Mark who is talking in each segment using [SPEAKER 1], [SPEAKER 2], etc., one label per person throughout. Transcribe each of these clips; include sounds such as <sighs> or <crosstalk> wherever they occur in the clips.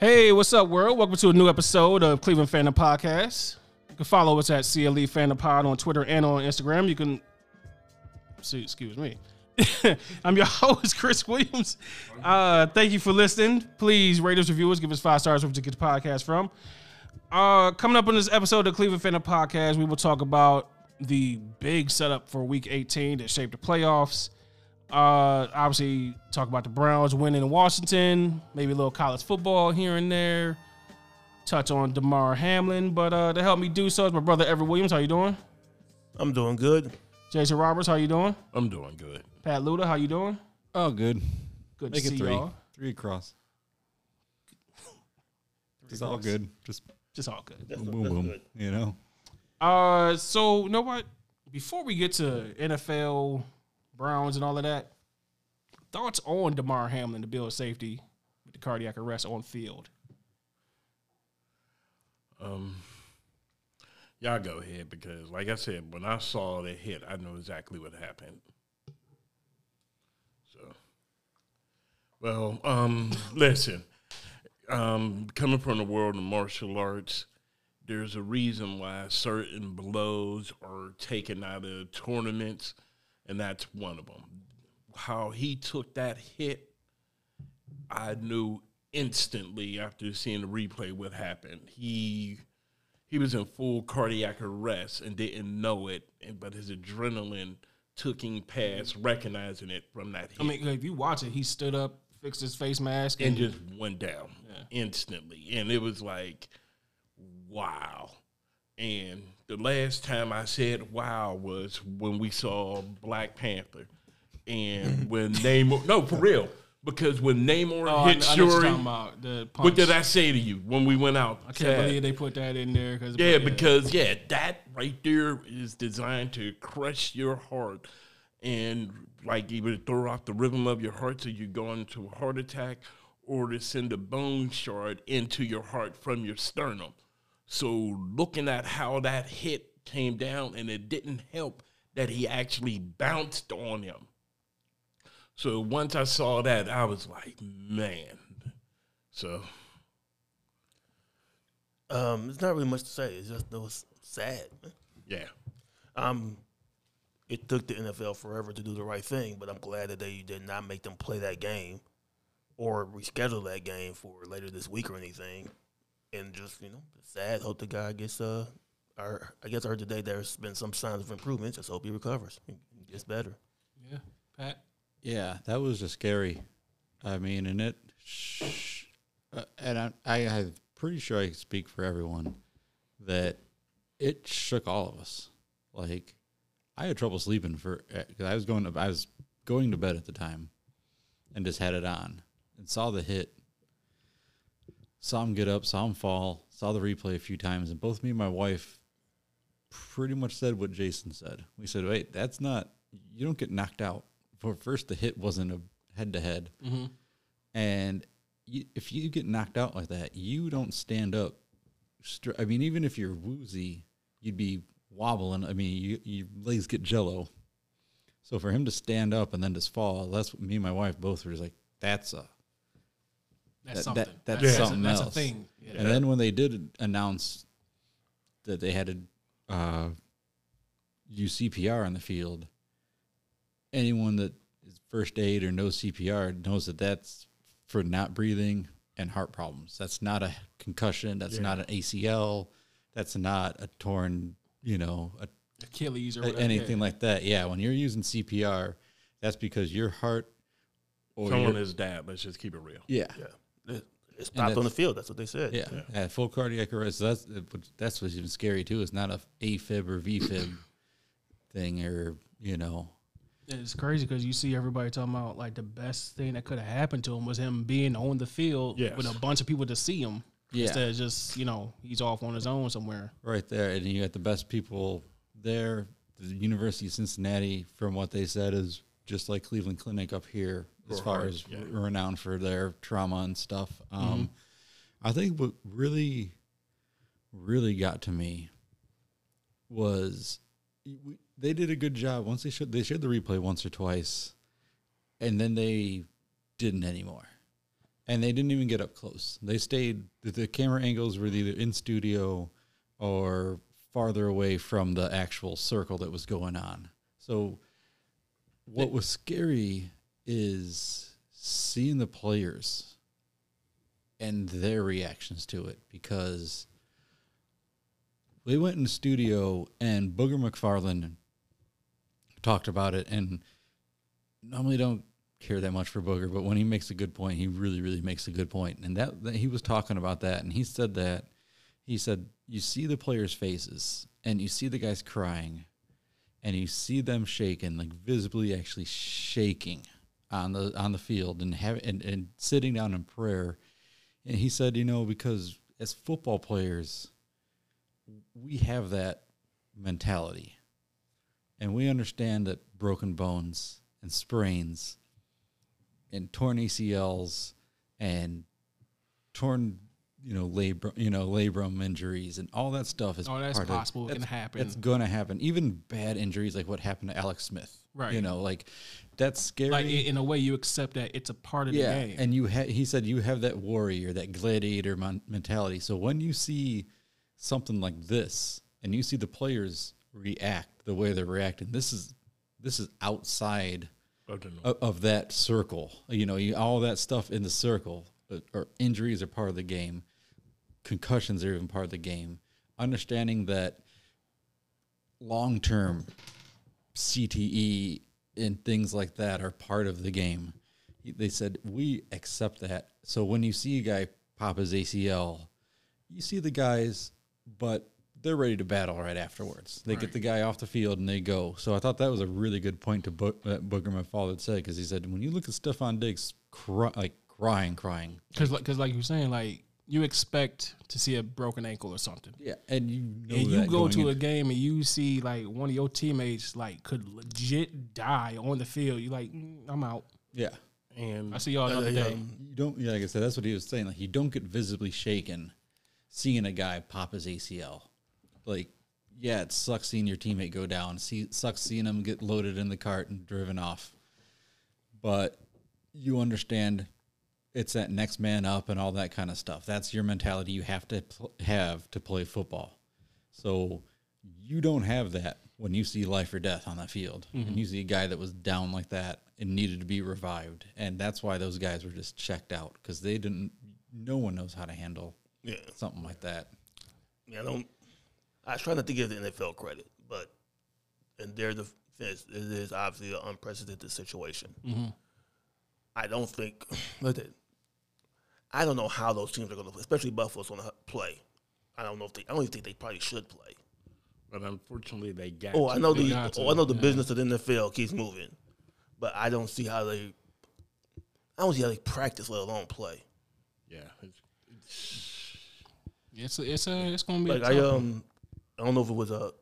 [SPEAKER 1] Hey, what's up, world? Welcome to a new episode of Cleveland Fandom Podcast. You can follow us at CLE Fandom Pod on Twitter and on Instagram. You can, see, excuse me. <laughs> I'm your host, Chris Williams. Uh, thank you for listening. Please rate us, reviewers, give us five stars wherever you get the podcast from. Uh, coming up on this episode of Cleveland Fandom Podcast, we will talk about the big setup for Week 18 that shaped the playoffs. Uh, obviously, talk about the Browns winning in Washington, maybe a little college football here and there. Touch on Damar Hamlin, but uh, to help me do so is my brother Everett Williams. How you doing?
[SPEAKER 2] I'm doing good.
[SPEAKER 1] Jason Roberts, how you doing?
[SPEAKER 3] I'm doing good.
[SPEAKER 1] Pat Luda, how you doing?
[SPEAKER 3] Oh, good.
[SPEAKER 1] Good
[SPEAKER 3] Make
[SPEAKER 1] to see
[SPEAKER 3] it three.
[SPEAKER 1] y'all.
[SPEAKER 3] Three across. It's all good. Just
[SPEAKER 1] Just all good.
[SPEAKER 2] That's,
[SPEAKER 3] boom, boom. You know.
[SPEAKER 1] Uh, so you know what? Before we get to NFL Browns and all of that, thoughts on Damar Hamlin, the Bill of Safety, with the cardiac arrest on field.
[SPEAKER 3] Um, y'all go ahead because, like I said, when I saw that hit, I know exactly what happened. So, well, um, <laughs> listen, um, coming from the world of martial arts, there's a reason why certain blows are taken out of tournaments, and that's one of them. How he took that hit I knew instantly after seeing the replay what happened. He he was in full cardiac arrest and didn't know it, and, but his adrenaline took him past recognizing it from that hit
[SPEAKER 1] I mean, if you watch it, he stood up, fixed his face mask,
[SPEAKER 3] and just went down instantly. And it was like, wow. And the last time I said wow was when we saw Black Panther.
[SPEAKER 1] <laughs>
[SPEAKER 3] And when Namor, no, for real, because when Namor
[SPEAKER 1] Oh, I-
[SPEAKER 3] hit
[SPEAKER 1] I know what you're
[SPEAKER 3] Shuri,
[SPEAKER 1] talking about, the
[SPEAKER 3] What
[SPEAKER 1] punch.
[SPEAKER 3] did I say to you when we went out?
[SPEAKER 1] I can't believe they put that in there. Cause
[SPEAKER 3] Yeah, because yeah, that right there is designed to crush your heart and like either throw off the rhythm of your heart so you go into a heart attack or to send a bone shard into your heart from your sternum. So looking at how that hit came down and it didn't help that he actually bounced on him. So once I saw that, I was like, man. So
[SPEAKER 2] Um, it's not really much to say. It's just it was sad.
[SPEAKER 3] yeah.
[SPEAKER 2] Um, it took the NFL forever to do the right thing, but I'm glad that they did not make them play that game or reschedule that game for later this week or anything. And just you know, sad. Hope the guy gets uh. Our, I guess I heard today there's been some signs of improvement. Just hope he recovers, and gets better.
[SPEAKER 1] yeah, Pat.
[SPEAKER 4] Yeah, that was just scary. I mean, and it, sh- uh, and I, I, am pretty sure I speak for everyone that it shook all of us. Like, I had trouble sleeping for because I was going to, I was going to bed at the time, and just had it on and saw the hit, saw him get up, saw him fall, saw the replay a few times, and both me and my wife pretty much said what Jason said. We said, "Wait, that's not. You don't get knocked out." For first, the hit wasn't a head to head, and you, if you get knocked out like that, you don't stand up. str- I mean, even if you're woozy, you'd be wobbling. I mean, you, your legs get jello. So for him to stand up and then just fall, that's what me and my wife both were just like, "That's a."
[SPEAKER 1] That's
[SPEAKER 4] That- that-
[SPEAKER 1] something.
[SPEAKER 4] that's
[SPEAKER 1] that's
[SPEAKER 4] something
[SPEAKER 1] a, that's
[SPEAKER 4] else.
[SPEAKER 1] a thing. Yeah.
[SPEAKER 4] And then when they did announce that they had to uh, use CPR on the field, anyone that is first aid or knows CPR knows that that's for not breathing and heart problems. That's not a concussion. That's not an ACL. That's not a torn, you know, a
[SPEAKER 1] Achilles or
[SPEAKER 4] a-
[SPEAKER 1] whatever.
[SPEAKER 4] anything like that. Yeah, when you're using CPR, that's because your heart or
[SPEAKER 3] Someone
[SPEAKER 4] your,
[SPEAKER 3] is dad. Let's just keep it real.
[SPEAKER 4] yeah,
[SPEAKER 2] Yeah, it, it stopped on the
[SPEAKER 4] that's-
[SPEAKER 2] field. That's what they said.
[SPEAKER 4] Yeah, yeah, full cardiac arrest. So that's but that's what's even scary too. It's not a AFib or VFib thing, or you know,
[SPEAKER 1] It's crazy because you see everybody talking about like the best thing that could have happened to him was him being on the field
[SPEAKER 3] Yes.
[SPEAKER 1] with a bunch of people to see him
[SPEAKER 4] Yeah.
[SPEAKER 1] instead of just you know he's off on his own somewhere.
[SPEAKER 4] right there. And you got the best people there. The University of Cincinnati, from what they said, is just like Cleveland Clinic up here as far as renowned for their trauma and stuff. Um, I think what really, really got to me was we- they did a good job once they showed they showed the replay once or twice, and then they didn't anymore. and they didn't even get up close. They stayed. The, the camera angles were either in studio or farther away from the actual circle that was going on. So, what was scary is seeing the players and their reactions to it because they went in the studio and Booger McFarland talked about it and normally don't care that much for Booger, but when he makes a good point, he really, really makes a good point. And that, that he was talking about that, and he said that he said you see the players' faces, and you see the guys crying, and you see them shaking, like visibly actually shaking on the on the field and have and, and sitting down in prayer. And he said, you know, because as football players, we have that mentality and we understand that broken bones and sprains and torn ACLs and torn you know labrum you know labrum injuries and all that stuff is
[SPEAKER 1] Oh, that's
[SPEAKER 4] part of-
[SPEAKER 1] possible. It can
[SPEAKER 4] that's-
[SPEAKER 1] happen.
[SPEAKER 4] It's gonna happen. Even bad injuries like what happened to Alex Smith. You
[SPEAKER 1] Right.
[SPEAKER 4] know, like that's scary.
[SPEAKER 1] Like i- in a way, you accept that it's a part of
[SPEAKER 4] yeah,
[SPEAKER 1] the game.
[SPEAKER 4] and you ha- he said you have that warrior, that gladiator mon- mentality. So when you see something like this, and you see the players react the way they're reacting, this is this is outside
[SPEAKER 3] I don't know.
[SPEAKER 4] of, of that circle. You know, you, all that stuff in the circle, uh, or injuries are part of the game. Concussions are even part of the game. Understanding that long term CTE E and things like that are part of the game. They said we accept that. So when you see a guy pop his ACL, you see the guys, but they're ready to battle right afterwards. They get the guy off the field and they go. So I thought that was a really good point to Bo- that Booger my father said because he said when you look at Stephon Diggs, cry, like crying, crying,
[SPEAKER 1] Because, like, 'cause like you were saying, like you expect to see a broken ankle or something.
[SPEAKER 4] yeah, and you know
[SPEAKER 1] and you
[SPEAKER 4] that
[SPEAKER 1] go
[SPEAKER 4] going
[SPEAKER 1] to
[SPEAKER 4] in-
[SPEAKER 1] a game and you see like one of your teammates like could legit die on the field. You like, "Mm, I'm out.
[SPEAKER 4] yeah,
[SPEAKER 1] I
[SPEAKER 3] and
[SPEAKER 1] see y'all another
[SPEAKER 2] yeah.
[SPEAKER 1] day.
[SPEAKER 4] you don't yeah, like I said that's what he was saying like you don't get visibly shaken seeing a guy pop his ACL like yeah it sucks seeing your teammate go down see sucks seeing him get loaded in the cart and driven off but you understand it's that next man up and all that kind of stuff that's your mentality you have to pl- have to play football so you don't have that when you see life or death on that field. And you see a guy that was down like that and needed to be revived. And that's why those guys were just checked out because they didn't, no one knows how to handle
[SPEAKER 2] Yeah.
[SPEAKER 4] something like that.
[SPEAKER 2] Yeah, I don't. I was trying not to give the NFL credit, but and they're the it's- it is obviously an unprecedented situation. I don't think. <clears throat> Look at, I don't know how those teams are going to, especially Buffalo's going to play. I don't know if they. I don't even think they probably should play.
[SPEAKER 3] but unfortunately, they got.
[SPEAKER 2] Oh, I know
[SPEAKER 1] They
[SPEAKER 2] the.
[SPEAKER 1] got
[SPEAKER 2] Oh,
[SPEAKER 1] to,
[SPEAKER 2] I know the business of the NFL keeps moving, but I don't see how they. I don't see how they practice, let alone play.
[SPEAKER 3] Yeah, it's-
[SPEAKER 1] It's a, it's a, it's gonna be.
[SPEAKER 2] Like
[SPEAKER 1] a tough
[SPEAKER 2] I
[SPEAKER 1] one.
[SPEAKER 2] um, I don't know if it was a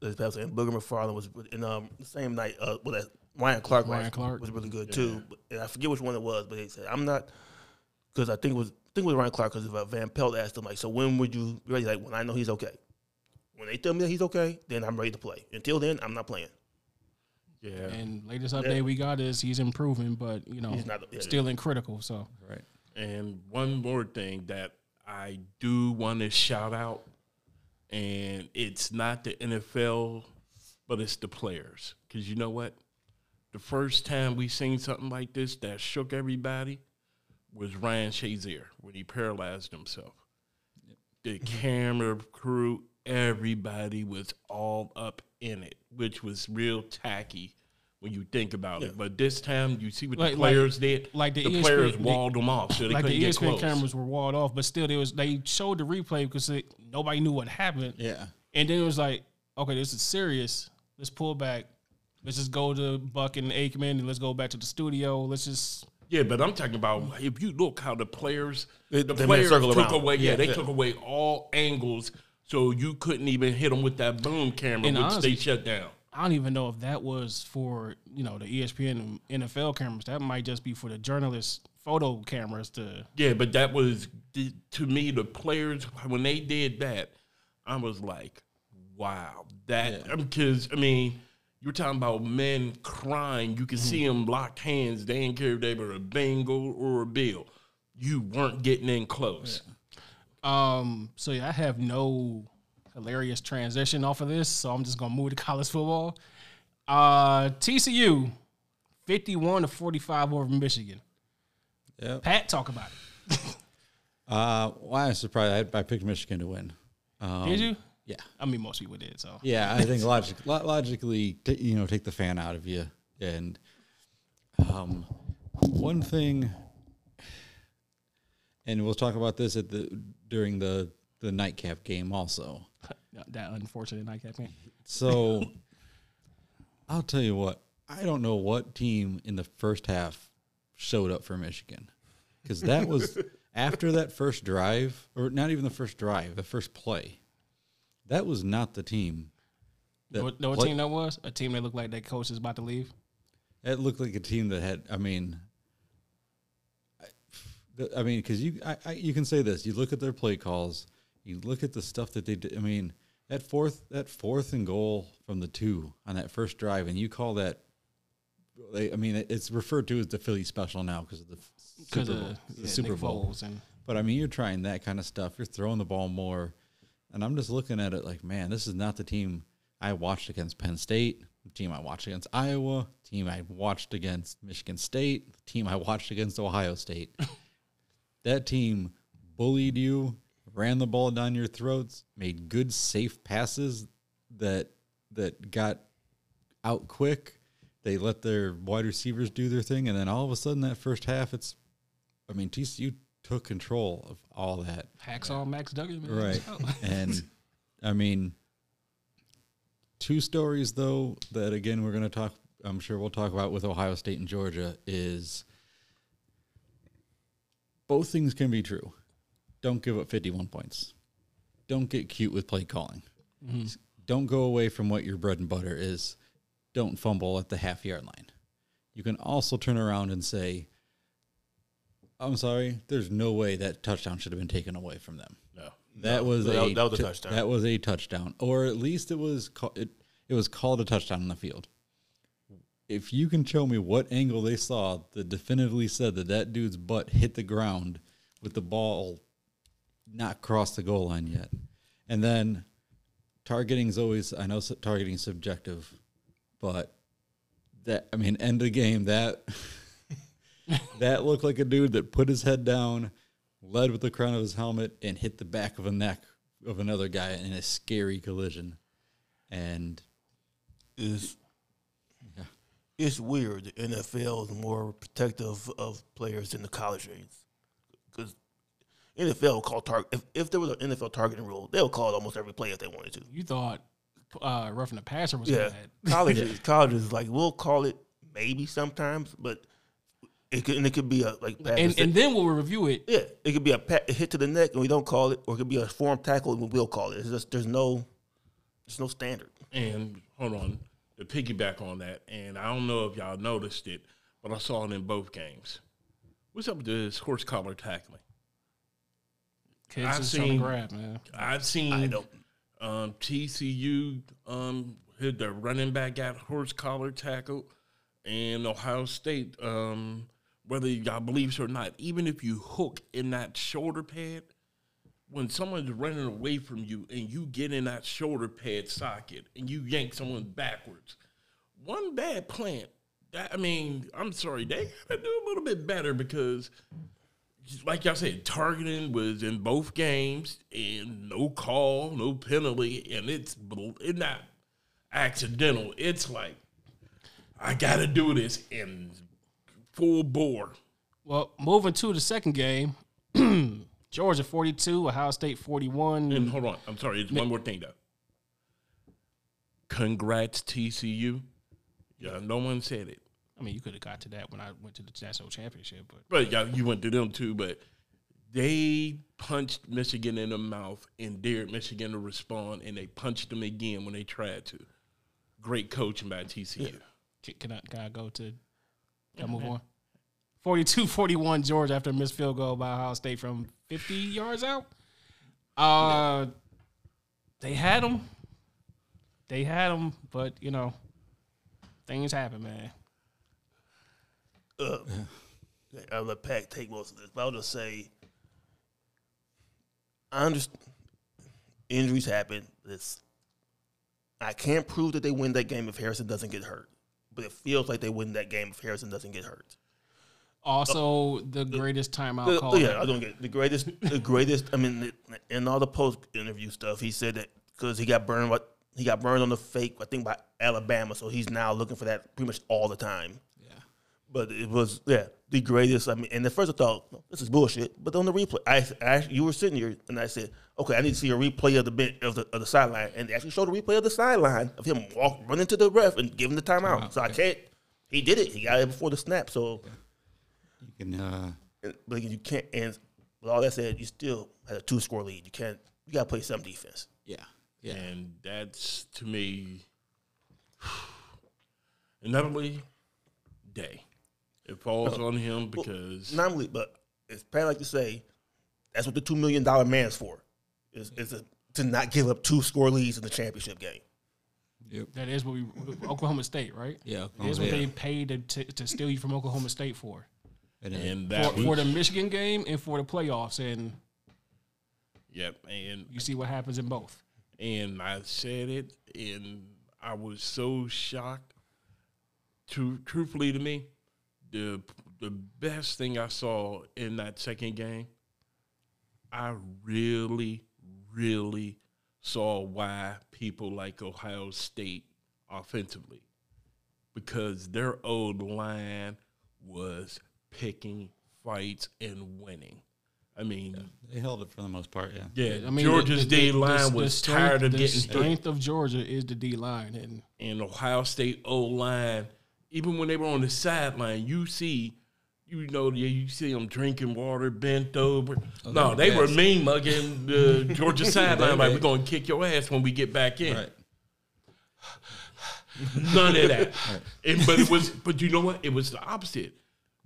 [SPEAKER 2] this past and Booger McFarland was in um the same night. Uh, well, that Ryan Clark
[SPEAKER 1] Ryan
[SPEAKER 2] was,
[SPEAKER 1] Clark.
[SPEAKER 2] was really good too. But, and I forget which one it was, but he said I'm not because I think it was I think it was Ryan Clark because uh, Van Pelt asked him like, so when would you be ready? Like when I know he's okay. When they tell me that he's okay, then I'm ready to play. Until then, I'm not playing.
[SPEAKER 3] yeah.
[SPEAKER 1] And latest update we got is he's improving, but you know,
[SPEAKER 2] He's not- yeah.
[SPEAKER 1] still in critical. So
[SPEAKER 4] Right.
[SPEAKER 3] And one more thing that I do want to shout out, and it's not the NFL, but it's the players. Because you know what? The first time we seen something like this that shook everybody was Ryan Shazier when he paralyzed himself.
[SPEAKER 1] <laughs>
[SPEAKER 3] The camera crew, everybody was all up in it, which was real tacky when you think about it. But this time, you see what
[SPEAKER 1] Like-
[SPEAKER 3] the
[SPEAKER 1] like-
[SPEAKER 3] players did.
[SPEAKER 1] like the E
[SPEAKER 3] the
[SPEAKER 1] ESPN
[SPEAKER 3] players
[SPEAKER 1] the-
[SPEAKER 3] walled them off so they
[SPEAKER 1] like
[SPEAKER 3] couldn't
[SPEAKER 1] the E
[SPEAKER 3] get
[SPEAKER 1] ESPN
[SPEAKER 3] close.
[SPEAKER 1] cameras were walled off, but still there was they showed the replay because it, nobody knew what happened.
[SPEAKER 4] Yeah.
[SPEAKER 1] And then it was like, okay, this is serious. Let's pull back. Let's just go to Buck and Aikman, and let's go back to the studio. Let's just
[SPEAKER 3] Yeah, but I'm talking about if you look how the players the
[SPEAKER 2] they made a
[SPEAKER 3] players took
[SPEAKER 2] circle around.
[SPEAKER 3] away. Yeah,
[SPEAKER 2] Yeah,
[SPEAKER 3] they
[SPEAKER 2] yeah.
[SPEAKER 3] took away all angles, so you couldn't even hit them with that boom camera,
[SPEAKER 1] And
[SPEAKER 3] which
[SPEAKER 1] honestly-
[SPEAKER 3] they shut down.
[SPEAKER 1] I don't even know if that was for you know the E ESPN and NFL cameras. That might just be for the journalist photo cameras to.
[SPEAKER 3] Yeah, but that was the- to me the players when they did that, I was like, wow, that because I mean. You're talking about men
[SPEAKER 2] Mm-hmm.
[SPEAKER 3] crying. You can see them locked hands. They didn't care if they were a Bengal or a Bill. you weren't getting in close.
[SPEAKER 1] Um, so yeah, I have no hilarious transition off of this, so I'm just gonna move to <laughs> college football. Uh, TCU, 51 to 45 over Michigan.
[SPEAKER 4] Yep.
[SPEAKER 1] Pat, talk about it.
[SPEAKER 4] Uh, why I'm surprised I, I picked Michigan to win. Um,
[SPEAKER 1] Did you?
[SPEAKER 4] Yeah.
[SPEAKER 1] I mean, most people did. So
[SPEAKER 4] Yeah, I think logic, lo- logically, t- you know, take the fan out of you. And um, one thing, and we'll talk about this at the during the the nightcap game also.
[SPEAKER 1] that- that unfortunate nightcap game.
[SPEAKER 4] So I'll tell you what, I don't know what team in the first half showed up for Michigan because that was after that first drive, or not even the first drive, the first play. That was not the team.
[SPEAKER 1] Know what, know what
[SPEAKER 4] play-
[SPEAKER 1] team that was? A team that looked like that coach is about to leave.
[SPEAKER 4] It looked like a team that had. I mean, I, the- I mean, because you, I, I, you can say this. You look at their play calls. You look at the stuff that they did. I mean, that fourth, that fourth and goal from the two on that first drive, and you call that. They, I mean, it's referred to as the Philly special now because of the
[SPEAKER 1] Because
[SPEAKER 4] Super Bowl.
[SPEAKER 1] of
[SPEAKER 4] the
[SPEAKER 1] yeah,
[SPEAKER 4] Super
[SPEAKER 1] Nick
[SPEAKER 4] Bowl.
[SPEAKER 1] Foles and
[SPEAKER 4] But I mean, you're trying that kind of stuff. You're throwing the ball more, and I'm just looking at it like, man, this is not the team I watched against Penn State. The team I watched against Iowa. the Team I watched against Michigan State. the Team I watched against Ohio State. <laughs> that team bullied you, ran the ball down your throats, made good safe passes that that got out quick. They let their wide receivers do their thing, and then all of a sudden, that first half, it's I mean, TCU took control of all that.
[SPEAKER 1] Hacksaw Max Duggan. man.
[SPEAKER 4] Right. <laughs> and I mean, two stories though that again we're going to talk. I'm sure we'll talk about with Ohio State and Georgia is both things can be true. Don't give up 51 points. Don't get cute with play calling. Don't go away from what your bread and butter is. Don't fumble at the half yard line. You can also turn around and say, I'm sorry, there's no way that touchdown should have been taken away from them.
[SPEAKER 3] No.
[SPEAKER 4] That was
[SPEAKER 2] that-
[SPEAKER 4] a
[SPEAKER 2] that was a
[SPEAKER 4] tou-
[SPEAKER 2] touchdown.
[SPEAKER 4] That was a touchdown, or at least it was ca- it, it was called a touchdown on the field. If you can show me what angle they saw that definitively said that that dude's butt hit the ground with the ball not crossed the goal line yet, and then targeting is always I know su- targeting is subjective, but that I mean end of the game that <laughs> that looked like a dude that put his head down, led with the crown of his helmet, and hit the back of a neck of another guy in a scary collision. And
[SPEAKER 2] Is it's weird. The NFL is more protective of players than the college leagues because NFL call target. If, if there was an NFL targeting rule, they'll call it almost every play if they wanted to.
[SPEAKER 1] You thought uh, roughing the passer was
[SPEAKER 2] <laughs> Yeah,
[SPEAKER 1] bad.
[SPEAKER 2] colleges, colleges like we'll call it maybe sometimes, but it could, and it could be a like pass
[SPEAKER 1] And,
[SPEAKER 2] intercept-
[SPEAKER 1] and then we'll review it.
[SPEAKER 2] yeah, it could be a pat, a hit to the neck and we don't call it, or it could be a form tackle and we will call it. It's just there's no there's no standard.
[SPEAKER 3] And hold on, to piggyback on that, and I don't know if y'all noticed it, but I saw it in both games. What's up with this horse collar tackling?
[SPEAKER 1] Kids
[SPEAKER 3] I've
[SPEAKER 1] is trying
[SPEAKER 3] seen-
[SPEAKER 1] to grab, man.
[SPEAKER 3] I've seen
[SPEAKER 2] I don't.
[SPEAKER 3] um, TCU um, hit the running back got horse collar tackled, and Ohio State. Um, whether y'all believe it or not, even if you hook in that shoulder pad, when someone's running away from you and you get in that shoulder pad socket and you yank someone backwards, one bad plant. That, I mean, I'm sorry, they gotta do a little bit better because like y'all said, targeting was in both games and no call, no penalty, and it's bl- it's not accidental. It's like I got to do this in full bore.
[SPEAKER 1] Well, moving to the second game, <clears throat> Georgia 42, Ohio State 41.
[SPEAKER 3] And hold on, I'm sorry. It's one more thing though. Congrats TCU. Yeah, no one said it,
[SPEAKER 1] I mean, you could have got to that when I went to the national championship, but
[SPEAKER 3] but y'all, you went to them too. But they punched Michigan in the mouth and dared Michigan to respond, and they punched them again when they tried to. Great coaching by TCU.
[SPEAKER 1] can, can I can I go to can I move on? <laughs> 42-41 Georgia after a missed field goal by Ohio State from 50 yards out. Uh they had them. They had them, but you know, things happen, man.
[SPEAKER 2] Uh, I'll let Pac take most of this, but I'll just say I understand injuries happen. This I can't prove that they win that game if Harrison doesn't get hurt, but it feels like they win that game if Harrison doesn't get hurt.
[SPEAKER 1] Also, the greatest timeout
[SPEAKER 2] Uh,
[SPEAKER 1] call.
[SPEAKER 2] yeah, I don't get the greatest. The greatest. I mean, in all the post interview stuff, he said that because he got burned. What he got burned on the fake, I think by Alabama. So he's now looking for that pretty much all the time.
[SPEAKER 1] yeah.
[SPEAKER 2] But it was yeah the greatest. I mean, and at first I thought "No, this is bullshit. But on the replay, I, I you were sitting here and I said, okay, I need to see a replay of the bench of the of the sideline, and they actually showed a replay of the sideline of him walk running to the ref and giving the timeout. so I can't. He did it. He got it before the snap. So.
[SPEAKER 4] You can, uh,
[SPEAKER 2] And- but you can't. And with all that said, you still had a two score lead. You can't. You gotta play some defense.
[SPEAKER 4] yeah, yeah,
[SPEAKER 3] And that's to me <sighs> another day. It falls
[SPEAKER 1] Oh,
[SPEAKER 3] on him because
[SPEAKER 2] Not only, but it's probably like to say, that's what the two million dollar man is for. Is is to- to not give up two score leads in the championship game.
[SPEAKER 4] yep,
[SPEAKER 1] That is what we Oklahoma State, right?
[SPEAKER 4] yeah.
[SPEAKER 1] That is what
[SPEAKER 4] Oklahoma
[SPEAKER 1] they
[SPEAKER 4] State.
[SPEAKER 1] paid to, to, to steal you from Oklahoma State for.
[SPEAKER 4] It is.
[SPEAKER 3] and
[SPEAKER 1] For,
[SPEAKER 3] that
[SPEAKER 1] for
[SPEAKER 3] was-
[SPEAKER 1] the Michigan game and for the playoffs, and
[SPEAKER 3] yep and
[SPEAKER 1] you see what happens in both.
[SPEAKER 3] and I said it, and I was so shocked. Tru- truthfully, to me, the the best thing I saw in that second game, I really, really saw why people like Ohio State offensively, because their old line was picking fights and winning. I mean,
[SPEAKER 4] They held it for the most part. Yeah,
[SPEAKER 3] yeah,
[SPEAKER 1] I mean,
[SPEAKER 3] Georgia's
[SPEAKER 1] the- the-
[SPEAKER 3] D
[SPEAKER 1] the-
[SPEAKER 3] line
[SPEAKER 1] the
[SPEAKER 3] was
[SPEAKER 1] strength-
[SPEAKER 3] tired of
[SPEAKER 1] the
[SPEAKER 3] getting hit
[SPEAKER 1] strength of Georgia is the D line, and
[SPEAKER 3] and Ohio State O line, even when they were on the sideline, you see, you know, yeah, you see them drinking water, bent over. no,
[SPEAKER 4] were
[SPEAKER 3] they were
[SPEAKER 4] best.
[SPEAKER 3] mean mugging
[SPEAKER 4] <laughs>
[SPEAKER 3] the Georgia sideline like
[SPEAKER 4] Oh, they-
[SPEAKER 3] we're gonna kick your ass when we get back in.
[SPEAKER 4] right.
[SPEAKER 3] None of
[SPEAKER 4] <laughs>
[SPEAKER 3] that. and, but it was, but you know what? It was the opposite.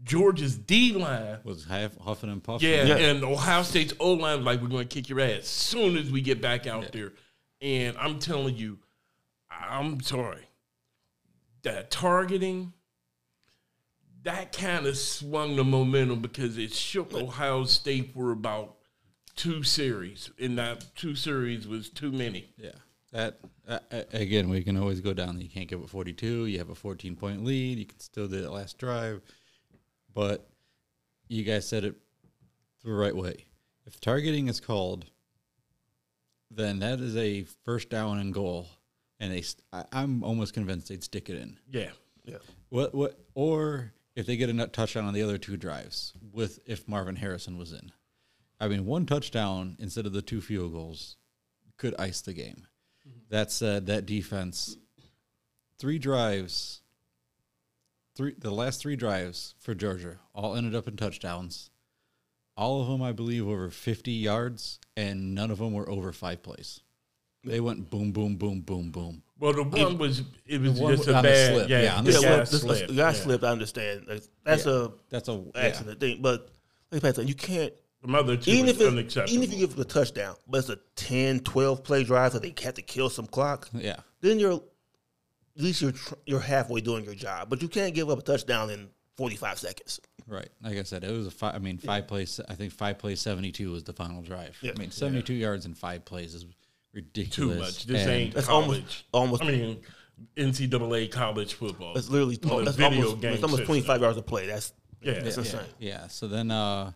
[SPEAKER 3] Georgia's D line.
[SPEAKER 4] Was half huffing and puffing.
[SPEAKER 3] Yeah,
[SPEAKER 2] Yeah.
[SPEAKER 3] and Ohio State's O line was like we're going to kick your ass soon as we get back out there. And I'm telling you, I'm sorry. That targeting, that kind of swung the momentum because it shook Ohio State for about two series, and that two series was too many.
[SPEAKER 4] Yeah. That uh, uh, again, we can always go down. that You can't give it 42. You have a 14 point lead. You can still do that last drive, but you guys said it the right way. If targeting is called, then that is a first down and goal, and they. St- I, I'm almost convinced they'd stick it in.
[SPEAKER 3] Yeah,
[SPEAKER 2] Yeah.
[SPEAKER 4] What what or if they get a nut- touchdown on the other two drives with if Marvin Harrison was in. I mean, one touchdown instead of the two field goals could ice the game. That said, that defense three drives three the last three drives for Georgia all ended up in touchdowns. All of them I believe over 50 yards and none of them were over 5 plays. They went boom boom boom boom boom.
[SPEAKER 3] well, the one was it was
[SPEAKER 4] one
[SPEAKER 3] just a
[SPEAKER 4] on the
[SPEAKER 3] bad,
[SPEAKER 4] slip,
[SPEAKER 3] yeah,
[SPEAKER 4] yeah, on the
[SPEAKER 3] yeah,
[SPEAKER 4] slip.
[SPEAKER 2] well,
[SPEAKER 3] guy
[SPEAKER 2] this- this-
[SPEAKER 3] slipped,
[SPEAKER 2] the guy
[SPEAKER 3] yeah.
[SPEAKER 2] slipped. I understand. That's, that's
[SPEAKER 4] That's a
[SPEAKER 2] a
[SPEAKER 4] yeah.
[SPEAKER 2] accident thing. But like Pat said, you can't.
[SPEAKER 3] The other two
[SPEAKER 2] Even
[SPEAKER 3] was
[SPEAKER 2] if, it,
[SPEAKER 3] unacceptable.
[SPEAKER 2] even if you give them a touchdown, but it's a 10, 12 play drive that they had to kill some clock,
[SPEAKER 3] Mm-hmm.
[SPEAKER 4] Yeah.
[SPEAKER 2] then you're at least you're tr- you're halfway doing your job. But you can't give up a touchdown in forty five seconds.
[SPEAKER 4] Right. Like I said, it was a five. I mean, five plays. I think five plays, seventy-two was the final drive.
[SPEAKER 2] Yeah.
[SPEAKER 4] I mean, seventy-two yards in five plays is
[SPEAKER 3] too
[SPEAKER 4] ridiculous.
[SPEAKER 3] much. This
[SPEAKER 4] And
[SPEAKER 3] ain't
[SPEAKER 2] That's
[SPEAKER 3] college.
[SPEAKER 2] almost- almost-
[SPEAKER 3] I mean, NCAA college football.
[SPEAKER 2] That's literally
[SPEAKER 3] On a
[SPEAKER 2] that's
[SPEAKER 3] video
[SPEAKER 2] almost,
[SPEAKER 3] game
[SPEAKER 2] it's almost
[SPEAKER 3] system.
[SPEAKER 2] twenty five yards a play. That's
[SPEAKER 3] yeah,
[SPEAKER 2] that's insane.
[SPEAKER 4] Yeah. So then, uh,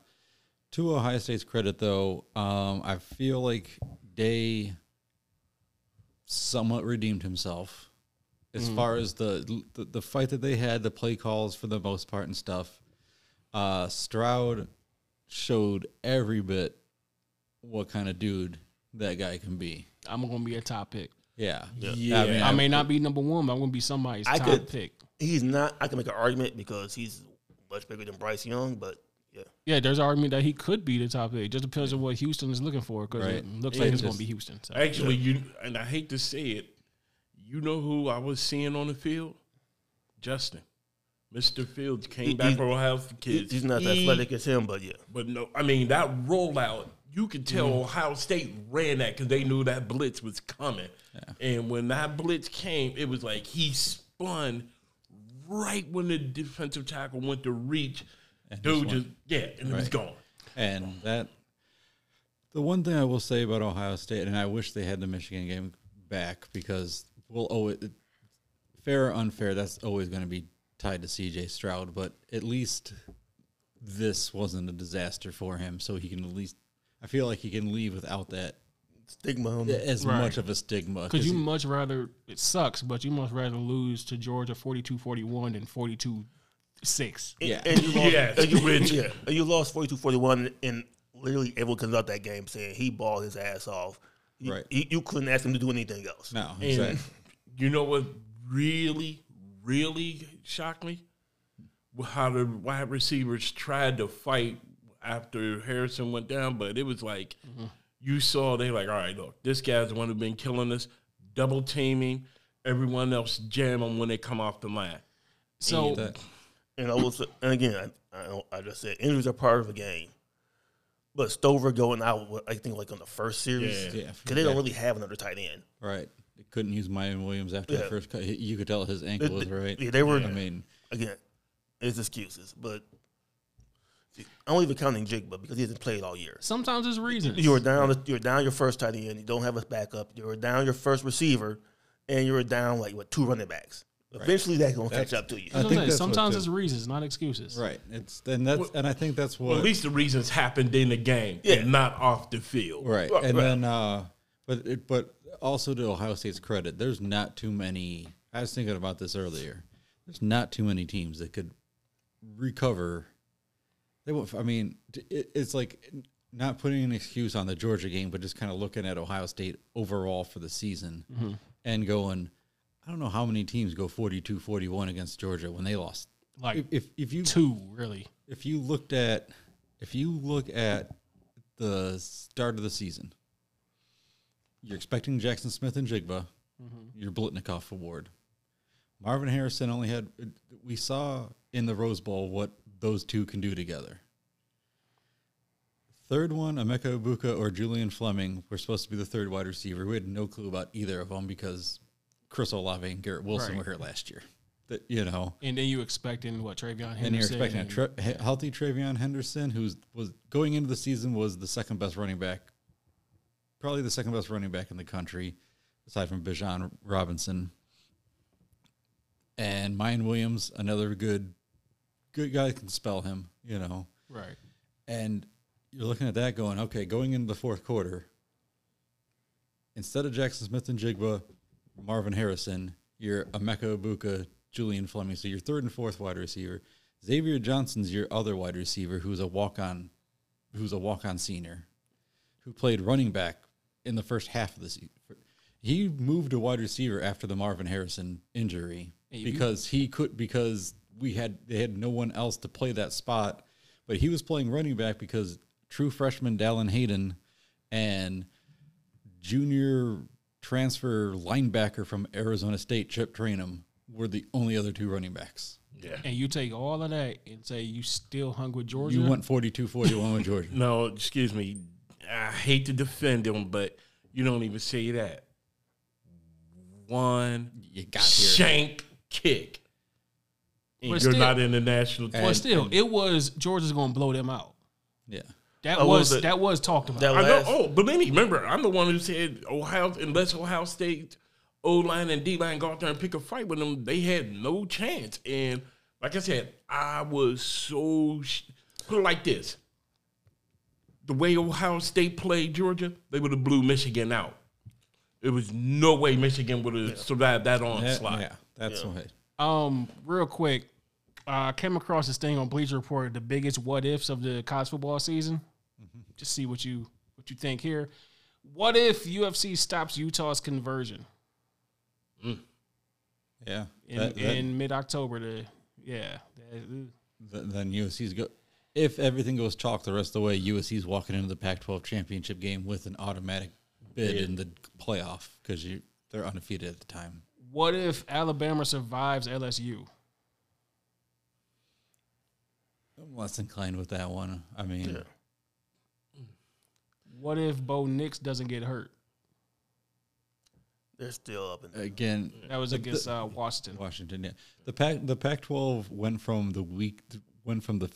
[SPEAKER 4] to Ohio State's credit, though, um, I feel like Day somewhat redeemed himself as far as the, the the fight that they had, the play calls for the most part and stuff. Uh, Stroud showed every bit what kind of dude that guy can be.
[SPEAKER 1] I'm going to be a top pick.
[SPEAKER 4] Yeah.
[SPEAKER 3] Yeah.
[SPEAKER 4] I mean,
[SPEAKER 1] I
[SPEAKER 4] I
[SPEAKER 1] may not be number one, but I'm going to be somebody's
[SPEAKER 2] I
[SPEAKER 1] top
[SPEAKER 2] could-
[SPEAKER 1] pick.
[SPEAKER 2] He's not. I can make an argument because he's much bigger than Bryce Young, but yeah,
[SPEAKER 1] Yeah, there's an argument that he could be the top pick. It just depends on what Houston is looking for because it
[SPEAKER 4] Right.
[SPEAKER 1] looks like
[SPEAKER 4] And
[SPEAKER 1] it's going to
[SPEAKER 4] just-
[SPEAKER 1] be Houston. So.
[SPEAKER 3] Actually, you and I hate to say it, you know who I was seeing on the field? Justin, Mr. Fields came
[SPEAKER 2] He-
[SPEAKER 3] back
[SPEAKER 2] he-
[SPEAKER 3] for Ohio for
[SPEAKER 2] He-
[SPEAKER 3] kids.
[SPEAKER 2] he's not as
[SPEAKER 3] He-
[SPEAKER 2] athletic as him. But yeah,
[SPEAKER 3] but no, I mean that rollout. You could tell
[SPEAKER 4] Mm-hmm.
[SPEAKER 3] Ohio State ran that because they knew that blitz was coming. And when that blitz came, it was like he spun right when the defensive tackle went to reach
[SPEAKER 4] And
[SPEAKER 3] Dude,
[SPEAKER 4] won.
[SPEAKER 3] just, yeah, and it was
[SPEAKER 4] Right.
[SPEAKER 3] gone.
[SPEAKER 4] And that, the one thing I will say about Ohio State, and I wish they had the Michigan game back because we'll owe it, fair or unfair, that's always going to be tied to CJ Stroud, but at least this wasn't a disaster for him. So he can at least, I feel like he can leave without that
[SPEAKER 2] Stigma on it.
[SPEAKER 4] as
[SPEAKER 1] Right.
[SPEAKER 4] much of a stigma.
[SPEAKER 1] Because you
[SPEAKER 4] he-
[SPEAKER 1] much rather, it sucks, but you much rather lose to Georgia 42 41 than 42 6.
[SPEAKER 2] And-
[SPEAKER 4] Yeah.
[SPEAKER 2] And you lost,
[SPEAKER 3] Yeah,
[SPEAKER 2] and you,
[SPEAKER 3] rich.
[SPEAKER 2] yeah, and you lost 42 41, and literally everyone comes out that game saying he balled his ass off. You,
[SPEAKER 4] Right.
[SPEAKER 2] You, you couldn't ask him to do anything else.
[SPEAKER 4] no,
[SPEAKER 3] And
[SPEAKER 4] exactly.
[SPEAKER 3] you know what really, really shocked me? How the wide receivers tried to fight after Harrison went down, but it was like you saw they like, all right, look, this guy's the one who's been killing us, double teaming, everyone else jam 'em when they come off the line.
[SPEAKER 1] So,
[SPEAKER 4] That-
[SPEAKER 2] And I was, and again, I, I, don't- I just said injuries are part of the game. But Stover going out, with, I think, like on the first series,
[SPEAKER 3] Yeah.
[SPEAKER 4] Yeah.
[SPEAKER 2] because they don't really have another tight end.
[SPEAKER 4] Right. They couldn't use Mayan Williams after the
[SPEAKER 2] Yeah.
[SPEAKER 4] first cut. He- You could tell his ankle was right.
[SPEAKER 2] Yeah, they were.
[SPEAKER 4] I mean,
[SPEAKER 2] again, it's excuses, but I'm even counting Jigba because he hasn't played all year.
[SPEAKER 1] sometimes it's reasons.
[SPEAKER 2] You were down. You were down your first tight end. You don't have a backup. You were down your first receiver, and you were down like what two running backs. Eventually, that's gonna catch up to you.
[SPEAKER 1] That's what I'm
[SPEAKER 4] think
[SPEAKER 1] saying.
[SPEAKER 4] that's what
[SPEAKER 1] sometimes
[SPEAKER 4] the-
[SPEAKER 1] it's reasons, not excuses.
[SPEAKER 4] right. It's and that's and I think that's what
[SPEAKER 3] Well, at least the reasons happened in the game
[SPEAKER 2] Yeah.
[SPEAKER 3] and not off the field.
[SPEAKER 4] Right.
[SPEAKER 2] Right,
[SPEAKER 4] and
[SPEAKER 2] right.
[SPEAKER 4] then, uh, but it, but also to Ohio State's credit, there's not too many. I was thinking about this earlier. There's not too many teams that could recover. They won't. I mean, t- it, it's like not putting an excuse on the Georgia game, but just kind of looking at Ohio State overall for the season
[SPEAKER 3] Mm-hmm.
[SPEAKER 4] and going. I don't know how many teams go 42-41 against Georgia when they lost.
[SPEAKER 1] Like,
[SPEAKER 4] If if, if you
[SPEAKER 1] two, really.
[SPEAKER 4] if you looked at if you look at the start of the season, you're expecting Jackson Smith and Jigba, your Blitnikoff award. Marvin Harrison only had we saw in the Rose Bowl what those two can do together. Third one, Emeka Ibuka or Julian Fleming were supposed to be the third wide receiver. We had no clue about either of them because Chris Olave and Garrett Wilson
[SPEAKER 1] Right.
[SPEAKER 4] were here last year. That you know,
[SPEAKER 1] And then you expecting what Travion Henderson
[SPEAKER 4] and you're expecting a tra- he- healthy Travion Henderson, who's was going into the season was the second best running back, probably the second best running back in the country, aside from Bijan Robinson. And Mayan Williams, another good, good guy can spell him, you know.
[SPEAKER 1] right.
[SPEAKER 4] And you're looking at that going, okay, going into the fourth quarter, instead of Jackson Smith and Jigba, Marvin Harrison, you're Emeka Ibuka, Julian Fleming. So your third and fourth wide receiver. Xavier Johnson's your other wide receiver who's a walk on who's a walk on senior who played running back in the first half of the season. He moved to wide receiver after the Marvin Harrison injury
[SPEAKER 1] Hey, if you-
[SPEAKER 4] because he could because we had they had no one else to play that spot, but he was playing running back because true freshman Dallin Hayden and junior transfer linebacker from Arizona State Chip Trainum were the only other two running backs.
[SPEAKER 3] Yeah.
[SPEAKER 1] And you take all of that and say you still hung with Georgia.
[SPEAKER 4] You went 42-41 with Georgia.
[SPEAKER 3] No, excuse me. I hate to defend him, but you don't even say that. One
[SPEAKER 4] You got here.
[SPEAKER 3] shank kick. And
[SPEAKER 1] But
[SPEAKER 3] you're
[SPEAKER 1] still-
[SPEAKER 3] not in the national team.
[SPEAKER 1] but still, it was Georgia's going to blow them out.
[SPEAKER 4] <laughs> Yeah.
[SPEAKER 1] That
[SPEAKER 2] Oh,
[SPEAKER 1] was
[SPEAKER 2] was it-
[SPEAKER 1] that was talked about.
[SPEAKER 2] That
[SPEAKER 3] I know.
[SPEAKER 2] last,
[SPEAKER 3] Oh, Bellini, remember, I'm the one who said Ohio, unless Ohio State O line and D line go out there and pick a fight with them, they had no chance. And like I said, I was so sh- put it like this: the way Ohio State played Georgia, they would have blew Michigan out. It was no way Michigan would have survived that
[SPEAKER 4] That-
[SPEAKER 3] onslaught.
[SPEAKER 4] yeah. That's why.
[SPEAKER 1] Um, real quick, I came across this thing on Bleacher Report, the biggest what ifs of the college football season. Just see what you what you think here. What if UFC stops Utah's conversion
[SPEAKER 4] Yeah.
[SPEAKER 1] in,
[SPEAKER 4] That- that-
[SPEAKER 1] in mid October? To yeah, that-
[SPEAKER 4] th- then USC's go. If everything goes chalk the rest of the way, USC's walking into the Pac-12 championship game with an automatic bid in the playoff because you they're undefeated at the time.
[SPEAKER 1] what if Alabama survives LSU?
[SPEAKER 4] I'm less inclined with that one. I mean,
[SPEAKER 2] Yeah.
[SPEAKER 1] What if Bo Nix doesn't get hurt?
[SPEAKER 2] they're still up in there.
[SPEAKER 4] again,
[SPEAKER 1] That was against uh, Washington.
[SPEAKER 4] Washington. Yeah, the Pac the Pac-12 went from the week went from the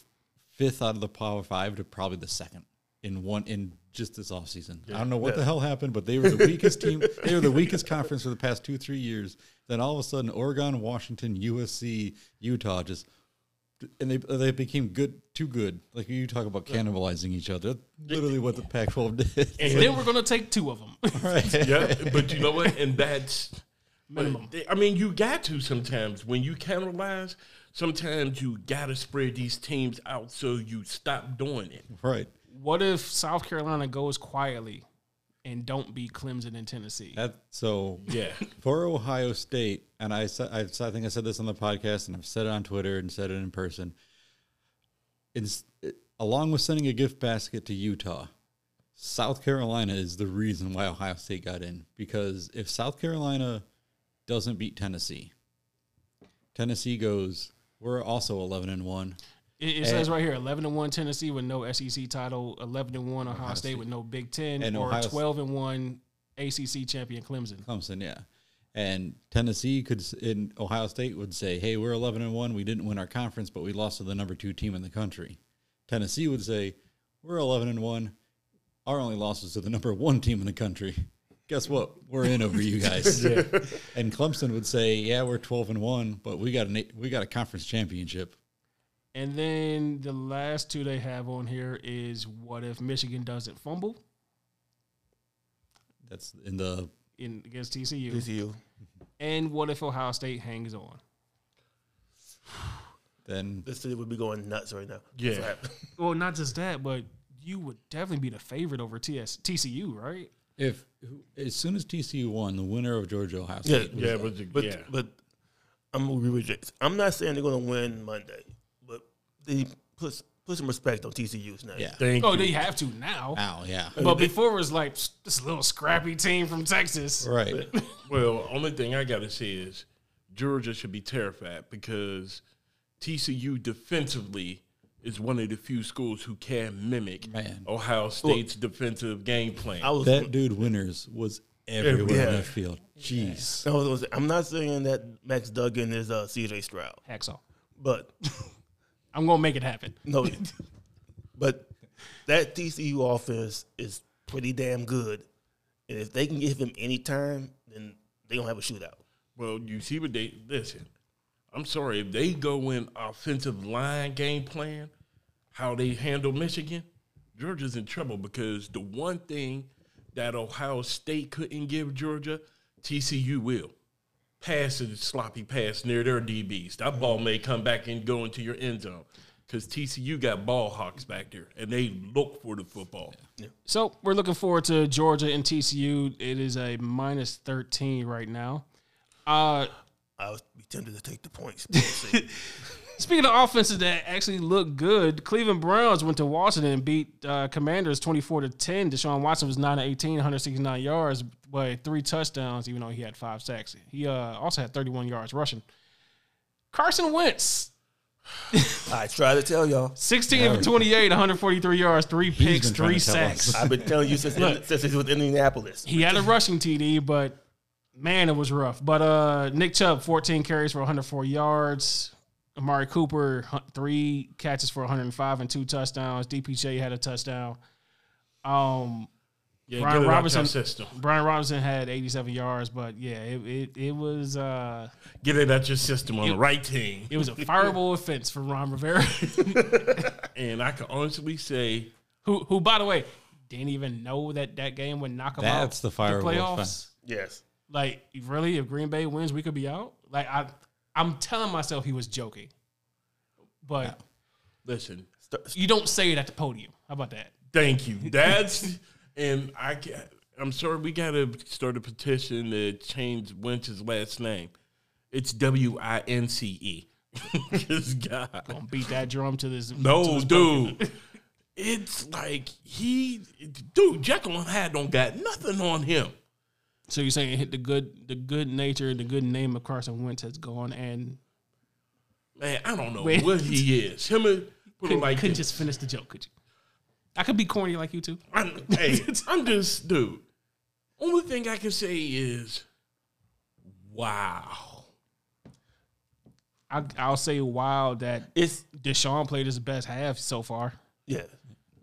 [SPEAKER 4] fifth out of the Power Five to probably the second in one in just this offseason. I don't know what the hell happened, but they were the weakest team. They were the weakest conference for the past two three years. Then all of a sudden, Oregon, Washington, USC, Utah just and they they became good too good. Like you talk about cannibalizing each other. Literally what the Pac-12 did. <laughs>
[SPEAKER 1] Then we're gonna take two of them.
[SPEAKER 3] yeah, but you know what? And that's minimum. I mean, you got to sometimes when you cannibalize. Sometimes you gotta spread these teams out so you stop doing it.
[SPEAKER 4] right.
[SPEAKER 1] <laughs> What if South Carolina goes quietly and don't beat Clemson and Tennessee?
[SPEAKER 4] That so
[SPEAKER 3] <laughs> Yeah,
[SPEAKER 4] for Ohio State, and I, sa- I, I think I said this on the podcast, and I've said it on Twitter and said it in person. It's, it, along with sending a gift basket to Utah, South Carolina is the reason why Ohio State got in. Because if South Carolina doesn't beat Tennessee, Tennessee goes, we're also 11 and 1.
[SPEAKER 1] It, it says right here: eleven and one Tennessee with no SEC title, eleven and one Ohio, State with no Big Ten,
[SPEAKER 4] And
[SPEAKER 1] or
[SPEAKER 4] Ohio S-
[SPEAKER 1] twelve and one ACC champion Clemson.
[SPEAKER 4] Clemson, yeah. And Tennessee could, s- in Ohio State would say, "Hey, we're eleven and one. We didn't win our conference, but we lost to the number two team in the country." Tennessee would say, "We're eleven and one. Our only loss was to the number one team in the country. Guess what? We're in over you <laughs> guys." And Clemson would say, "Yeah, we're twelve and one, but we got an eight- we got a conference championship."
[SPEAKER 1] And then the last two they have on here is: what if Michigan doesn't fumble
[SPEAKER 4] That's in the
[SPEAKER 1] in against TCU?
[SPEAKER 2] TCU.
[SPEAKER 1] And what if Ohio State hangs on?
[SPEAKER 4] then
[SPEAKER 2] This city would be going nuts right now.
[SPEAKER 3] Yeah.
[SPEAKER 2] So,
[SPEAKER 1] Well, not just that, but you would definitely be the favorite over TS, TCU, right?
[SPEAKER 4] if as soon as TCU won, the winner of Georgia Ohio
[SPEAKER 2] Yeah, <laughs>
[SPEAKER 4] State,
[SPEAKER 3] yeah, but, the-
[SPEAKER 2] But
[SPEAKER 3] yeah.
[SPEAKER 2] but I'm gonna agree with Jason. I'm not saying they're gonna win Monday, but they put put some respect on TCU's name.
[SPEAKER 4] yeah,
[SPEAKER 3] Thank
[SPEAKER 1] Oh,
[SPEAKER 3] you.
[SPEAKER 1] they have to now.
[SPEAKER 4] ow, yeah,
[SPEAKER 1] But before it was like "Psst, this little scrappy team from Texas.
[SPEAKER 4] right.
[SPEAKER 3] Well, only thing I gotta say is Georgia should be terrified because TCU defensively is one of the few schools who can mimic
[SPEAKER 4] Man.
[SPEAKER 3] Ohio State's defensive game plan.
[SPEAKER 2] I was
[SPEAKER 4] That dude Winners was everywhere in
[SPEAKER 2] Yeah.
[SPEAKER 4] that field. Jeez.
[SPEAKER 2] I was- I'm not saying that Max Duggan is uh, CJ Stroud,
[SPEAKER 1] Hacksaw.
[SPEAKER 2] but
[SPEAKER 1] I'm gonna make it happen.
[SPEAKER 2] no, but that TCU offense is pretty damn good, and if they can give him any time, then they gonna have a shootout.
[SPEAKER 3] well, you see what they listen. I'm sorry if they go in offensive line game plan, how they handle Michigan, Georgia's in trouble because the one thing that Ohio State couldn't give Georgia, TCU will. pass and sloppy pass near their DBs. That ball may come back and go into your end zone because TCU got ball hawks back there and they look for the football.
[SPEAKER 1] So we're looking forward to Georgia and TCU. It is a minus 13 right now. Uh,
[SPEAKER 2] I was tempted to take the points.
[SPEAKER 1] speaking of offenses that actually look good, Cleveland Browns went to Washington and beat uh, Commanders 24 to 10. Deshaun Watson was 9 to 18, 169 yards, but three touchdowns, even though he had five sacks. He uh, also had 31 yards rushing. Carson Wentz,
[SPEAKER 2] I try to tell y'all.
[SPEAKER 1] 16 of 28, 143 yards, three picks,
[SPEAKER 4] been trying
[SPEAKER 1] three
[SPEAKER 4] to tell us.
[SPEAKER 1] sacks.
[SPEAKER 2] I've been telling you since since he was with Indianapolis.
[SPEAKER 1] He had a rushing TD, but man, it was rough. But uh, Nick Chubb, 14 carries for 104 yards. Amari Cooper, hu- three catches for 105 and two touchdowns. DPJ had a touchdown. Um, Brian
[SPEAKER 3] Yeah, get it out your
[SPEAKER 1] Robinson-
[SPEAKER 3] system.
[SPEAKER 1] Brian Robinson had 87 yards, but yeah, it it, it was uh,
[SPEAKER 3] Get it out your system on the right team.
[SPEAKER 1] it
[SPEAKER 4] <laughs>
[SPEAKER 1] was a fireable offense for Ron Rivera, <laughs>
[SPEAKER 3] And I can honestly say,
[SPEAKER 1] who who by the way didn't even know that that game would knock him out.
[SPEAKER 4] That's the fireable offense.
[SPEAKER 2] Yes.
[SPEAKER 1] Like really, if Green Bay wins, we could be out. Like I, I'm telling myself he was joking, but
[SPEAKER 3] listen,
[SPEAKER 1] you don't say it at the podium. How about that?
[SPEAKER 3] thank you. That's <laughs> and I ca I'm sorry we gotta start a petition to change Winch's last name. It's W I N C E. <laughs> Because God.
[SPEAKER 1] Gonna beat that drum to this. <laughs> to
[SPEAKER 3] No,
[SPEAKER 1] this-
[SPEAKER 3] dude. It's like he, dude. Jekyll and Hyde don't got nothing on him.
[SPEAKER 1] So you're saying hit the good, the good nature, the good name of Carson Wentz has gone and
[SPEAKER 3] Man, I don't know
[SPEAKER 1] Wait.
[SPEAKER 3] what he is. Him and put it
[SPEAKER 1] couldn't,
[SPEAKER 3] like
[SPEAKER 1] couldn't
[SPEAKER 3] this.
[SPEAKER 1] just finish the joke, could you? I could be corny like you too.
[SPEAKER 3] I'm,
[SPEAKER 1] <laughs>
[SPEAKER 3] hey, I'm just dude. Only thing I can say is, wow.
[SPEAKER 1] I, I'll say wow that
[SPEAKER 2] It's
[SPEAKER 1] Deshaun played his best half so far.
[SPEAKER 2] yeah.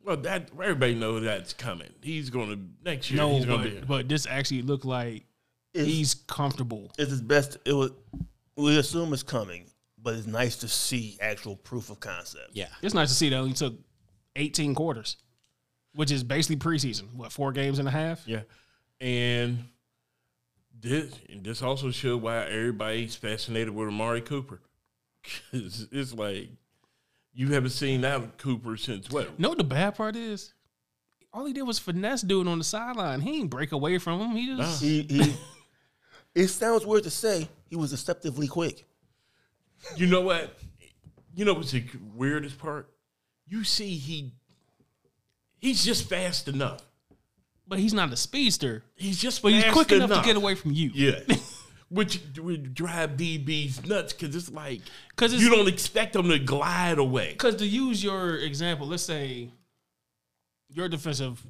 [SPEAKER 3] Well, that everybody knows that's coming. He's going to next year.
[SPEAKER 1] No,
[SPEAKER 3] he's going to be.
[SPEAKER 1] but, but this actually looked like
[SPEAKER 2] It's,
[SPEAKER 1] he's comfortable.
[SPEAKER 2] it's his best. It was. We assume it's coming, but it's nice to see actual proof of concept.
[SPEAKER 4] Yeah.
[SPEAKER 1] It's nice to see that he took 18 quarters, which is basically preseason. What four games and a half?
[SPEAKER 3] Yeah, and this and this also showed why everybody's fascinated with Amari Cooper. <laughs> 'Cause it's like you haven't seen that Cooper since what?
[SPEAKER 1] You know what the bad part is? All he did was finesse dude on the sideline. He didn't break away from him. He just
[SPEAKER 3] Nah.
[SPEAKER 2] He, he, it sounds weird to say he was deceptively quick.
[SPEAKER 3] You know what? You know what's the weirdest part? You see, he he's just fast enough.
[SPEAKER 1] but he's not a speedster.
[SPEAKER 3] He's just
[SPEAKER 1] But he's
[SPEAKER 3] fast
[SPEAKER 1] quick enough, to get away from you.
[SPEAKER 3] Yeah. <laughs> Which would drive DBs nuts because it's like
[SPEAKER 1] Cause it's
[SPEAKER 3] you don't expect them to glide away.
[SPEAKER 1] Because to use your example, let's say you're a defensive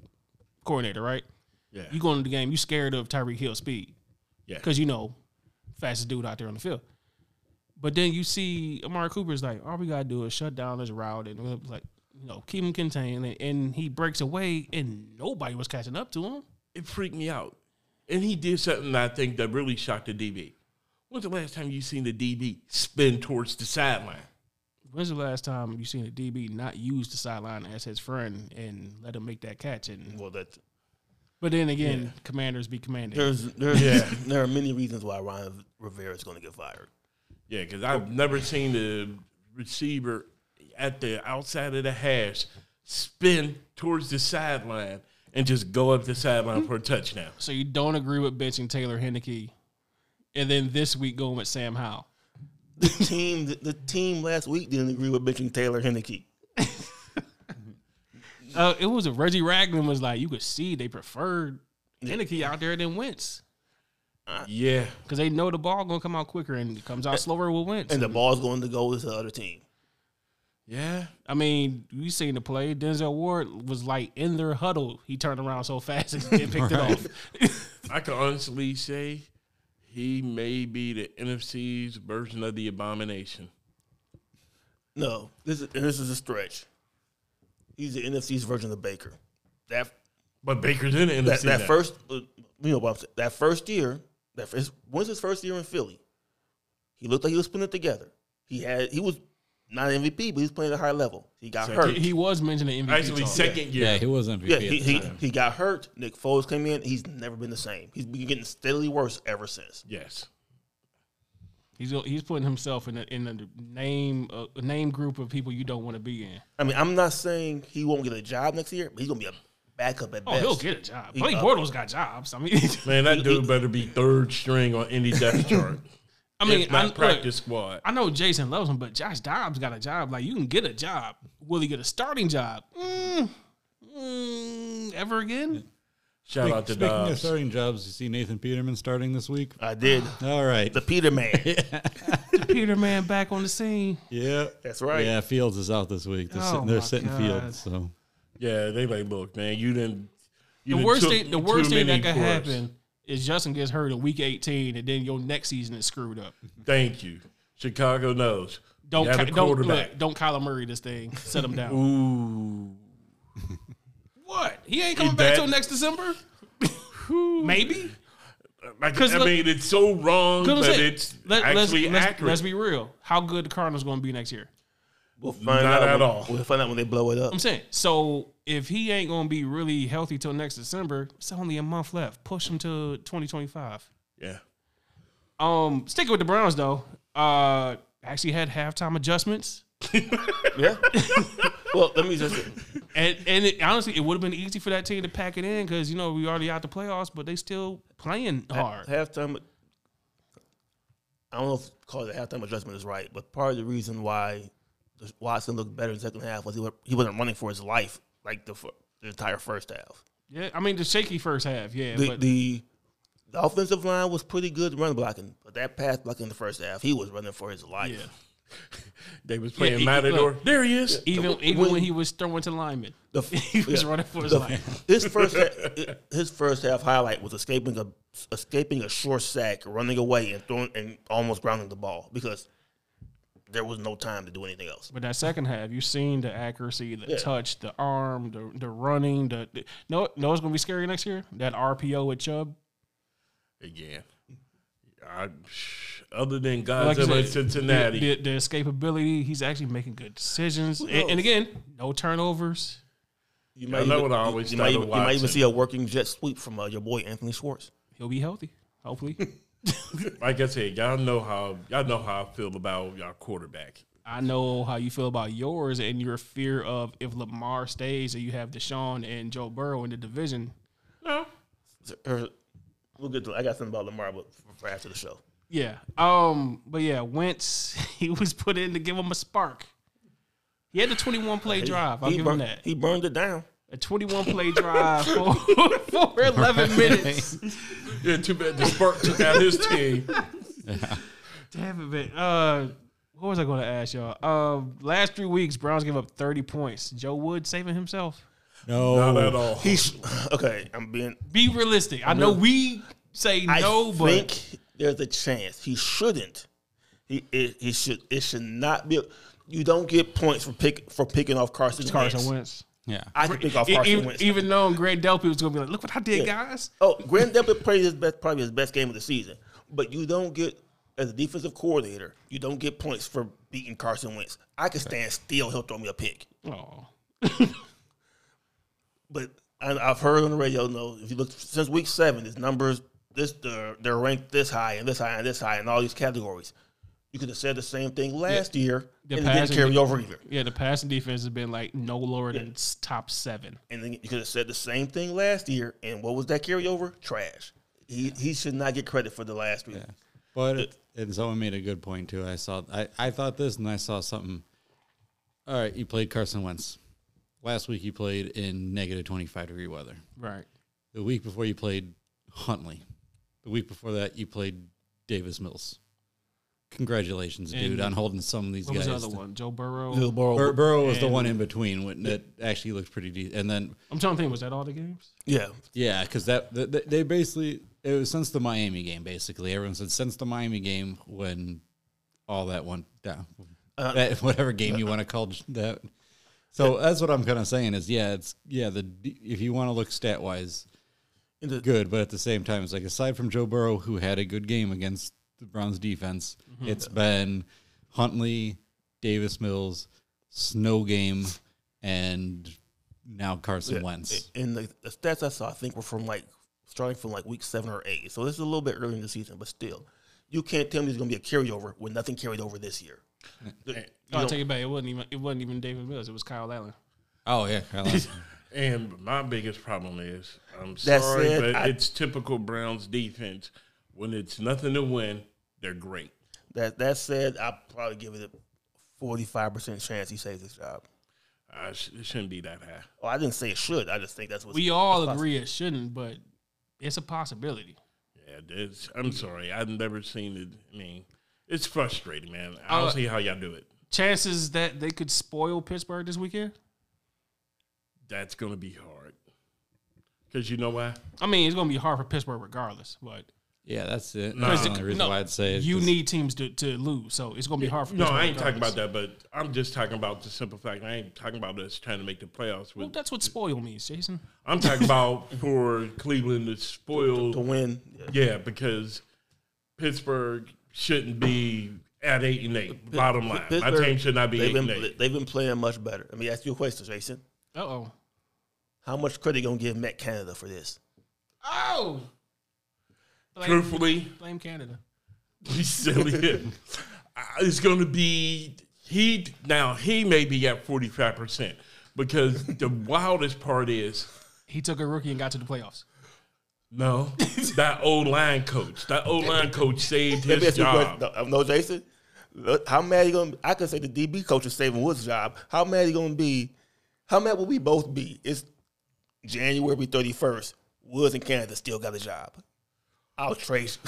[SPEAKER 1] coordinator, right?
[SPEAKER 3] Yeah,
[SPEAKER 1] You go into the game, you scared of Tyreek Hill's speed
[SPEAKER 3] yeah.
[SPEAKER 1] because you know fastest dude out there on the field. But then you see Amari Cooper's like, all we gotta do is shut down this route and we'll, like you know keep him contained, and, and he breaks away, and nobody was catching up to him.
[SPEAKER 3] it freaked me out. And he did something that I think that really shocked the DB. When's the last time you seen the DB spin towards the sideline?
[SPEAKER 1] When's the last time you seen a DB not use the sideline as his friend and let him make that catch? And
[SPEAKER 2] Well, that
[SPEAKER 1] but then again, commanders be commanded.
[SPEAKER 2] there's there's
[SPEAKER 3] Yeah.
[SPEAKER 2] <laughs> there are many reasons why Ryan Rivera is going to get fired.
[SPEAKER 3] Yeah, because I've never seen the receiver at the outside of the hash spin towards the sideline and just go up the sideline for a touchdown.
[SPEAKER 1] So you don't agree with benching Taylor Henneke, and then this week going with Sam Howell.
[SPEAKER 2] The team the, the team last week didn't agree with benching Taylor Henneke.
[SPEAKER 1] Uh, it was a Reggie Ragland was like you could see they preferred Henneke out there than Wentz
[SPEAKER 3] Yeah.
[SPEAKER 1] because they know the ball gonna come out quicker and it comes out slower with Wentz.
[SPEAKER 2] and the ball's going to go to the other team.
[SPEAKER 3] Yeah.
[SPEAKER 1] I mean, you seen the play? Denzel Ward was like in their huddle. He turned around so fast and picked it off.
[SPEAKER 3] I can honestly say he may be the NFC's version of the abomination.
[SPEAKER 2] No, this is, and this is a stretch. He's the NFC's version of Baker. That
[SPEAKER 3] But Baker's in the NFC.
[SPEAKER 2] that, that
[SPEAKER 3] now.
[SPEAKER 2] first, uh, you know, what I'm saying, that first year, that first, when's his first year in Philly? He looked like he was putting it together. He had he was not MVP, but he was playing at a high level. He got
[SPEAKER 3] Second.
[SPEAKER 2] hurt.
[SPEAKER 1] he was mentioning MVP.
[SPEAKER 3] actually
[SPEAKER 1] talk.
[SPEAKER 3] second year.
[SPEAKER 4] Yeah, he was MVP
[SPEAKER 2] yeah,
[SPEAKER 4] at
[SPEAKER 2] he,
[SPEAKER 4] the
[SPEAKER 2] he,
[SPEAKER 4] time.
[SPEAKER 2] he got hurt. Nick Foles came in. He's never been the same. He's been getting steadily worse ever since.
[SPEAKER 3] Yes.
[SPEAKER 1] He's he's putting himself in a, in a name a name group of people you don't want to be in.
[SPEAKER 2] I mean, I'm not saying he won't get a job next year, but he's gonna be a backup at
[SPEAKER 1] Oh,
[SPEAKER 2] best.
[SPEAKER 1] he'll get a job.
[SPEAKER 2] He-
[SPEAKER 1] Blake
[SPEAKER 2] uh,
[SPEAKER 1] Bortles got jobs. I mean. <laughs>
[SPEAKER 3] Man, that dude better be third string on any depth chart.
[SPEAKER 1] I
[SPEAKER 3] I
[SPEAKER 1] mean,
[SPEAKER 3] mean, not
[SPEAKER 1] I, look,
[SPEAKER 3] practice squad.
[SPEAKER 1] I know Jason loves him, but Josh Dobbs got a job. Like, you can get a job. Will he get a starting job? Mm, mm, ever again? <laughs>
[SPEAKER 3] Shout out to
[SPEAKER 4] Speaking of
[SPEAKER 3] Dobbs.
[SPEAKER 4] starting jobs, you see Nathan Peterman starting this week?
[SPEAKER 2] I did
[SPEAKER 4] All right.
[SPEAKER 2] the Peter Man.
[SPEAKER 1] Peterman back on the scene.
[SPEAKER 4] Yeah.
[SPEAKER 2] That's right.
[SPEAKER 4] Yeah, Fields is out this week. They're
[SPEAKER 1] Oh
[SPEAKER 4] sitting, they're
[SPEAKER 1] my
[SPEAKER 4] sitting
[SPEAKER 1] God.
[SPEAKER 4] Fields. So
[SPEAKER 3] Yeah, they like, look, man, you didn't. You
[SPEAKER 1] The
[SPEAKER 3] done
[SPEAKER 1] worst
[SPEAKER 3] took
[SPEAKER 1] thing, the
[SPEAKER 3] too
[SPEAKER 1] worst thing
[SPEAKER 3] many
[SPEAKER 1] that could
[SPEAKER 3] for us.
[SPEAKER 1] happen is Justin gets hurt in week 18, and then your next season is screwed up.
[SPEAKER 3] Thank you. Chicago knows.
[SPEAKER 1] Don't
[SPEAKER 3] You have
[SPEAKER 1] Ky-
[SPEAKER 3] a
[SPEAKER 1] don't
[SPEAKER 3] quarterback.
[SPEAKER 1] look, don't Kyler Murray this thing. Set him down.
[SPEAKER 3] Ooh.
[SPEAKER 1] what? He ain't coming
[SPEAKER 3] He
[SPEAKER 1] back
[SPEAKER 3] back.
[SPEAKER 1] till next December. Maybe.
[SPEAKER 3] Like, I
[SPEAKER 1] 'Cause look-
[SPEAKER 3] mean, it's so wrong,
[SPEAKER 1] Couldn't
[SPEAKER 3] but
[SPEAKER 1] say-
[SPEAKER 3] it's actually
[SPEAKER 1] let's,
[SPEAKER 3] accurate.
[SPEAKER 1] Let's be real. How good the Cardinals going to be next year?
[SPEAKER 2] We'll find out
[SPEAKER 3] Not at
[SPEAKER 2] when-
[SPEAKER 3] all.
[SPEAKER 2] We'll find out when they blow it up.
[SPEAKER 1] I'm saying, so if he ain't gonna be really healthy till next December, it's only a month left. Push him to 2025.
[SPEAKER 3] yeah.
[SPEAKER 1] Um, sticking with the Browns though, uh, actually had halftime adjustments,
[SPEAKER 2] Yeah. well, let me just.
[SPEAKER 1] and and it, honestly, it would have been easy for that team to pack it in because you know we already out the playoffs, but they still playing hard.
[SPEAKER 2] Halftime. I don't know if call it a halftime adjustment is right, but part of the reason why the- Watson looked better in the second half was he, wa- he wasn't running for his life like the, fir- the entire first half.
[SPEAKER 1] Yeah, I mean the shaky first half, yeah,
[SPEAKER 2] The,
[SPEAKER 1] but
[SPEAKER 2] the the offensive line was pretty good run blocking, but that pass blocking in the first half, he was running for his life.
[SPEAKER 1] Yeah.
[SPEAKER 3] They was playing
[SPEAKER 1] he-
[SPEAKER 3] Matador.
[SPEAKER 1] look.
[SPEAKER 3] there he is.
[SPEAKER 1] even even
[SPEAKER 2] when-
[SPEAKER 1] when, he was throwing to linemen, <laughs>
[SPEAKER 2] The f-
[SPEAKER 1] he was
[SPEAKER 2] yeah.
[SPEAKER 1] running for his
[SPEAKER 2] The- <laughs>
[SPEAKER 1] life.
[SPEAKER 2] His first ha- his first half highlight was escaping a escaping a short sack, running away, and throwing and almost grounding the ball because there was no time to do anything else.
[SPEAKER 1] But that second half, you've seen the accuracy, the
[SPEAKER 2] Yeah.
[SPEAKER 1] touch, the arm, the the running. The, the no, no, it's gonna be scary next year. That RPO with Chubb.
[SPEAKER 3] again. I, other than
[SPEAKER 1] Like I
[SPEAKER 3] Godzilla
[SPEAKER 1] said,
[SPEAKER 3] Cincinnati,
[SPEAKER 1] The, the, the escapability. He's actually making good decisions. And, and
[SPEAKER 2] knows?
[SPEAKER 1] again, no turnovers.
[SPEAKER 2] You
[SPEAKER 3] I know what I always
[SPEAKER 2] you
[SPEAKER 3] thought
[SPEAKER 2] might,
[SPEAKER 3] of
[SPEAKER 2] even, you might even
[SPEAKER 3] Watson.
[SPEAKER 2] see a working jet sweep from uh, your boy Anthony Schwartz.
[SPEAKER 1] He'll be healthy,
[SPEAKER 2] <laughs>
[SPEAKER 1] hopefully.
[SPEAKER 3] like I said, y'all know how y'all know how I feel about y'all quarterback.
[SPEAKER 1] I know how you feel about yours and your fear of if Lamar stays and you have Deshaun and Joe Burrow in the division.
[SPEAKER 3] No,
[SPEAKER 2] Or- er, We'll get to. I got something about Lamar, but for, for after the show.
[SPEAKER 1] Yeah. Um. But yeah, Wentz <laughs> he was put in to give him a spark. He had the 21 play drive. I'll
[SPEAKER 2] he,
[SPEAKER 1] give
[SPEAKER 2] burned,
[SPEAKER 1] him that.
[SPEAKER 2] he burned it down.
[SPEAKER 1] A 21 play drive for, <laughs> for 11 minutes.
[SPEAKER 3] yeah, too bad the Spark took out his team.
[SPEAKER 1] Damn it, man. Uh, what was I going to ask y'all? Um, last three weeks, Browns gave up 30 points. Joe Wood saving himself.
[SPEAKER 4] No,
[SPEAKER 3] Not at all.
[SPEAKER 2] He's Oh, okay. I'm being.
[SPEAKER 1] Be realistic. I know we say
[SPEAKER 2] I
[SPEAKER 1] no,
[SPEAKER 2] think
[SPEAKER 1] but
[SPEAKER 2] there's a chance he shouldn't. He it, he should it should not be. You don't get points for pick for picking off Carson.
[SPEAKER 1] Carson
[SPEAKER 2] Wentz.
[SPEAKER 1] Wentz.
[SPEAKER 4] yeah.
[SPEAKER 2] I can pick off
[SPEAKER 1] E-
[SPEAKER 2] Carson
[SPEAKER 1] even,
[SPEAKER 2] Wentz.
[SPEAKER 1] even though Greg Delpy was going to be like, look what I did,
[SPEAKER 2] Yeah.
[SPEAKER 1] guys.
[SPEAKER 2] Oh, Grand Depp played his best, probably his best game of the season. But you don't get as a defensive coordinator, you don't get points for beating Carson Wentz. I can stand still; he'll throw me a pick.
[SPEAKER 1] Oh,
[SPEAKER 2] But I, I've heard on the radio, no, if you look since week seven, his numbers this they're, they're ranked this high and this high and this high in all these categories. You could have said the same thing last year,
[SPEAKER 1] The
[SPEAKER 2] and it didn't
[SPEAKER 1] passing-
[SPEAKER 2] carry over either.
[SPEAKER 1] yeah. The passing defense has been like no lower than s- top seven.
[SPEAKER 2] And then you could have said the same thing last year, and what was that carryover? Trash. He he should not get credit for the last week.
[SPEAKER 4] But it, and someone made a good point too. I saw I, I thought this and I saw something. All right, you played Carson Wentz. Last week you played in negative twenty five degree weather.
[SPEAKER 1] Right.
[SPEAKER 4] The week before you played Huntley. The week before that you played Davis Mills. Congratulations, dude,
[SPEAKER 1] And
[SPEAKER 4] on holding some of these
[SPEAKER 1] What was
[SPEAKER 4] guys.
[SPEAKER 1] the other one? Joe Burrow.
[SPEAKER 4] Bur- Burrow was the one in between when that actually looked pretty decent. And then
[SPEAKER 1] I'm trying to think. Was that all the games?
[SPEAKER 2] Yeah,
[SPEAKER 4] Yeah, because that th- th- they basically it was since the Miami game. Basically, everyone said since the Miami game when all that went down,
[SPEAKER 2] Uh,
[SPEAKER 4] <laughs> That- whatever game you want to call j- that. So that's what I'm kind of saying is yeah, it's yeah the d- if you want to look stat wise,
[SPEAKER 2] And the-
[SPEAKER 4] good, but at the same time, it's like aside from Joe Burrow who had a good game against the Browns defense,
[SPEAKER 2] Mm-hmm.
[SPEAKER 4] it's been Huntley, Davis Mills, Snow game, and now Carson Wentz.
[SPEAKER 2] And the, the stats I saw, I think, were from like starting from like week seven or eight. So this is a little bit early in the season, but still, you can't tell me there's going to be a carryover when nothing carried over this year.
[SPEAKER 1] No, Oh, I
[SPEAKER 2] don't-
[SPEAKER 1] take it back. It wasn't even. It wasn't even David Mills. It was Kyle Allen.
[SPEAKER 4] Oh yeah, Kyle
[SPEAKER 2] <laughs>
[SPEAKER 4] Allen.
[SPEAKER 3] And my biggest problem is, I'm
[SPEAKER 2] That
[SPEAKER 3] sorry,
[SPEAKER 2] said,
[SPEAKER 3] but
[SPEAKER 2] I-
[SPEAKER 3] it's typical Browns defense. When it's nothing to win, they're great.
[SPEAKER 2] That that said, I probably give it a forty five percent chance he saves his job.
[SPEAKER 3] I sh- it shouldn't be that high.
[SPEAKER 2] Oh, I didn't say it should. I just think that's what
[SPEAKER 1] We all agree it shouldn't, but it's a possibility.
[SPEAKER 3] Yeah, this, I'm sorry. I've never seen it. I mean, it's frustrating, man. I don't
[SPEAKER 1] Uh,
[SPEAKER 3] see how y'all do it.
[SPEAKER 1] Chances that they could spoil Pittsburgh this weekend.
[SPEAKER 3] That's going to be hard. Because you know why?
[SPEAKER 1] I mean, it's gonna be hard for Pittsburgh regardless. But
[SPEAKER 4] Yeah, that's it.
[SPEAKER 3] No. Because
[SPEAKER 4] That's the
[SPEAKER 3] it-
[SPEAKER 4] only reason
[SPEAKER 1] no,
[SPEAKER 4] why I'd say it,
[SPEAKER 1] you
[SPEAKER 4] 'cause
[SPEAKER 1] need teams to, to lose, so it's gonna be hard for.
[SPEAKER 3] No,
[SPEAKER 1] Pittsburgh
[SPEAKER 3] I ain't talking
[SPEAKER 1] regardless.
[SPEAKER 3] about that, but I'm just talking about the simple fact. I ain't talking about us trying to make the playoffs.
[SPEAKER 1] Well,
[SPEAKER 3] With,
[SPEAKER 1] that's what spoil means, Jason.
[SPEAKER 3] I'm
[SPEAKER 1] <laughs>
[SPEAKER 3] talking about for Cleveland to spoil.
[SPEAKER 2] to win.
[SPEAKER 3] Yeah, because Pittsburgh shouldn't be at eight and eight. Bottom line, my
[SPEAKER 2] Pittsburgh,
[SPEAKER 3] team should not be
[SPEAKER 2] They've
[SPEAKER 3] eight
[SPEAKER 2] been
[SPEAKER 3] and eight.
[SPEAKER 2] they've been playing much better. Let me ask you a question, Jason.
[SPEAKER 1] Uh oh.
[SPEAKER 2] How much credit you gonna give Met Canada for this?
[SPEAKER 1] Oh. Blame,
[SPEAKER 3] Truthfully, <laughs>
[SPEAKER 1] blame Canada. <laughs>
[SPEAKER 3] he's silly. I- it's going to be he now. He may be at forty five percent because the <laughs> wildest part is
[SPEAKER 1] He took a rookie and got to the playoffs.
[SPEAKER 2] <laughs>
[SPEAKER 3] no that old line coach. That old line coach saved
[SPEAKER 2] Let me ask
[SPEAKER 3] his
[SPEAKER 2] you a question.
[SPEAKER 3] job.
[SPEAKER 2] No, no, Jason. Look, How mad you gonna? I could say the DB coach is saving Woods' job. How mad you gonna be? How mad will we both be? It's January thirty first. Woods in Canada still got a job. I'll trace.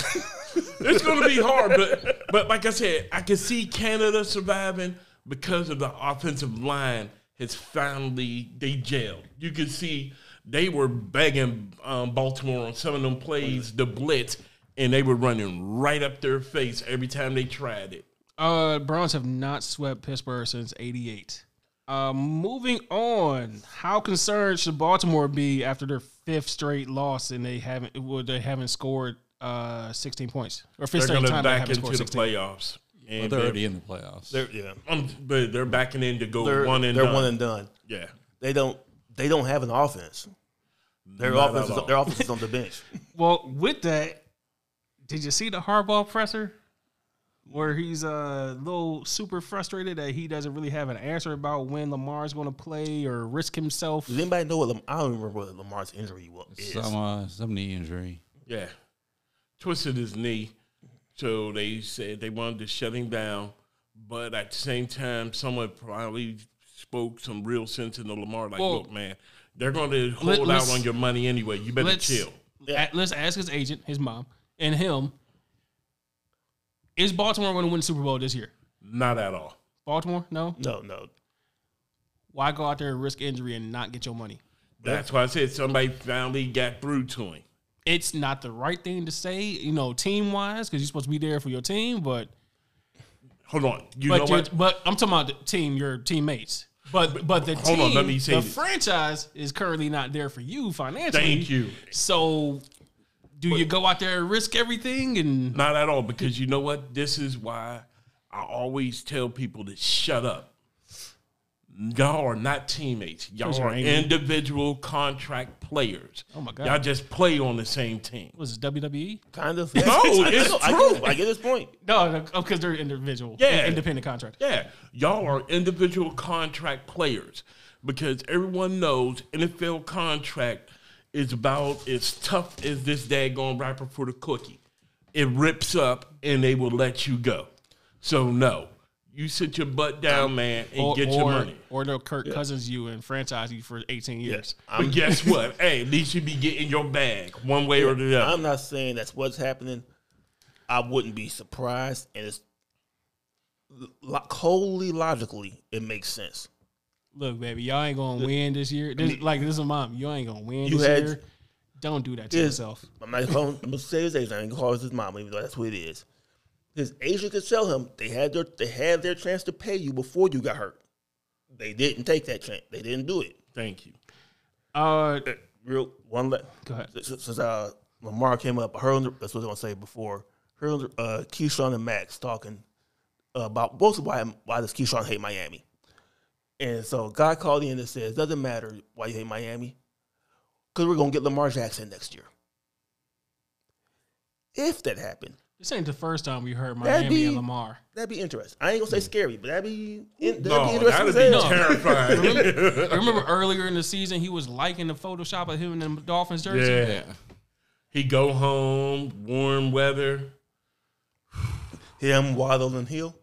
[SPEAKER 3] It's going to be hard,
[SPEAKER 2] <laughs>
[SPEAKER 3] but but like I said, I can see Canada surviving because of the offensive line has finally they gelled. You can see they were begging um, Baltimore on some of them plays, the blitz, and they were running right up their face every time they tried it.
[SPEAKER 1] Uh, Browns have not swept Pittsburgh since '88. Uh, moving on, how concerned should Baltimore be after their fifth straight loss and they haven't? Well, they haven't scored uh 16 points or 5th
[SPEAKER 3] They're
[SPEAKER 1] straight
[SPEAKER 3] going to
[SPEAKER 1] time they
[SPEAKER 3] back
[SPEAKER 1] haven't
[SPEAKER 3] into
[SPEAKER 1] scored
[SPEAKER 3] the
[SPEAKER 1] 16.
[SPEAKER 3] playoffs.
[SPEAKER 4] Well,
[SPEAKER 3] And
[SPEAKER 4] they're
[SPEAKER 3] they're,
[SPEAKER 4] already in the playoffs.
[SPEAKER 2] They're yeah.
[SPEAKER 3] um, but they're backing in to go
[SPEAKER 2] <laughs> They're
[SPEAKER 3] one and
[SPEAKER 2] they're
[SPEAKER 3] done.
[SPEAKER 2] one and done.
[SPEAKER 3] yeah.
[SPEAKER 2] They don't they don't have an offense. Their
[SPEAKER 3] Not
[SPEAKER 2] offense
[SPEAKER 3] at
[SPEAKER 2] is,
[SPEAKER 3] all.
[SPEAKER 2] their offense is on
[SPEAKER 3] <laughs>
[SPEAKER 2] the bench.
[SPEAKER 1] Well, with that, did you see the hardball presser where he's uh, a little super frustrated that he doesn't really have an answer about when Lamar's going to play or risk himself?
[SPEAKER 2] Does anybody know what Lam- I don't remember what Lamar's injury was? is.
[SPEAKER 4] Some uh, some knee injury.
[SPEAKER 3] Yeah. Twisted his knee. So they said they wanted to shut him down. But at the same time, someone probably spoke some real sense into Lamar like,
[SPEAKER 1] Well,
[SPEAKER 3] look, man, they're going to
[SPEAKER 1] let-
[SPEAKER 3] hold out
[SPEAKER 1] let's-
[SPEAKER 3] on your money anyway. You better
[SPEAKER 1] Let's
[SPEAKER 3] chill.
[SPEAKER 1] a- let's ask his agent, his mom, and him. Is Baltimore going to win the Super Bowl this year?
[SPEAKER 3] Not at all.
[SPEAKER 1] Baltimore, no.
[SPEAKER 2] No, no.
[SPEAKER 1] Why go out there and risk injury and not get your money?
[SPEAKER 3] That's why I said somebody finally got through to him.
[SPEAKER 1] It's not the right thing to say, you know, team wise, because you're supposed to be there for your team, but
[SPEAKER 3] Hold on. You know
[SPEAKER 1] but you're-
[SPEAKER 3] what?
[SPEAKER 1] but I'm talking about the team, your teammates. But but the
[SPEAKER 3] hold
[SPEAKER 1] team,
[SPEAKER 3] on, let me say
[SPEAKER 1] the
[SPEAKER 3] this.
[SPEAKER 1] franchise is currently not there for you financially.
[SPEAKER 3] Thank you.
[SPEAKER 1] So, do you go out there and risk everything? And
[SPEAKER 3] Not at all. Because you know what? This is why I always tell people to shut up. Y'all are not teammates. Y'all
[SPEAKER 1] Because you're
[SPEAKER 3] are
[SPEAKER 1] angry.
[SPEAKER 3] individual contract players.
[SPEAKER 1] Oh, my God.
[SPEAKER 3] Y'all just play on the same team.
[SPEAKER 1] was it E? WWE?
[SPEAKER 2] Kind of.
[SPEAKER 3] No,
[SPEAKER 2] I-
[SPEAKER 3] it's
[SPEAKER 2] I, get-
[SPEAKER 3] true.
[SPEAKER 2] I get his point.
[SPEAKER 1] No, because they're individual,
[SPEAKER 3] Yeah.
[SPEAKER 1] independent contract.
[SPEAKER 3] Yeah, y'all are individual contract players because everyone knows NFL contract is about as tough as this daggone wrapper for the cookie. It rips up and they will let you go. So no, you sit your butt down, man, and get your
[SPEAKER 1] or,
[SPEAKER 3] money.
[SPEAKER 1] Or they'll Kirk Cousins you and franchise you for 18 years. <laughs>
[SPEAKER 3] But guess what? hey, at least you be getting your bag one way or the other.
[SPEAKER 2] I'm not saying that's what's happening. I wouldn't be surprised, and it's lo- wholly logically it makes sense.
[SPEAKER 1] Look, baby, y'all ain't gonna win this year. This, like this is mom. You ain't gonna win
[SPEAKER 2] You
[SPEAKER 1] this
[SPEAKER 2] had-
[SPEAKER 1] year. Don't do that to
[SPEAKER 2] Yeah.
[SPEAKER 1] yourself.
[SPEAKER 2] I'm not calling, I'm gonna say his agent. I ain't gonna call his mom, even though that's what it is. His agent could tell him they had their they had their chance to pay you before you got hurt. They didn't take that chance. They didn't do it.
[SPEAKER 3] Thank you.
[SPEAKER 1] Uh,
[SPEAKER 2] Real one. Le-
[SPEAKER 1] Go ahead.
[SPEAKER 2] Since, since uh, Lamar came up, I heard that's what I was gonna say before. Heard uh, Keyshawn and Max talking about both why why does Keyshawn hate Miami, and so God called in and says doesn't matter why you hate Miami, because we're gonna get Lamar Jackson next year. If that happened,
[SPEAKER 1] this ain't the first time we heard
[SPEAKER 2] That'd
[SPEAKER 1] Miami
[SPEAKER 2] be-
[SPEAKER 1] and Lamar.
[SPEAKER 2] that'd be interesting. I ain't gonna say scary, but that'd be in, that'd be
[SPEAKER 3] No,
[SPEAKER 2] interesting.
[SPEAKER 3] that'd
[SPEAKER 2] as
[SPEAKER 3] be
[SPEAKER 2] hell.
[SPEAKER 1] <laughs>
[SPEAKER 3] terrifying. <laughs>
[SPEAKER 1] I remember earlier in the season he was liking the Photoshop of him in the Dolphins jersey.
[SPEAKER 3] yeah, he go home, warm weather.
[SPEAKER 2] Him, Waddle, and Hill.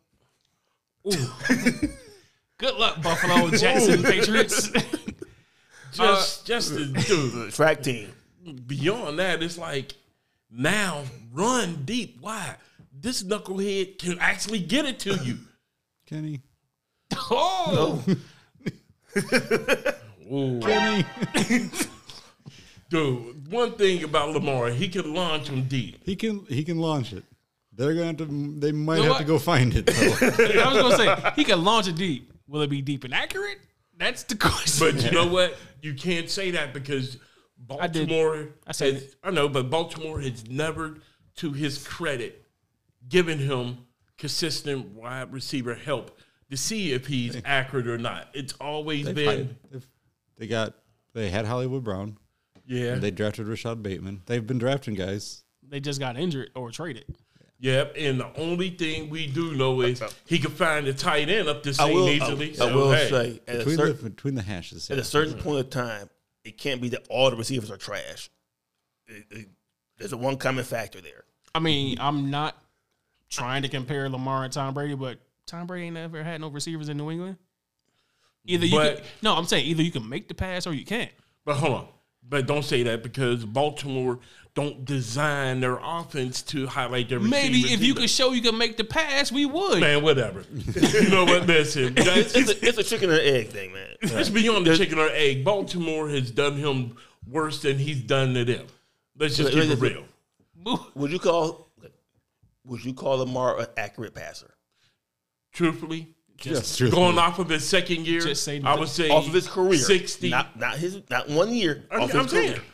[SPEAKER 3] <laughs>
[SPEAKER 1] Good luck, Buffalo Jackson Patriots. <laughs>
[SPEAKER 3] Just,
[SPEAKER 1] Uh,
[SPEAKER 3] just to do
[SPEAKER 2] The track team.
[SPEAKER 3] beyond that, it's like now run deep. Why? This knucklehead can actually get it to you.
[SPEAKER 4] Kenny.
[SPEAKER 1] oh,
[SPEAKER 4] Kenny.
[SPEAKER 3] Dude, one thing about Lamar, he can launch him deep.
[SPEAKER 4] he can he can launch it. They're gonna have to. They might
[SPEAKER 1] You know
[SPEAKER 4] have
[SPEAKER 1] what?
[SPEAKER 4] to go find it. Though.
[SPEAKER 1] I was gonna say he can launch it deep. Will it be deep and accurate? That's the question.
[SPEAKER 3] But you know what? You can't say that because
[SPEAKER 1] did.
[SPEAKER 3] Baltimore
[SPEAKER 1] I said
[SPEAKER 3] has-
[SPEAKER 1] it.
[SPEAKER 3] I know, but Baltimore has never, to his credit, given him consistent wide receiver help to see if he's accurate or not. It's always been
[SPEAKER 4] They've- they got they had Hollywood Brown.
[SPEAKER 3] yeah.
[SPEAKER 4] They drafted Rashad Bateman. They've been drafting guys.
[SPEAKER 1] they just got injured or traded.
[SPEAKER 3] Yep, and the only thing we do know is he can find the tight end up the
[SPEAKER 2] I
[SPEAKER 3] same
[SPEAKER 2] will,
[SPEAKER 3] easily.
[SPEAKER 2] I, I
[SPEAKER 3] So,
[SPEAKER 2] will
[SPEAKER 3] hey,
[SPEAKER 2] say, at a
[SPEAKER 4] Between
[SPEAKER 2] certain,
[SPEAKER 4] the between the hashes.
[SPEAKER 2] at
[SPEAKER 4] yeah.
[SPEAKER 2] a
[SPEAKER 3] Mm.
[SPEAKER 2] certain point of time, it can't be that all the receivers are trash. It- it- there's a one common factor there.
[SPEAKER 1] I mean, I'm not trying to compare Lamar and Tom Brady, but Tom Brady ain't ever had no receivers in New England. Either you
[SPEAKER 3] But-
[SPEAKER 1] can, no, I'm saying either you can make the pass or you can't.
[SPEAKER 3] but hold on, but don't say that because Baltimore don't design their offense to highlight their
[SPEAKER 1] Maybe
[SPEAKER 3] receivers
[SPEAKER 1] if you
[SPEAKER 3] either.
[SPEAKER 1] could show you can make the pass, we would.
[SPEAKER 3] man, whatever. <laughs> you know
[SPEAKER 1] <laughs>
[SPEAKER 3] what? Listen, that's,
[SPEAKER 2] It's a, it's a chicken and egg thing, man.
[SPEAKER 3] it's beyond the chicken or egg. Baltimore has done him worse than he's done to them. Let's just keep it real.
[SPEAKER 1] Move-
[SPEAKER 2] Would you call would you call Lamar an accurate passer?
[SPEAKER 3] Truthfully,
[SPEAKER 4] Just
[SPEAKER 3] going off of his second year,
[SPEAKER 1] Just say
[SPEAKER 3] I would say
[SPEAKER 2] off of his career.
[SPEAKER 3] 60.
[SPEAKER 2] Not not his not one year.
[SPEAKER 3] I'm,
[SPEAKER 2] off his
[SPEAKER 3] I'm saying,
[SPEAKER 2] career.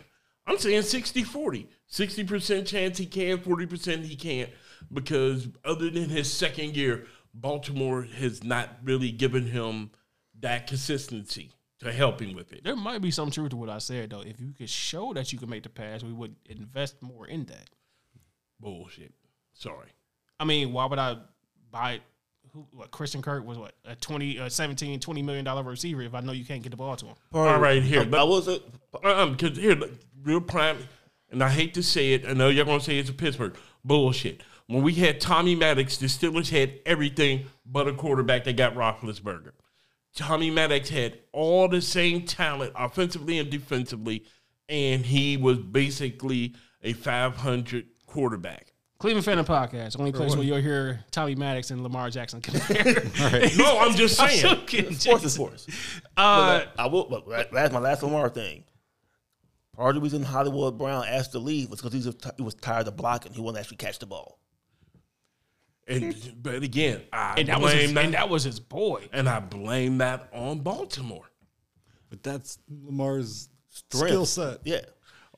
[SPEAKER 3] I'm saying 60 40. 60% chance he can, 40% he can't, because other than his second year, Baltimore has not really given him that consistency to help him with it.
[SPEAKER 1] There might be some truth to what I said though. If you could show that you can make the pass, we would invest more in that.
[SPEAKER 3] Bullshit. Sorry.
[SPEAKER 1] I mean, why would I buy who what Christian Kirk was what a 20 uh, 17 20 million dollar receiver if I know you can't get the ball to him.
[SPEAKER 3] All right, here.
[SPEAKER 2] I was a,
[SPEAKER 3] Um, because here, look, real prime, and I hate to say it. I know you're gonna say it's a Pittsburgh bullshit. When we had Tommy Maddox, the Steelers had everything but a quarterback. They got Roethlisberger. Tommy Maddox had all the same talent offensively and defensively, and he was basically a 500
[SPEAKER 1] <laughs>
[SPEAKER 3] quarterback.
[SPEAKER 1] Cleveland Fan and Podcast, only place where you'll hear Tommy Maddox and Lamar Jackson compare.
[SPEAKER 3] No, I'm just
[SPEAKER 1] I'm
[SPEAKER 3] saying.
[SPEAKER 1] so kidding.
[SPEAKER 2] sports is
[SPEAKER 3] <laughs>
[SPEAKER 2] sports.
[SPEAKER 1] Uh,
[SPEAKER 2] But I will. But that- that's my last Lamar thing. Part of the reason Hollywood Brown asked to leave was because he was, he was tired of blocking. He wouldn't actually catch the ball.
[SPEAKER 3] And but again, I
[SPEAKER 1] and that was his,
[SPEAKER 3] blame
[SPEAKER 1] and
[SPEAKER 3] that,
[SPEAKER 1] that was his boy.
[SPEAKER 3] and I blame that on Baltimore.
[SPEAKER 4] But that's Lamar's
[SPEAKER 2] Strength.
[SPEAKER 4] skill set.
[SPEAKER 2] Yeah,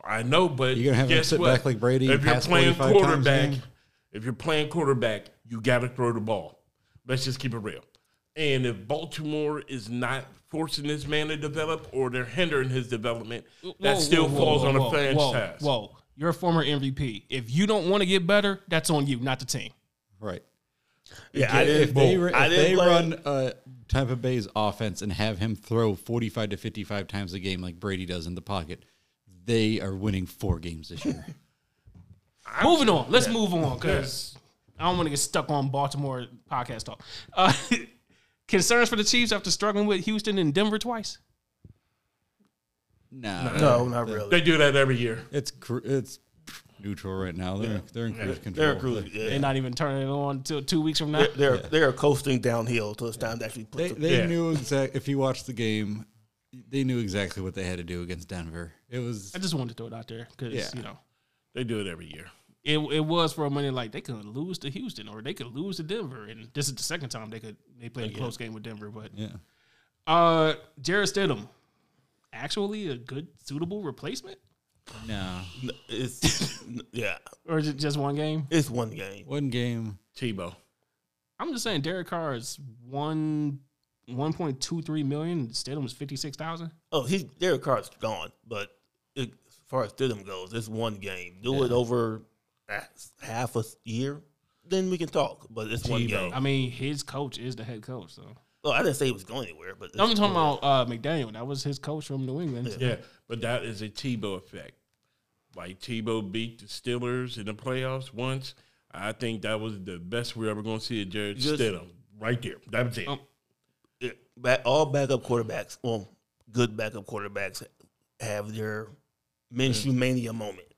[SPEAKER 3] I know, but
[SPEAKER 4] You're gonna have him
[SPEAKER 3] guess
[SPEAKER 4] sit
[SPEAKER 3] what?
[SPEAKER 4] back like Brady and
[SPEAKER 3] If you're
[SPEAKER 4] pass
[SPEAKER 3] playing
[SPEAKER 4] 45 times a
[SPEAKER 3] quarterback,
[SPEAKER 4] game.
[SPEAKER 3] if you're playing quarterback, you got to throw the ball. Let's just keep it real. And if Baltimore is not forcing this man to develop, or they're hindering his development, that
[SPEAKER 1] Whoa,
[SPEAKER 3] still
[SPEAKER 1] whoa,
[SPEAKER 3] falls
[SPEAKER 1] whoa,
[SPEAKER 3] on a
[SPEAKER 1] whoa,
[SPEAKER 3] fan's
[SPEAKER 1] whoa,
[SPEAKER 3] task.
[SPEAKER 1] Whoa, you're a former MVP. If you don't want to get better, that's on you, not the team.
[SPEAKER 4] Right.
[SPEAKER 2] yeah. I
[SPEAKER 4] if
[SPEAKER 2] didn't.
[SPEAKER 4] they,
[SPEAKER 2] boom.
[SPEAKER 4] if
[SPEAKER 2] I didn't
[SPEAKER 4] they
[SPEAKER 2] play-
[SPEAKER 4] run uh, Tampa Bay's offense and have him throw 45 to 55 times a game like Brady does in the pocket, they are winning four games this year.
[SPEAKER 1] Moving on. Let's move on because I don't want to get stuck on Baltimore podcast talk. Uh, <laughs> concerns for the Chiefs after struggling with Houston and Denver twice.
[SPEAKER 4] no,
[SPEAKER 2] No, not really.
[SPEAKER 3] Uh, They do that every year.
[SPEAKER 4] It's cru- it's neutral right now. They're they're in cruise control.
[SPEAKER 2] They're cruising. Yeah.
[SPEAKER 1] They're not even turning it on until two weeks from now.
[SPEAKER 2] They're they're, they're coasting downhill till it's time to actually put.
[SPEAKER 4] They,
[SPEAKER 2] the-
[SPEAKER 4] they
[SPEAKER 3] Yeah.
[SPEAKER 4] knew exact. If you watched the game, they knew exactly what they had to do against Denver. It was
[SPEAKER 1] I just wanted to throw it out there because
[SPEAKER 4] Yeah.
[SPEAKER 1] you know
[SPEAKER 3] They do it every year.
[SPEAKER 1] it, it was for a minute like they could lose to Houston or they could lose to Denver, and this is the second time they could they played a close game with Denver. But
[SPEAKER 4] yeah.
[SPEAKER 1] uh, Jared Stidham, actually a good suitable replacement,
[SPEAKER 4] No
[SPEAKER 2] it's <laughs> yeah.
[SPEAKER 1] or is it just one game?
[SPEAKER 2] It's one game.
[SPEAKER 4] one game.
[SPEAKER 3] Tebow.
[SPEAKER 1] I'm just saying Derek Carr is one one point two three million. Stidham is fifty six thousand.
[SPEAKER 2] Oh, he's Derek Carr's gone, but it, as far as Stidham goes, it's one game. Do it over a- half a s- year, then we can talk. But it's one
[SPEAKER 3] Tebow.
[SPEAKER 2] game.
[SPEAKER 1] I mean, his coach is the head coach, so
[SPEAKER 2] Oh, I didn't say he was going anywhere, but
[SPEAKER 1] I'm talking about uh, McDaniel. That was his coach from New England.
[SPEAKER 3] Yeah, but that is a Tebow effect. Like Tebow beat the Steelers in the playoffs once. I think that was the best we're ever going to see of Jared
[SPEAKER 2] Just-
[SPEAKER 3] Stidham. Right there. That was it.
[SPEAKER 1] Um,
[SPEAKER 2] it- back, all backup quarterbacks, well, good backup quarterbacks have their Minshew mania moment.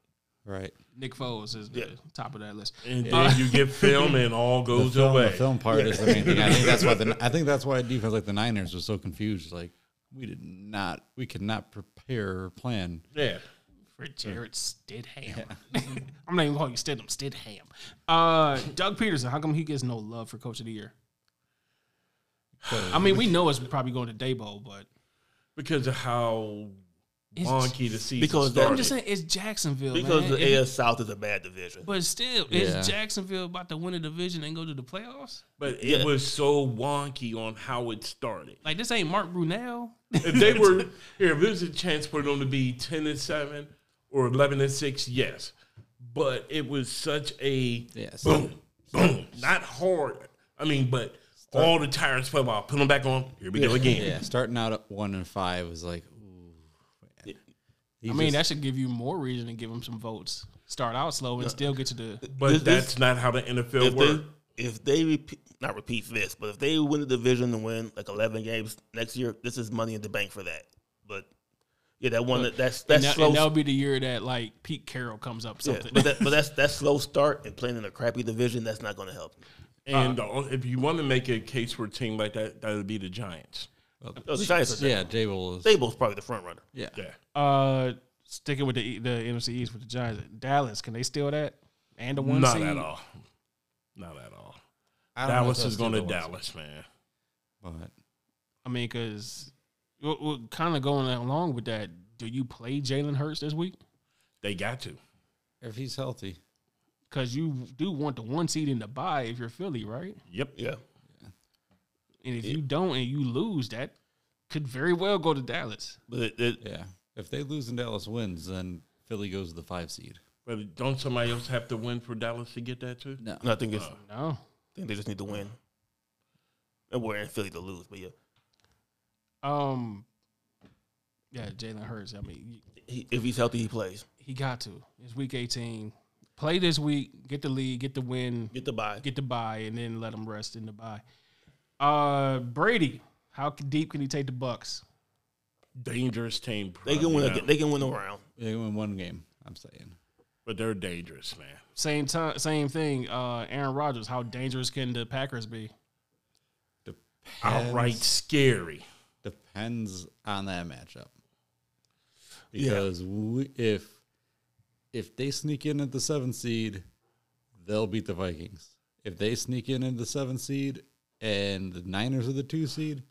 [SPEAKER 4] Right.
[SPEAKER 1] Nick Foles is the
[SPEAKER 2] Yeah.
[SPEAKER 1] top of that list. Uh,
[SPEAKER 3] and then you get film and all
[SPEAKER 4] The
[SPEAKER 3] goes
[SPEAKER 4] film, the
[SPEAKER 3] away.
[SPEAKER 4] film part is the main thing. I think that's why the I think that's why a defense like the Niners was so confused. Like we did not we could not prepare or plan.
[SPEAKER 3] Yeah.
[SPEAKER 1] for Jared Stidham. <laughs> I'm not even calling you Stidham, Stidham. Uh, Doug Peterson, how come he gets no love for Coach of the Year? I mean, we know it's probably going to Dabo, but
[SPEAKER 3] Because of how
[SPEAKER 1] It's-
[SPEAKER 3] wonky the season
[SPEAKER 2] because
[SPEAKER 3] started.
[SPEAKER 1] I'm just saying it's Jacksonville.
[SPEAKER 2] Because
[SPEAKER 1] man.
[SPEAKER 2] the
[SPEAKER 1] If-
[SPEAKER 2] AFC South is a bad division.
[SPEAKER 1] but still,
[SPEAKER 4] Yeah.
[SPEAKER 1] is Jacksonville about to win a division and go to the playoffs?
[SPEAKER 3] but it
[SPEAKER 2] Yeah.
[SPEAKER 3] was so wonky on how it started.
[SPEAKER 1] Like this ain't Mark Brunell.
[SPEAKER 3] If they were <laughs> here, if there's a chance for them to be ten and seven or eleven and six, yes. But it was such a
[SPEAKER 4] Yes.
[SPEAKER 3] boom, boom, not hard. I mean, but all the tires fell off. Put them back on. Here we go again.
[SPEAKER 4] Yeah. Starting out at one and five was like, ooh. Man.
[SPEAKER 1] <laughs>
[SPEAKER 4] He
[SPEAKER 1] I mean,
[SPEAKER 4] just-
[SPEAKER 1] that should give you more reason to give him some votes. Start out slow and still get to the.
[SPEAKER 3] But
[SPEAKER 2] This- this-
[SPEAKER 3] that's not how the NFL
[SPEAKER 2] if they uh,
[SPEAKER 3] works.
[SPEAKER 2] if they repeat, not repeat this, but if they win the division and win like eleven games next year, this is money in the bank for that. But yeah, that one that that's
[SPEAKER 1] And,
[SPEAKER 2] that's
[SPEAKER 1] that,
[SPEAKER 2] slow.
[SPEAKER 1] will be the year that like Pete Carroll comes up
[SPEAKER 2] yeah,
[SPEAKER 1] something.
[SPEAKER 2] but, that, but that's that slow start and playing in a crappy division that's not going to help.
[SPEAKER 3] And the on- if you want to make a case for a team like that, that would be the Giants.
[SPEAKER 2] Oh, the Giants, are-
[SPEAKER 4] yeah, Dable is
[SPEAKER 2] Stable's probably the front runner.
[SPEAKER 4] yeah.
[SPEAKER 3] Yeah.
[SPEAKER 1] Uh, sticking with the E- the NFC East with the Giants, Dallas, can they steal that and the one
[SPEAKER 3] Not
[SPEAKER 1] seed?
[SPEAKER 3] at all. Not at all.
[SPEAKER 5] I don't know if
[SPEAKER 3] Dallas
[SPEAKER 5] those
[SPEAKER 3] is going to
[SPEAKER 5] Timberwolves.
[SPEAKER 3] Dallas, man.
[SPEAKER 4] But
[SPEAKER 1] I mean, because we're, kind of going along with that. Do you play Jalen Hurts this week?
[SPEAKER 3] They got to.
[SPEAKER 4] if he's healthy,
[SPEAKER 1] Because you do want the one seed in the bye if you're Philly, right?
[SPEAKER 3] Yep.
[SPEAKER 2] Yeah.
[SPEAKER 1] And if you don't and you lose, that could very well go to Dallas.
[SPEAKER 2] But it, it,
[SPEAKER 4] yeah. If they lose and Dallas wins, then Philly goes to the five seed.
[SPEAKER 3] But don't somebody else have to win for Dallas to get that too?
[SPEAKER 4] No.
[SPEAKER 2] no, I
[SPEAKER 1] Uh.
[SPEAKER 2] think it's.
[SPEAKER 1] No,
[SPEAKER 2] I think they just need to win. And we're in Philly to lose, but yeah,
[SPEAKER 1] um, yeah, Jalen Hurts. I mean,
[SPEAKER 2] he, if he's healthy, he plays.
[SPEAKER 1] he got to. It's week 18. Play this week, get the lead, get the win,
[SPEAKER 2] Get the bye.
[SPEAKER 1] get the bye, and then let him rest in the bye. Uh, Brady, how deep can he take the Bucks?
[SPEAKER 3] Dangerous team.
[SPEAKER 2] They can
[SPEAKER 3] probably
[SPEAKER 2] win.
[SPEAKER 3] now,
[SPEAKER 2] A, they can win a round.
[SPEAKER 4] They win one game. I'm saying.
[SPEAKER 3] but they're dangerous, man.
[SPEAKER 1] Same time, same thing. Uh, Aaron Rodgers, how dangerous can the Packers be?
[SPEAKER 4] Depends-
[SPEAKER 3] Outright scary.
[SPEAKER 4] depends on that matchup. Because we, if if they sneak in at the seventh seed, they'll beat the Vikings. If they sneak in at the seventh seed and the Niners are the two seed,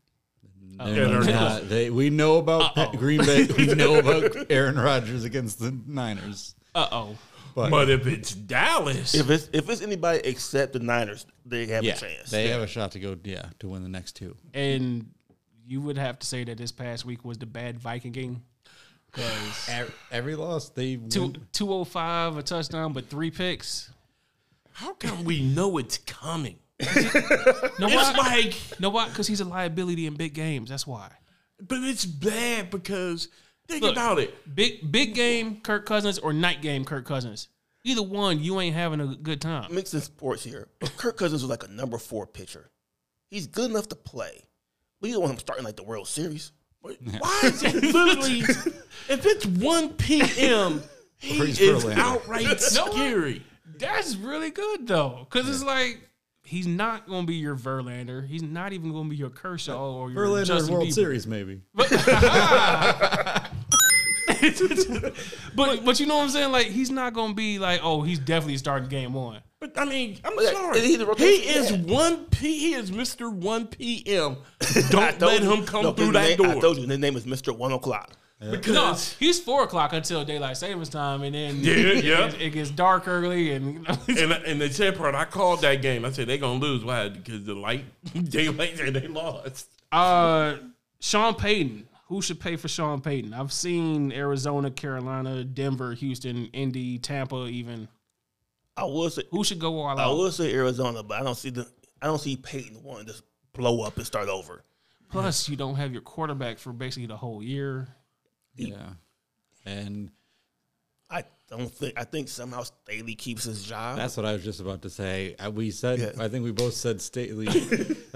[SPEAKER 1] Uh-oh.
[SPEAKER 4] Oh. they're
[SPEAKER 3] Yeah, they're
[SPEAKER 4] not. They, we know about Pat Green <laughs> Bay. We know about Aaron Rodgers against the Niners.
[SPEAKER 1] Uh oh.
[SPEAKER 4] But,
[SPEAKER 3] But if it's Dallas,
[SPEAKER 2] If it's if it's anybody except the Niners, they have
[SPEAKER 4] yeah,
[SPEAKER 2] a chance.
[SPEAKER 4] they have a shot to go. Yeah, to win the next two.
[SPEAKER 1] And you would have to say that this past week was the bad Viking game because
[SPEAKER 4] Every, every loss they
[SPEAKER 1] two
[SPEAKER 4] win.
[SPEAKER 1] two oh five a touchdown, but three picks.
[SPEAKER 3] how can we know it's coming?
[SPEAKER 1] No
[SPEAKER 3] It's
[SPEAKER 1] why?
[SPEAKER 3] like,
[SPEAKER 1] No why? Because he's a liability in big games. That's why.
[SPEAKER 3] but it's bad because think
[SPEAKER 1] Look.
[SPEAKER 3] about it.
[SPEAKER 1] Big big game Kirk Cousins or night game Kirk Cousins. Either one, you ain't having a good time.
[SPEAKER 2] mixing sports here. But Kirk Cousins was like a number four pitcher. He's good enough to play. We don't want him starting like the World Series.
[SPEAKER 4] <laughs>
[SPEAKER 3] Why is it literally? if it's one
[SPEAKER 4] <laughs>
[SPEAKER 3] p.m., he
[SPEAKER 4] Freeze for
[SPEAKER 3] is
[SPEAKER 2] <laughs>
[SPEAKER 4] Atlanta.
[SPEAKER 3] outright scary.
[SPEAKER 1] That's really good though, because it's like he's not gonna be your Verlander. He's not even gonna be your Kershaw or your
[SPEAKER 4] Berlin or
[SPEAKER 1] Justin
[SPEAKER 4] World
[SPEAKER 1] Bieber.
[SPEAKER 4] Series maybe.
[SPEAKER 1] <laughs> but but you know what I'm saying? Like he's not gonna be like, oh, he's definitely starting game one.
[SPEAKER 3] But I mean, I'm
[SPEAKER 2] But, uh,
[SPEAKER 3] sorry.
[SPEAKER 2] he
[SPEAKER 3] He
[SPEAKER 2] the rotation-
[SPEAKER 3] is
[SPEAKER 2] yeah.
[SPEAKER 3] one p. He is Mister
[SPEAKER 2] <laughs>
[SPEAKER 3] One p.m.
[SPEAKER 2] I
[SPEAKER 3] Don't
[SPEAKER 2] told
[SPEAKER 3] let
[SPEAKER 2] you.
[SPEAKER 3] him come
[SPEAKER 2] No, his
[SPEAKER 3] through that
[SPEAKER 2] name- I
[SPEAKER 3] door
[SPEAKER 2] told you, his name is Mr. One O'Clock.
[SPEAKER 1] No,
[SPEAKER 3] because
[SPEAKER 1] he's four o'clock until daylight savings time, and then
[SPEAKER 3] Yeah,
[SPEAKER 1] it,
[SPEAKER 3] yeah.
[SPEAKER 2] <laughs>
[SPEAKER 1] gets, it gets dark early, and
[SPEAKER 3] and, and the sad part, I called that game. I said they're gonna lose. Why? Because the light <laughs> daylight and they lost.
[SPEAKER 1] <laughs> uh, Sean Payton. Who should pay for Sean Payton? I've seen Arizona, Carolina, Denver, Houston, Indy, Tampa. Even
[SPEAKER 2] I will say,
[SPEAKER 1] who should go all
[SPEAKER 2] I
[SPEAKER 1] out?
[SPEAKER 2] will say Arizona, but I don't see the, I don't see Peyton wanting to blow up and start over.
[SPEAKER 1] Plus, you don't have your quarterback for basically the whole year.
[SPEAKER 4] Yeah, and
[SPEAKER 2] I don't think. I think somehow Staley keeps his job.
[SPEAKER 4] That's what I was just about to say. Uh, We said,
[SPEAKER 2] Yeah.
[SPEAKER 4] I think we both
[SPEAKER 2] <laughs>
[SPEAKER 4] said Stately. I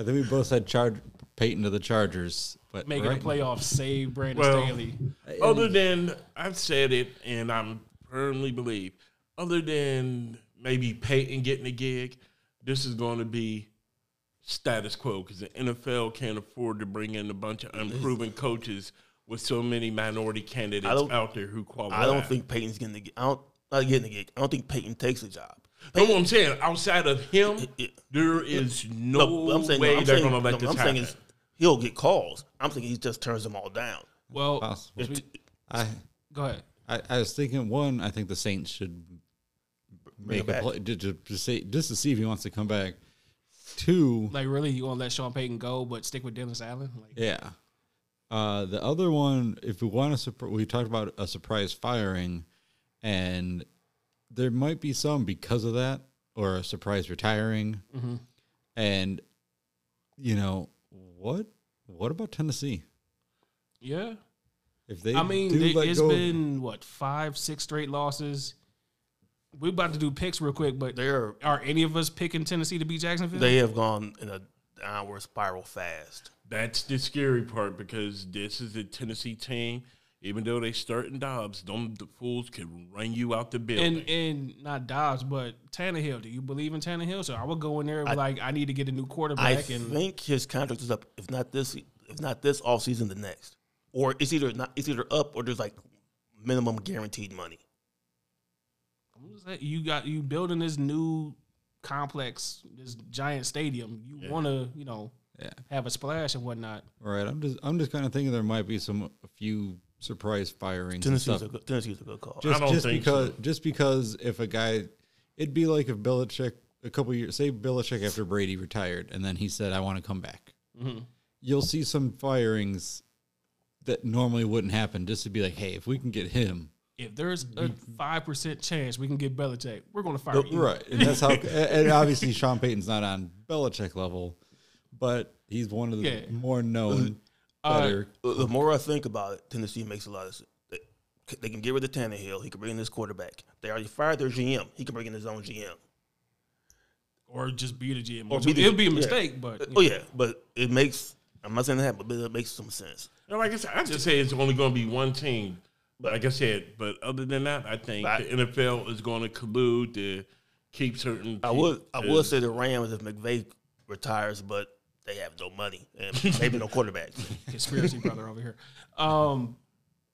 [SPEAKER 4] think we both said Char- Peyton to the Chargers, but
[SPEAKER 1] Making
[SPEAKER 4] right-
[SPEAKER 1] the playoffs, save Brandon
[SPEAKER 3] Well,
[SPEAKER 1] Staley.
[SPEAKER 3] Other than I've said it, and I'm firmly believe. Other than maybe Peyton getting a gig, this is going to be status quo because the NFL can't afford to bring in a bunch of unproven coaches with so many minority candidates
[SPEAKER 2] don't-
[SPEAKER 3] out there who qualify.
[SPEAKER 2] I don't think Peyton's getting the. gi- I don't not getting the gig. I don't think Peyton takes a job.
[SPEAKER 3] But what I'm saying, outside of him,
[SPEAKER 2] Yeah.
[SPEAKER 3] there is no,
[SPEAKER 2] No, but I'm saying
[SPEAKER 3] way
[SPEAKER 2] no, I'm
[SPEAKER 3] they're
[SPEAKER 2] saying,
[SPEAKER 3] going to let
[SPEAKER 2] no,
[SPEAKER 3] this
[SPEAKER 2] I'm saying
[SPEAKER 3] happen.
[SPEAKER 2] is he'll get calls. I'm thinking he just turns them all down.
[SPEAKER 1] Well,
[SPEAKER 4] possible.
[SPEAKER 1] we-
[SPEAKER 4] I,
[SPEAKER 1] go ahead.
[SPEAKER 4] I, I was thinking one. I think the Saints should make
[SPEAKER 2] it
[SPEAKER 4] a
[SPEAKER 2] back.
[SPEAKER 4] play to, to, to say just to see if he wants to come back. Two,
[SPEAKER 1] Like, really, you gonna let Sean Payton go, but stick with Dennis Allen? Like,
[SPEAKER 4] yeah. Uh, the other one, if we want to, surpri- we talked about a surprise firing, and there might be some because of that, or a surprise retiring.
[SPEAKER 1] Mm-hmm.
[SPEAKER 4] And you know what? What about Tennessee?
[SPEAKER 1] yeah.
[SPEAKER 4] If they,
[SPEAKER 1] I mean,
[SPEAKER 4] do
[SPEAKER 1] it
[SPEAKER 4] let
[SPEAKER 1] has
[SPEAKER 4] go of-
[SPEAKER 1] been what five, six straight losses. We're about to do picks real quick, but
[SPEAKER 2] They're
[SPEAKER 1] are any of us picking Tennessee to beat Jacksonville?
[SPEAKER 2] they have gone in a downward spiral fast.
[SPEAKER 3] That's the scary part because this is a Tennessee team. Even though they start in Dobbs, them the fools can run you out the building.
[SPEAKER 1] and and not Dobbs, but Tannehill. Do you believe in Tannehill? So I would go in there and be like, I need to get a new
[SPEAKER 2] I
[SPEAKER 1] quarterback, and
[SPEAKER 2] think his contract is up. If not this, if not this off season, the next, or it's either not. It's either up or there's like minimum guaranteed money.
[SPEAKER 1] what was that? you got you building this new complex, this giant stadium, you
[SPEAKER 3] Yeah.
[SPEAKER 1] want to, you know,
[SPEAKER 4] Yeah.
[SPEAKER 1] have a splash and whatnot.
[SPEAKER 4] All right. I'm just I'm just kind of thinking there might be some a few surprise firings. and
[SPEAKER 2] Tennessee's
[SPEAKER 4] stuff.
[SPEAKER 2] a good, Tennessee's a good call.
[SPEAKER 4] Just,
[SPEAKER 3] don't
[SPEAKER 4] just
[SPEAKER 3] think
[SPEAKER 4] because just because if a guy, it'd be like if Belichick a couple years say Belichick after Brady retired and then he said I want to come back. You'll see some firings that normally wouldn't happen just to be like, hey, if we can get him,
[SPEAKER 1] If there's a
[SPEAKER 2] Mm-hmm.
[SPEAKER 1] five percent chance we can get Belichick, we're going to fire you.
[SPEAKER 4] right? And that's how. and obviously, Sean Payton's not on Belichick level, but he's one of the
[SPEAKER 1] Yeah.
[SPEAKER 4] more known.
[SPEAKER 1] Uh,
[SPEAKER 4] Better,
[SPEAKER 2] The the more I think about it, Tennessee makes a lot of sense. They- They can get rid of Tannehill. He can bring in this quarterback. They already fired their GM. He can bring in his own GM.
[SPEAKER 1] Or just be the GM.
[SPEAKER 2] Or
[SPEAKER 1] Which
[SPEAKER 2] be the-
[SPEAKER 1] it'll be a
[SPEAKER 2] yeah.
[SPEAKER 1] mistake, but
[SPEAKER 2] <laughs> Oh yeah, but it makes. I'm not saying that, but it makes some sense.
[SPEAKER 3] No, like I said, I just say it's only going to be one team. But like I said, but other than that, I think
[SPEAKER 2] But-
[SPEAKER 3] the NFL is going to collude to keep certain.
[SPEAKER 2] I
[SPEAKER 3] pe-
[SPEAKER 2] would. I
[SPEAKER 3] uh,
[SPEAKER 2] would say the Rams if McVay retires, but they have no money and maybe no quarterback.
[SPEAKER 1] conspiracy brother over here. Um,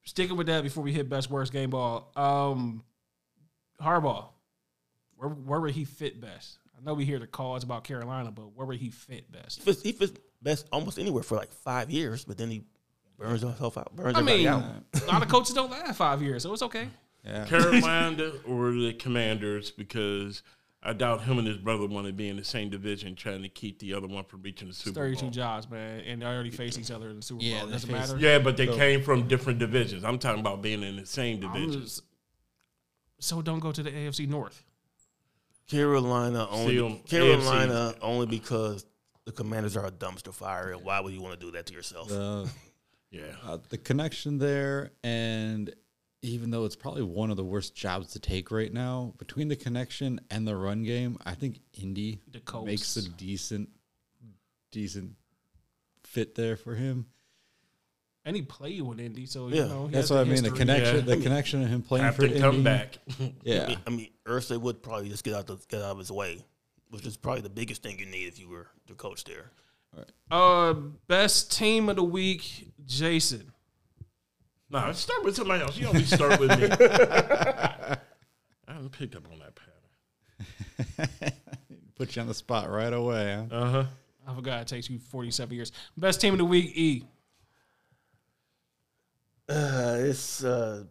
[SPEAKER 1] sticking with that before we hit best worst game ball. Um, Harbaugh, where where would he fit best? I know we hear the calls about Carolina, but where would he fit best?
[SPEAKER 2] He fits, he fits best almost anywhere for like five years, but then he burns himself out. Burns
[SPEAKER 1] I
[SPEAKER 2] everybody
[SPEAKER 1] mean,
[SPEAKER 2] out.
[SPEAKER 1] a lot of coaches don't last five years, so it's okay.
[SPEAKER 4] yeah.
[SPEAKER 3] uh, Carolina <laughs> or the Commanders because I doubt him and his brother want to be in the same division, trying to keep the other one from reaching the Super
[SPEAKER 1] Thirty-two
[SPEAKER 3] Bowl.
[SPEAKER 1] jobs, man, and they already face each other in the Super
[SPEAKER 4] Yeah,
[SPEAKER 1] Bowl. It
[SPEAKER 4] they
[SPEAKER 1] doesn't
[SPEAKER 4] face-
[SPEAKER 1] matter.
[SPEAKER 3] Yeah, but they came from different divisions. I'm talking about being in the same
[SPEAKER 1] I'm
[SPEAKER 3] division.
[SPEAKER 1] just- so don't go to the AFC North.
[SPEAKER 2] Carolina only.
[SPEAKER 3] See 'em,
[SPEAKER 2] Carolina only because the Commanders are a dumpster fire. And why would you want to do that to yourself?
[SPEAKER 4] The,
[SPEAKER 3] yeah.
[SPEAKER 4] uh, the connection there, and even though it's probably one of the worst jobs to take right now, between the connection and the run game, I think Indy
[SPEAKER 1] The Colts.
[SPEAKER 4] makes a decent, decent fit there for him.
[SPEAKER 1] And he played with Indy, so
[SPEAKER 2] Yeah,
[SPEAKER 1] you know he
[SPEAKER 4] That's
[SPEAKER 1] has
[SPEAKER 4] what I mean. The
[SPEAKER 1] history.
[SPEAKER 4] connection,
[SPEAKER 3] Yeah.
[SPEAKER 4] the connection of him playing
[SPEAKER 3] Have
[SPEAKER 4] for
[SPEAKER 3] to
[SPEAKER 4] Indy.
[SPEAKER 3] come back.
[SPEAKER 2] I
[SPEAKER 4] Yeah,
[SPEAKER 2] mean, I mean, Ursa would probably just get out the, get out of his way, which is probably the biggest thing you need if you were the coach there.
[SPEAKER 1] Uh, best team of the week, Jason.
[SPEAKER 3] no, start with somebody else. You always start with me. I haven't picked up on that pattern.
[SPEAKER 4] put you on the spot right away. Huh?
[SPEAKER 3] Uh huh.
[SPEAKER 1] I forgot it takes you 47 years. Best team of the week, E.
[SPEAKER 2] Uh, it's uh,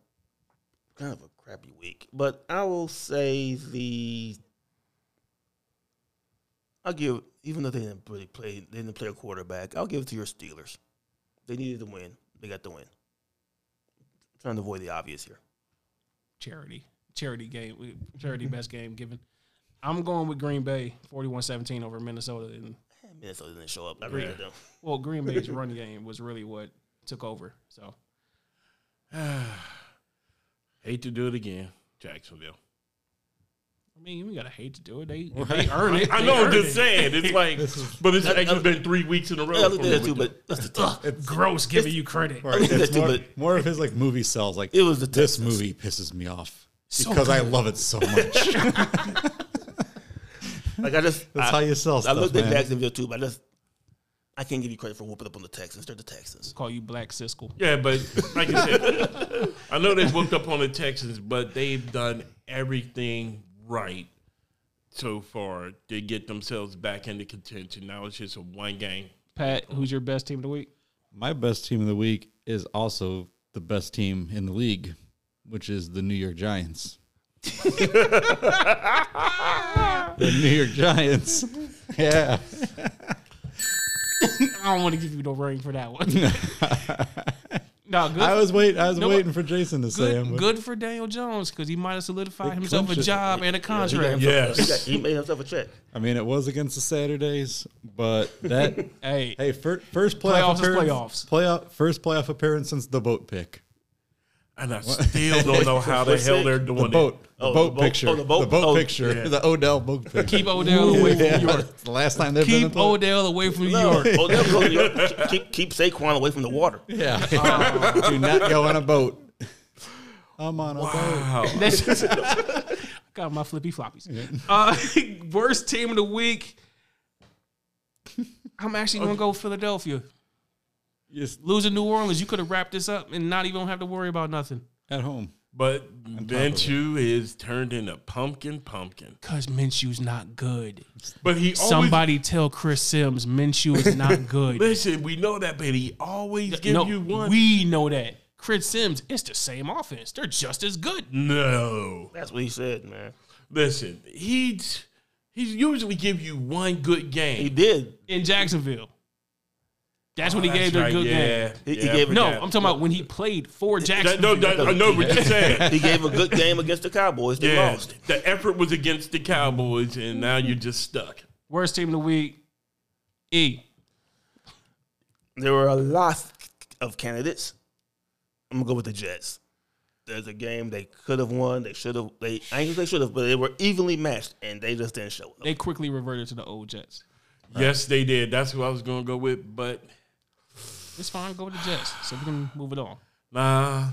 [SPEAKER 2] kind of a crappy week, but I will say the. I'll give, even though they didn't really play, they didn't play a quarterback. I'll give it to your Steelers. They needed to win. They got the win. trying to avoid the obvious here.
[SPEAKER 1] Charity. Charity game. we- Charity
[SPEAKER 4] <laughs>
[SPEAKER 1] best game given. I'm going with Green Bay, 41-17 over Minnesota. And,
[SPEAKER 2] Man, Minnesota didn't show up. I agree with them.
[SPEAKER 1] well, Green Bay's
[SPEAKER 4] <laughs>
[SPEAKER 1] run game was really what took over. So
[SPEAKER 3] <sighs> Hate to do it again, Jacksonville.
[SPEAKER 1] I mean, we gotta hate to do it. They, they earn it.
[SPEAKER 3] I
[SPEAKER 1] They
[SPEAKER 3] know. I'm
[SPEAKER 1] earned
[SPEAKER 3] just
[SPEAKER 1] it.
[SPEAKER 3] saying. It's like, but it's actually been three weeks in a row.
[SPEAKER 2] Yeah, I looked
[SPEAKER 3] for
[SPEAKER 2] at
[SPEAKER 3] me
[SPEAKER 2] that too,
[SPEAKER 3] with
[SPEAKER 2] but that's the ugh,
[SPEAKER 1] Gross giving you credit.
[SPEAKER 4] Right,
[SPEAKER 2] that
[SPEAKER 4] it's
[SPEAKER 2] too,
[SPEAKER 4] more,
[SPEAKER 2] but-
[SPEAKER 4] more of his like movie sells. Like
[SPEAKER 2] It was the
[SPEAKER 4] this
[SPEAKER 2] Texans.
[SPEAKER 4] movie pisses me off
[SPEAKER 1] So
[SPEAKER 4] because I love it so much.
[SPEAKER 2] <laughs> Like I just,
[SPEAKER 4] That's
[SPEAKER 2] I,
[SPEAKER 4] how you sell
[SPEAKER 2] I
[SPEAKER 4] stuff,
[SPEAKER 2] looked at
[SPEAKER 4] man.
[SPEAKER 2] Jacksonville too, but I just, I can't give you credit for whooping up on the Texans. They're the Texans.
[SPEAKER 1] Call you Black Siskel.
[SPEAKER 3] Yeah, but like I said, I know they booked up on the Texans, but they've done everything right so far to get themselves back into contention. Now it's just a one game.
[SPEAKER 1] Pat, who's your best team of the week?
[SPEAKER 4] My best team of the week is also the best team in the league, which is the New York Giants. <laughs> the New York Giants. Yeah.
[SPEAKER 1] I don't want to give you no ring for that
[SPEAKER 4] <laughs>
[SPEAKER 1] one. no, good.
[SPEAKER 4] I was wait I was
[SPEAKER 1] No,
[SPEAKER 4] waiting for Jason to say
[SPEAKER 1] good,
[SPEAKER 4] him. but-
[SPEAKER 1] good for Daniel Jones because he might have solidified himself a
[SPEAKER 4] clinched it.
[SPEAKER 1] job and a contract.
[SPEAKER 3] <laughs>
[SPEAKER 2] He, got,
[SPEAKER 3] Yes.
[SPEAKER 2] he made himself a check.
[SPEAKER 4] I mean it was against the Saturdays, but that <laughs>
[SPEAKER 1] Hey,
[SPEAKER 4] hey fir- first playoff
[SPEAKER 1] Playoffs is
[SPEAKER 4] appearance,
[SPEAKER 1] playoffs.
[SPEAKER 4] playoff first playoff appearance since the boat pick.
[SPEAKER 3] And I still don't know how the
[SPEAKER 2] What's
[SPEAKER 3] hell
[SPEAKER 2] that?
[SPEAKER 3] they're
[SPEAKER 4] The
[SPEAKER 3] doing
[SPEAKER 4] boat, the
[SPEAKER 2] Oh,
[SPEAKER 4] boat
[SPEAKER 2] the boat-
[SPEAKER 4] picture,
[SPEAKER 2] oh, the
[SPEAKER 4] the
[SPEAKER 2] boat-
[SPEAKER 4] boat,
[SPEAKER 2] oh,
[SPEAKER 4] picture,
[SPEAKER 3] yeah.
[SPEAKER 4] the Odell boat picture.
[SPEAKER 1] keep Odell away from New York.
[SPEAKER 4] It's the <laughs> last time they've been in
[SPEAKER 1] Keep
[SPEAKER 4] the
[SPEAKER 1] Odell away from New
[SPEAKER 4] <laughs>
[SPEAKER 1] York.
[SPEAKER 2] Oh, they'll go to your- keep keep Saquon away from the water.
[SPEAKER 4] Yeah. <laughs> Do not go on a boat. I'm on a boat.
[SPEAKER 3] Wow.
[SPEAKER 1] That's got my flippy floppies. Uh, <laughs> worst team of the week. I'm actually gonna go Philadelphia.
[SPEAKER 4] Just
[SPEAKER 1] Losing New Orleans, you could have wrapped this up and not even have to worry about nothing.
[SPEAKER 4] at home.
[SPEAKER 3] But
[SPEAKER 4] top of it.
[SPEAKER 3] Manchu is turned into pumpkin pumpkin.
[SPEAKER 1] Because Minshew's not good.
[SPEAKER 3] But he always
[SPEAKER 1] Somebody tell Chris Sims Minshew is
[SPEAKER 3] <laughs>
[SPEAKER 1] not good.
[SPEAKER 3] listen. We know that, but he always gives
[SPEAKER 1] no,
[SPEAKER 3] you one.
[SPEAKER 1] we know that. Chris Sims, it's the same offense. They're just as good.
[SPEAKER 3] no,
[SPEAKER 2] That's what he said, man.
[SPEAKER 3] listen. He's he's usually give you one good
[SPEAKER 2] He
[SPEAKER 3] game.
[SPEAKER 2] did.
[SPEAKER 1] In Jacksonville. That's when he
[SPEAKER 3] Oh,
[SPEAKER 1] gave
[SPEAKER 3] that's
[SPEAKER 1] their
[SPEAKER 3] right,
[SPEAKER 1] good
[SPEAKER 3] yeah,
[SPEAKER 1] game.
[SPEAKER 2] He- he
[SPEAKER 3] yeah,
[SPEAKER 2] gave it-
[SPEAKER 1] No,
[SPEAKER 2] Yeah.
[SPEAKER 1] I'm talking about when he played for
[SPEAKER 3] That-
[SPEAKER 1] Jacksonville.
[SPEAKER 3] no, that- I know
[SPEAKER 1] <laughs>
[SPEAKER 3] what you're saying.
[SPEAKER 2] He gave a good game against the Cowboys. They
[SPEAKER 3] Yeah,
[SPEAKER 2] lost.
[SPEAKER 3] the effort was against the Cowboys, and now you're just stuck.
[SPEAKER 1] Worst team of the week. E.
[SPEAKER 2] There were a lot of candidates. I'm gonna go with the Jets. There's a game they could have won. They should have. They I ain't gonna say should have, but they were evenly matched, and they just didn't show up.
[SPEAKER 1] They quickly reverted to the old Jets.
[SPEAKER 3] Yes, they did. That's who I was gonna go with, but
[SPEAKER 1] It's fine. Go with the Jets. So we can move it on.
[SPEAKER 3] nah,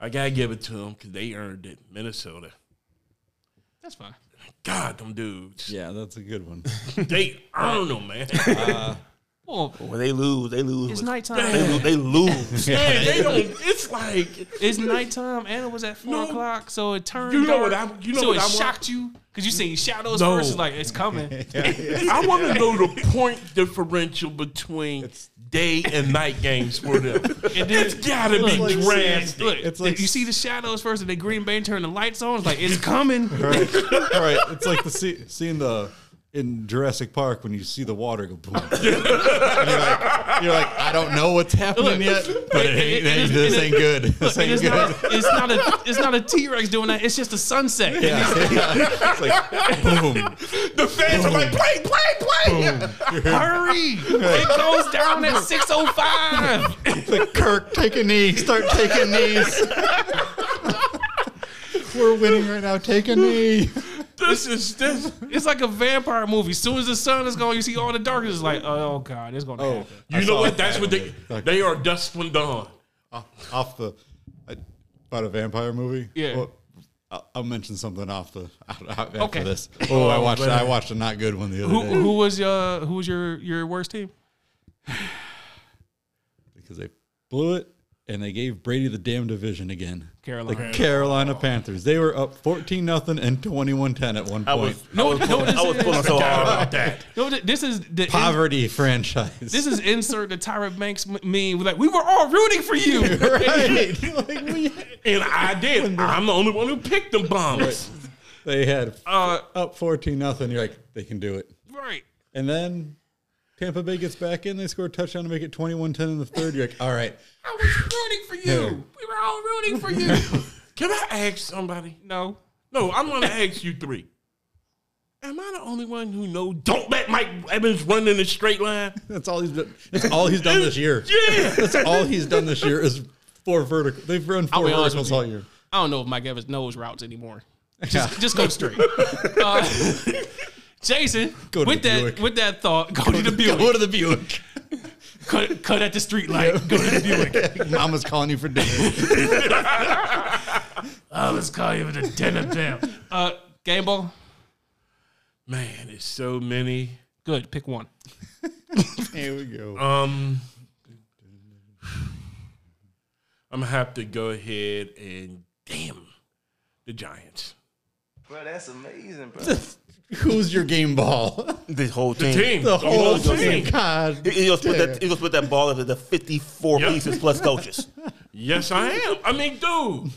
[SPEAKER 3] I gotta give it to them because they earned it. Minnesota,
[SPEAKER 1] That's fine.
[SPEAKER 3] God, them dudes,
[SPEAKER 4] Yeah, that's a good one.
[SPEAKER 3] they earned them, man.
[SPEAKER 1] Well,
[SPEAKER 2] When they lose, they lose.
[SPEAKER 1] it's
[SPEAKER 2] with-
[SPEAKER 1] nighttime.
[SPEAKER 2] They lose. They lose.
[SPEAKER 3] man, they don't. It's like
[SPEAKER 1] It's nighttime and it was at four
[SPEAKER 3] No.
[SPEAKER 1] o'clock, so it turned.
[SPEAKER 3] You know
[SPEAKER 1] dark.
[SPEAKER 3] what I- you know
[SPEAKER 1] so
[SPEAKER 3] what
[SPEAKER 1] it
[SPEAKER 3] I want?
[SPEAKER 1] shocked you because you seen shadows
[SPEAKER 3] No.
[SPEAKER 1] first. It's like it's
[SPEAKER 3] <laughs>
[SPEAKER 1] coming.
[SPEAKER 3] I want to know the point differential between day and night games for them.
[SPEAKER 1] It
[SPEAKER 3] It's
[SPEAKER 1] did.
[SPEAKER 3] gotta be
[SPEAKER 4] like-
[SPEAKER 3] drastic.
[SPEAKER 1] Look,
[SPEAKER 4] It's like-
[SPEAKER 1] you see the shadows first, and then Green Bay turn the lights on. It's like it's
[SPEAKER 3] <laughs>
[SPEAKER 1] coming.
[SPEAKER 4] All <laughs> right, all right. It's like the see, seeing the in Jurassic Park when you see the water go boom. <laughs> And you're, like, you're like, I don't know what's happening yet, but it
[SPEAKER 1] it-
[SPEAKER 4] ain't,
[SPEAKER 1] it-
[SPEAKER 4] ain't- this ain't good. This
[SPEAKER 1] And
[SPEAKER 4] ain't
[SPEAKER 1] it's,
[SPEAKER 4] good. <laughs>
[SPEAKER 1] not, it's not a it's not a T Rex doing that. It's just a sunset.
[SPEAKER 4] Yeah, yeah. It's like boom.
[SPEAKER 3] The fans are like, play, play, play.
[SPEAKER 1] Hurry! It goes down at six oh five.
[SPEAKER 4] The Kirk, take a knee. Start taking knees. We're winning right now. Take a knee.
[SPEAKER 3] This is this.
[SPEAKER 1] It's like a vampire movie. As soon as the sun is gone, you see all the darkness. It's like oh god, it's gonna happen.
[SPEAKER 3] You know what? That's what they
[SPEAKER 4] Okay.
[SPEAKER 3] they are. Dusk when dawn.
[SPEAKER 4] Uh, off the I, about a vampire movie.
[SPEAKER 1] Yeah.
[SPEAKER 4] I'll, I'll mention something off the out- out- after
[SPEAKER 1] Okay.
[SPEAKER 4] this. Oh, I watched
[SPEAKER 3] man.
[SPEAKER 4] I watched a not good one the other
[SPEAKER 1] Who,
[SPEAKER 4] day
[SPEAKER 1] who was your who was your your worst team?
[SPEAKER 4] because they blew it and they gave Brady the damn division again.
[SPEAKER 1] Carolina.
[SPEAKER 4] The Carolina Panthers. They were up 14 nothing and 21-10 at one
[SPEAKER 2] I
[SPEAKER 4] point.
[SPEAKER 2] was. I was pulling, I was pulling so uh, hard.
[SPEAKER 3] About that.
[SPEAKER 1] No, th- this is the
[SPEAKER 4] Poverty franchise.
[SPEAKER 1] this is insert the Tyra Banks m- meme. Like we were all rooting for
[SPEAKER 4] <laughs>
[SPEAKER 1] you.
[SPEAKER 4] <laughs> right. Like, we-
[SPEAKER 3] And I did. I'm the only one who picked them bombs.
[SPEAKER 4] they had
[SPEAKER 1] Uh,
[SPEAKER 4] up 14 nothing. You're like they can do it.
[SPEAKER 1] right.
[SPEAKER 4] And then Tampa Bay gets back in. They score a touchdown to make it 21-10 in the third. You're like, all right.
[SPEAKER 1] I was rooting for you. We were all rooting for you.
[SPEAKER 3] <laughs> Can I ask somebody?
[SPEAKER 1] no.
[SPEAKER 3] No, I'm gonna ask you three. Am I the only one who know? Don't let Mike Evans run in a straight line. <laughs>
[SPEAKER 4] That's all he's done. That's all he's done
[SPEAKER 1] <laughs>
[SPEAKER 4] this year.
[SPEAKER 3] Yeah.
[SPEAKER 4] That's all he's done this year is four vertical. They've run
[SPEAKER 1] I'll
[SPEAKER 4] four
[SPEAKER 1] be honest with
[SPEAKER 4] verticals all year.
[SPEAKER 1] I don't know if Mike Evans knows routes anymore.
[SPEAKER 4] Yeah.
[SPEAKER 1] Just go straight. Uh, Jason,
[SPEAKER 4] Go to
[SPEAKER 1] with
[SPEAKER 4] the
[SPEAKER 1] that
[SPEAKER 4] Buick.
[SPEAKER 1] with that thought, go, to the Buick.
[SPEAKER 4] Go to the Buick.
[SPEAKER 1] cut, cut at the street light. Go to the Buick.
[SPEAKER 4] <laughs> Mama's calling you for dinner.
[SPEAKER 1] I was calling him the dinner bell. Uh, game ball.
[SPEAKER 3] Man, it's so many.
[SPEAKER 1] Good. Pick one.
[SPEAKER 4] <laughs> Here we go.
[SPEAKER 3] Um, I'm gonna have to go ahead and damn the Giants.
[SPEAKER 5] Bro, that's amazing, bro.
[SPEAKER 4] Who's your game ball?
[SPEAKER 1] <laughs>
[SPEAKER 2] This whole
[SPEAKER 3] The
[SPEAKER 2] team.
[SPEAKER 3] team,
[SPEAKER 1] Oh,
[SPEAKER 4] The
[SPEAKER 3] whole
[SPEAKER 4] whole team. God.
[SPEAKER 2] He- He gonna split that. He gonna split that ball into the fifty-four
[SPEAKER 3] Yep.
[SPEAKER 2] pieces plus coaches.
[SPEAKER 3] Yes, I am. I mean, dude,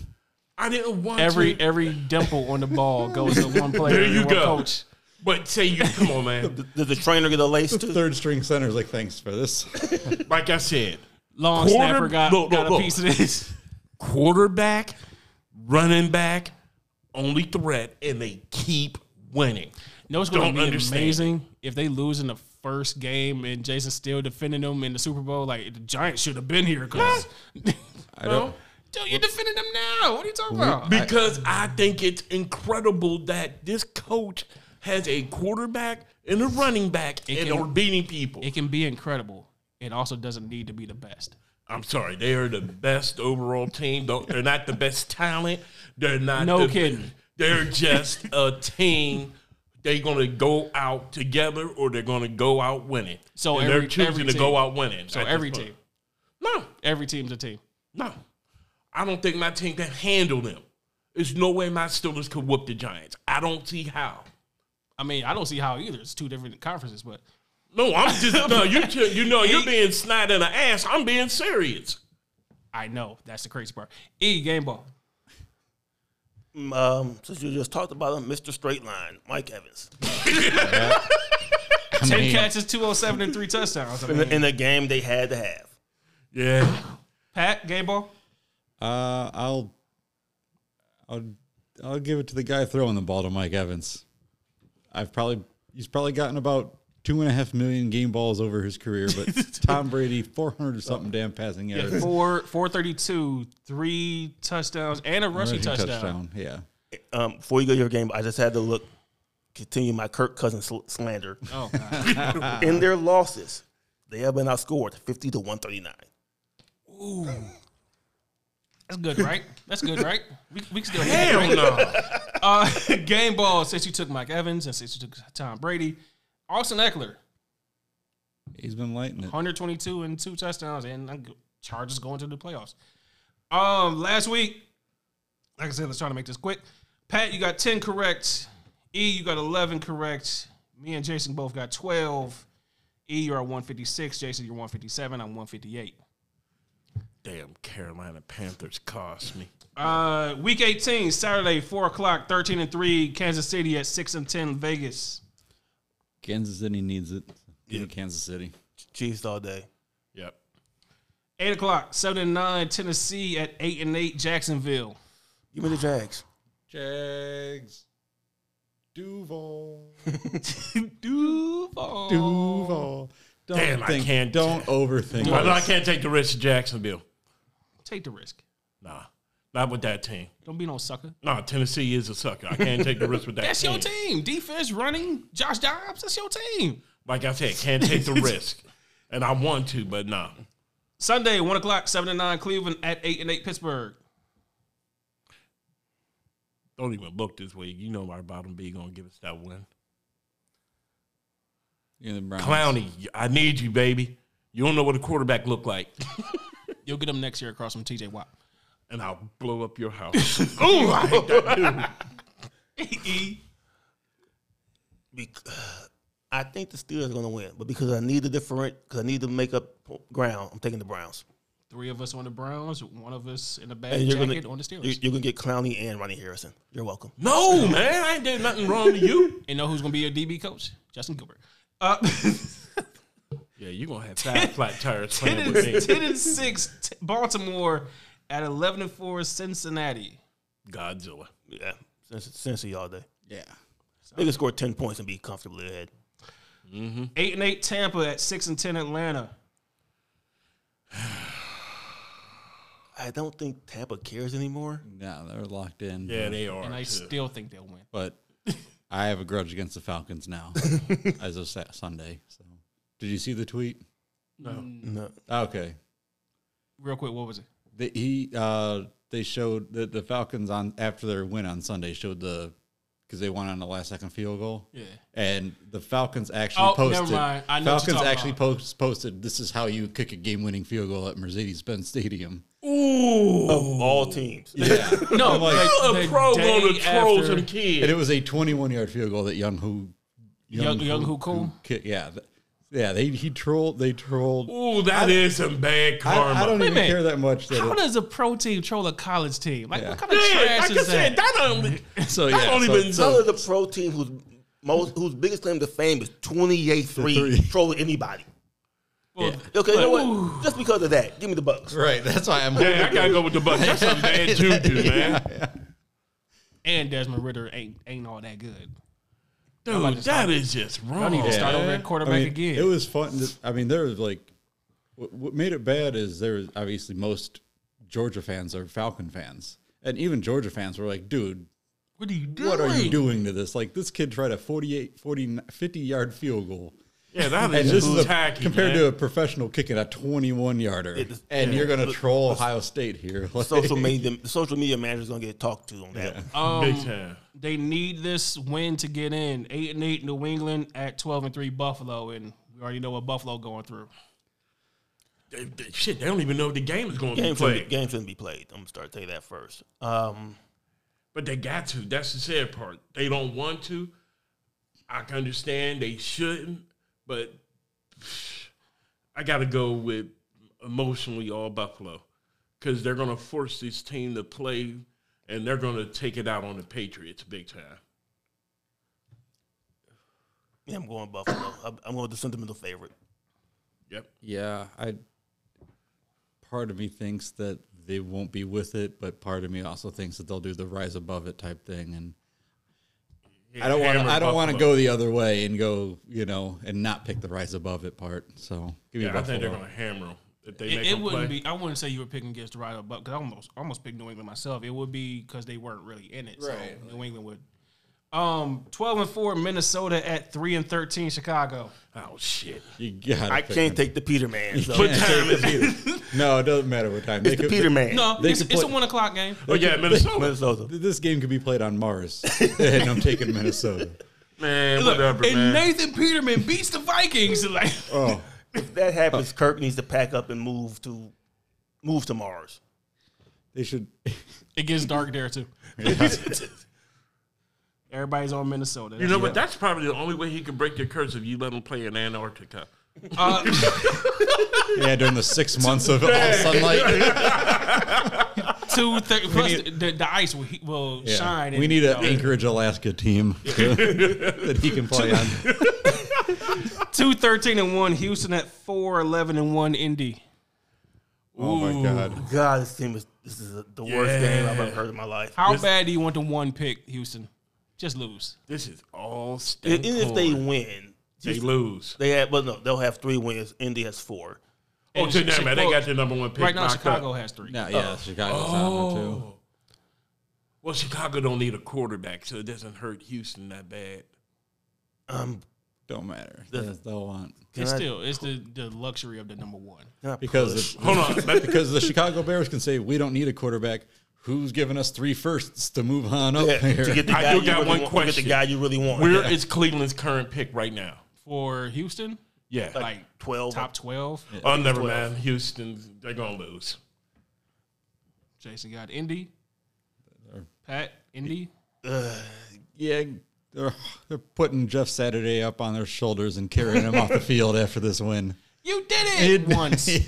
[SPEAKER 3] I didn't want
[SPEAKER 1] Every
[SPEAKER 3] to,
[SPEAKER 1] every dimple on the ball goes to one player.
[SPEAKER 3] There you
[SPEAKER 1] and one
[SPEAKER 3] go.
[SPEAKER 1] Coach.
[SPEAKER 3] but say you come on, man. <laughs>
[SPEAKER 2] Did the trainer get a lace too?
[SPEAKER 4] Third string center's like, thanks
[SPEAKER 1] <laughs>
[SPEAKER 4] for this.
[SPEAKER 3] Like I said,
[SPEAKER 1] Long
[SPEAKER 3] Quarter-
[SPEAKER 1] snapper got,
[SPEAKER 3] look,
[SPEAKER 1] got
[SPEAKER 3] look,
[SPEAKER 1] a piece of this.
[SPEAKER 3] <laughs> quarterback, running back, only threat, and they keep winning.
[SPEAKER 1] You know what's going
[SPEAKER 3] Don't
[SPEAKER 1] to be
[SPEAKER 3] understand.
[SPEAKER 1] amazing if they lose in the first game and Jason still defending them in the Super Bowl. Like the Giants should have been here because <laughs>
[SPEAKER 4] I don't.
[SPEAKER 1] dude, you're defending them now. What are you talking about?
[SPEAKER 3] Because I, think it's incredible that this coach has a quarterback and a running back and
[SPEAKER 1] can-
[SPEAKER 3] are beating people.
[SPEAKER 1] It can be incredible. It also doesn't need to be the best.
[SPEAKER 3] I'm sorry, they are the best overall team. Don't, they're not the best talent. They're not.
[SPEAKER 1] No
[SPEAKER 3] the-
[SPEAKER 1] kidding.
[SPEAKER 3] They're just a team. They're gonna go out together, or they're gonna go out winning.
[SPEAKER 1] So
[SPEAKER 3] And
[SPEAKER 1] every-
[SPEAKER 3] they're choosing
[SPEAKER 1] every
[SPEAKER 3] to
[SPEAKER 1] team.
[SPEAKER 3] go out winning.
[SPEAKER 1] So every team,
[SPEAKER 3] No,
[SPEAKER 1] every team's a team.
[SPEAKER 3] no. I don't think my team can handle them. There's no way my Steelers could whoop the Giants. I don't see how.
[SPEAKER 1] I mean, I don't see how either. It's two different conferences, but
[SPEAKER 3] No, I'm
[SPEAKER 1] <laughs>
[SPEAKER 3] just no. You t- you know you're being snide in the ass. I'm being serious.
[SPEAKER 1] I know that's the crazy part. E game ball.
[SPEAKER 2] Um, since you just talked about him, Mr. Straight Line, Mike Evans.
[SPEAKER 4] I
[SPEAKER 1] Ten
[SPEAKER 4] mean,
[SPEAKER 1] catches, two hundred seven, and three touchdowns. I
[SPEAKER 2] In
[SPEAKER 1] mean,
[SPEAKER 2] the, in the game they had to have.
[SPEAKER 3] Yeah,
[SPEAKER 1] Pat game ball.
[SPEAKER 4] Uh, I'll, I'll, I'll give it to the guy throwing the ball to Mike Evans. I've probably he's probably gotten about two and a half million game balls over his career, but
[SPEAKER 1] <laughs>
[SPEAKER 4] Tom Brady four hundred or something damn passing yards,
[SPEAKER 1] Four four thirty two, three touchdowns and a rushing
[SPEAKER 4] Rushing
[SPEAKER 1] touchdown.
[SPEAKER 4] yeah.
[SPEAKER 2] Um, before you go to your game, I just had to look, continue my Kirk Cousins sl- slander.
[SPEAKER 1] Oh, God.
[SPEAKER 2] <laughs> In their losses, they have been outscored 50 to 139.
[SPEAKER 1] that's good, right? That's good, right? We, we can still handle
[SPEAKER 3] hell no.
[SPEAKER 1] Uh, <laughs> game ball. Since you took Mike Evans and since you took Tom Brady, Austin Eckler,
[SPEAKER 4] He's been lighting it.
[SPEAKER 1] 122 and two touchdowns, and I'm go- Chargers going to the playoffs. Um, last week, like I said, let's try to make this quick. Pat, you got 10 correct. E, you got 11 correct. Me and Jason both got 12. E, you're at 156. Jason, you're 157. I'm 158.
[SPEAKER 3] Damn, Carolina Panthers cost me.
[SPEAKER 1] Uh, week 18, Saturday, 4 o'clock, 13 and 3, Kansas City at 6 and 10, Vegas.
[SPEAKER 4] Kansas City needs it. Give me Kansas City.
[SPEAKER 2] Chiefs all day.
[SPEAKER 3] Yep.
[SPEAKER 1] Eight o'clock, seven and nine, Tennessee at eight and eight, Jacksonville.
[SPEAKER 2] Give me the Jags.
[SPEAKER 4] Jags. Duval.
[SPEAKER 1] Duval.
[SPEAKER 4] Duval. Don't
[SPEAKER 3] Damn, I
[SPEAKER 4] think,
[SPEAKER 3] can't-
[SPEAKER 4] Don't overthink.
[SPEAKER 3] Well, I
[SPEAKER 4] it.
[SPEAKER 3] can't take the risk of Jacksonville.
[SPEAKER 1] Take the risk.
[SPEAKER 3] Nah, not with that team.
[SPEAKER 1] Don't be no sucker.
[SPEAKER 3] Nah, Tennessee is a sucker. I can't take the risk with that
[SPEAKER 1] That's
[SPEAKER 3] team.
[SPEAKER 1] your team. Defense running, Josh Dobbs. That's your team.
[SPEAKER 3] Like I said, can't
[SPEAKER 1] <laughs>
[SPEAKER 3] take the risk. And I want to, but nah.
[SPEAKER 1] Sunday, one o'clock, seven and nine, Cleveland at eight and eight, Pittsburgh.
[SPEAKER 3] Don't even look this week. You know our bottom B gonna give us that win.
[SPEAKER 4] You're the Browns.
[SPEAKER 3] Clowney, I need you, baby. You don't know what a quarterback look like.
[SPEAKER 1] You'll get them next year across from TJ Watt.
[SPEAKER 3] And I'll blow up
[SPEAKER 1] <laughs>
[SPEAKER 3] your house. Ooh, I hate that dude.
[SPEAKER 1] E.
[SPEAKER 2] Bec- I think the Steelers are going to win, but because I need the different, because I need to make up po- ground, I'm taking the Browns.
[SPEAKER 1] Three of us on the Browns, one of us in the bad
[SPEAKER 2] And you're
[SPEAKER 1] jacket
[SPEAKER 2] going
[SPEAKER 1] on the
[SPEAKER 2] to
[SPEAKER 1] Steelers.
[SPEAKER 2] you're, you're going to get Clowney and Ronnie Harrison. You're welcome.
[SPEAKER 3] No, man, I ain't did nothing wrong to you.
[SPEAKER 1] and know who's going to be your DB coach? Justin Gilbert. Uh, <laughs>
[SPEAKER 3] Yeah, you're gonna have five flat tires
[SPEAKER 1] ten,
[SPEAKER 3] playing with me.
[SPEAKER 1] and, 10 and six, t- Baltimore at eleven and four, Cincinnati.
[SPEAKER 3] Godzilla.
[SPEAKER 2] Yeah, Cincy all day.
[SPEAKER 4] Yeah.
[SPEAKER 2] They can score 10 points and be comfortably ahead.
[SPEAKER 1] Eight and eight Tampa at six and ten Atlanta.
[SPEAKER 2] I don't think Tampa cares anymore.
[SPEAKER 4] No, they're locked in.
[SPEAKER 3] Yeah, they are.
[SPEAKER 1] And I
[SPEAKER 3] too.
[SPEAKER 1] still think they'll win.
[SPEAKER 4] but I have a grudge against the
[SPEAKER 3] <laughs>
[SPEAKER 4] Falcons now as of Sa- Sunday. So, did you see the tweet?
[SPEAKER 2] No.
[SPEAKER 4] Okay,
[SPEAKER 1] Real quick, what was it?
[SPEAKER 4] the, he uh, they showed that the Falcons on after their win on Sunday showed the because they won on the last second field goal.
[SPEAKER 1] Yeah.
[SPEAKER 4] and the Falcons actually
[SPEAKER 1] Oh, never
[SPEAKER 4] posted.
[SPEAKER 1] mind. I know what you're
[SPEAKER 4] Falcons
[SPEAKER 1] talking
[SPEAKER 4] actually
[SPEAKER 1] about.
[SPEAKER 4] post, posted. This is how you kick a game-winning field goal at Mercedes-Benz Stadium.
[SPEAKER 2] Of all teams.
[SPEAKER 4] Yeah,
[SPEAKER 1] No,
[SPEAKER 4] I'm like-
[SPEAKER 3] You
[SPEAKER 1] Oh. the
[SPEAKER 3] a pro
[SPEAKER 1] day
[SPEAKER 3] gonna troll
[SPEAKER 1] after-
[SPEAKER 3] some
[SPEAKER 4] and
[SPEAKER 3] kids.
[SPEAKER 4] it was a 21-yard field goal that Young Who
[SPEAKER 1] Young Young Hukum.
[SPEAKER 4] kicked. Yeah, th- yeah. They he trolled. They trolled.
[SPEAKER 3] Ooh, that is some bad karma.
[SPEAKER 4] I, I don't
[SPEAKER 1] Wait a
[SPEAKER 4] even
[SPEAKER 1] minute.
[SPEAKER 4] care that much. That
[SPEAKER 1] How
[SPEAKER 4] it-
[SPEAKER 1] does a pro team troll a college team? Like
[SPEAKER 4] Yeah.
[SPEAKER 1] what kind of
[SPEAKER 3] yeah,
[SPEAKER 1] trash
[SPEAKER 3] like I
[SPEAKER 1] is
[SPEAKER 3] said,
[SPEAKER 1] that?
[SPEAKER 3] that don't,
[SPEAKER 4] So yeah,
[SPEAKER 3] that don't
[SPEAKER 4] so-
[SPEAKER 3] even.
[SPEAKER 2] Tell her the pro team whose most whose biggest claim to fame is 28 3
[SPEAKER 4] three.
[SPEAKER 2] <laughs> trolling anybody.
[SPEAKER 1] Well,
[SPEAKER 2] Okay, you know what? Just because of that, give me the Bucks.
[SPEAKER 4] right. That's why I'm.
[SPEAKER 3] yeah, I gotta go with the Bucks. That's some bad juju, man.
[SPEAKER 1] And Desmond Ritter ain't ain't all that good.
[SPEAKER 3] Dude, that is just wrong.
[SPEAKER 1] need to start
[SPEAKER 4] Yeah.
[SPEAKER 1] over at quarterback
[SPEAKER 4] I mean,
[SPEAKER 1] again.
[SPEAKER 4] It was fun. to- I mean, there was like, what, what made it bad is there was obviously most Georgia fans are Falcon fans, and even Georgia fans were like, dude.
[SPEAKER 1] What are you doing?
[SPEAKER 4] What are you doing to this? Like, this kid tried a 48, 40, 50 yard field goal.
[SPEAKER 3] Yeah, that
[SPEAKER 4] And
[SPEAKER 3] is
[SPEAKER 4] this
[SPEAKER 3] just
[SPEAKER 4] is a,
[SPEAKER 3] tacky,
[SPEAKER 4] <laughs> compared
[SPEAKER 3] man.
[SPEAKER 4] to a professional kicking a 21 yarder. And you're going to troll Ohio State here. Like,
[SPEAKER 2] <laughs> <laughs> Social media, the social media manager's gonna get talked to on that. one.
[SPEAKER 3] big time.
[SPEAKER 1] They need this win to get in. Eight and eight New England at twelve and three Buffalo, and we already know what Buffalo going through.
[SPEAKER 3] They, they- shit, they don't even know if the game is going to be
[SPEAKER 2] Game's gonna be,
[SPEAKER 3] played.
[SPEAKER 2] game's gonna be played. I'm gonna start tell you that first. Um,
[SPEAKER 3] But they got to. That's the sad part. They don't want to. I can understand they shouldn't, but <sighs> I got to go with emotionally all Buffalo because they're going to force this team to play and they're going to take it out on the Patriots big time.
[SPEAKER 2] yeah, I'm going Buffalo. I'm, I'm going with the sentimental favorite.
[SPEAKER 3] Yep.
[SPEAKER 4] Yeah, I. Part of me thinks that they won't be with it, but part of me also thinks that they'll do the rise above it type thing, and I don't want to.
[SPEAKER 3] Hammer
[SPEAKER 4] I don't want to
[SPEAKER 3] Buffalo.
[SPEAKER 4] go the other way and go, you know, and not pick the rise above it part. So give me
[SPEAKER 3] Yeah, I
[SPEAKER 4] Buffalo.
[SPEAKER 3] think they're going to hammer them if they
[SPEAKER 1] It,
[SPEAKER 3] make
[SPEAKER 1] it
[SPEAKER 3] them
[SPEAKER 1] wouldn't
[SPEAKER 3] play.
[SPEAKER 1] be. I wouldn't say you were picking against the right up, because I almost almost picked New England myself. It would be because they weren't really in it.
[SPEAKER 3] Right.
[SPEAKER 1] So New England would. Um, twelve and four Minnesota at three and thirteen Chicago.
[SPEAKER 3] oh shit!
[SPEAKER 4] you gotta
[SPEAKER 2] I
[SPEAKER 4] pick
[SPEAKER 2] can't
[SPEAKER 4] them.
[SPEAKER 2] take the Peter man. So <laughs>
[SPEAKER 3] What time is it?
[SPEAKER 4] No, it doesn't matter what time. They
[SPEAKER 2] it's the
[SPEAKER 4] could-
[SPEAKER 2] Peter man.
[SPEAKER 1] No,
[SPEAKER 4] They
[SPEAKER 1] it's,
[SPEAKER 4] could
[SPEAKER 1] it's a
[SPEAKER 4] play-
[SPEAKER 1] one o'clock game.
[SPEAKER 3] Oh yeah,
[SPEAKER 4] <laughs>
[SPEAKER 3] Minnesota.
[SPEAKER 2] Minnesota.
[SPEAKER 4] This game could be played on
[SPEAKER 2] <laughs>
[SPEAKER 4] Mars, and I'm taking Minnesota.
[SPEAKER 3] Man,
[SPEAKER 1] Look,
[SPEAKER 3] whatever,
[SPEAKER 1] and
[SPEAKER 3] man.
[SPEAKER 1] Nathan Peterman beats the Vikings. <laughs> Like
[SPEAKER 4] Oh,
[SPEAKER 2] If that happens, Kirk needs to pack up and move to move to Mars.
[SPEAKER 4] they should.
[SPEAKER 1] it gets dark there too. <laughs> Everybody's on Minnesota.
[SPEAKER 3] you know what? That's probably the only way he can break the curse if you let him play in Antarctica.
[SPEAKER 1] Uh,
[SPEAKER 4] Yeah, during the six months of all sunlight,
[SPEAKER 1] two thirty plus
[SPEAKER 4] need-
[SPEAKER 1] the, the ice will, heat- will
[SPEAKER 4] Yeah.
[SPEAKER 1] shine.
[SPEAKER 4] We
[SPEAKER 1] and,
[SPEAKER 4] need
[SPEAKER 1] you
[SPEAKER 4] an
[SPEAKER 1] know,
[SPEAKER 4] Anchorage, Alaska team <laughs> that he can play on.
[SPEAKER 1] two thirteen and one Houston at four eleven and one Indy.
[SPEAKER 4] Oh my God.
[SPEAKER 2] God, this team is this is the worst game I've ever heard in my life.
[SPEAKER 1] How bad do you want the one pick, Houston? Just lose.
[SPEAKER 3] This is all
[SPEAKER 2] And
[SPEAKER 3] state.
[SPEAKER 2] even if they win,
[SPEAKER 3] they lose.
[SPEAKER 2] they have well no, they'll have three wins. Indy has four.
[SPEAKER 3] Oh, to
[SPEAKER 1] Chi-
[SPEAKER 3] them, man. They
[SPEAKER 1] Chicago-
[SPEAKER 3] got the number one pick.
[SPEAKER 1] Right now,
[SPEAKER 3] knocked
[SPEAKER 1] Chicago
[SPEAKER 3] Up. Oh.
[SPEAKER 1] has three.
[SPEAKER 4] No, yeah, Chicago's on there too.
[SPEAKER 3] Well, Chicago don't need a quarterback, so it doesn't hurt Houston that bad.
[SPEAKER 2] Um,
[SPEAKER 4] Don't matter. They'll, they'll want
[SPEAKER 1] It's
[SPEAKER 2] I-
[SPEAKER 1] still it's the, the luxury of the number one.
[SPEAKER 2] can I
[SPEAKER 4] because
[SPEAKER 2] push?
[SPEAKER 4] the,
[SPEAKER 3] Hold on. let-
[SPEAKER 4] because the Chicago Bears can say we don't need a quarterback. Who's giving us three firsts to move on up
[SPEAKER 2] Yeah,
[SPEAKER 4] here?
[SPEAKER 2] to get the
[SPEAKER 3] I
[SPEAKER 2] guy
[SPEAKER 3] do
[SPEAKER 2] you
[SPEAKER 3] got
[SPEAKER 2] really want,
[SPEAKER 3] one
[SPEAKER 2] to get the
[SPEAKER 3] question.
[SPEAKER 2] guy you really want,
[SPEAKER 3] Where
[SPEAKER 1] <laughs>
[SPEAKER 3] is
[SPEAKER 2] Yeah.
[SPEAKER 3] Cleveland's current pick right now?
[SPEAKER 1] For Houston,
[SPEAKER 3] Yeah.
[SPEAKER 1] like
[SPEAKER 2] twelve.
[SPEAKER 1] top twelve,
[SPEAKER 3] oh, never
[SPEAKER 2] twelve.
[SPEAKER 3] mind. Houston, they're going to lose. <laughs>
[SPEAKER 1] Jason got Indy, Pat Indy.
[SPEAKER 4] yeah, they're, they're putting Jeff Saturday up on their shoulders and carrying him off the field after this win.
[SPEAKER 1] You did it,
[SPEAKER 2] <laughs>
[SPEAKER 1] once.
[SPEAKER 3] you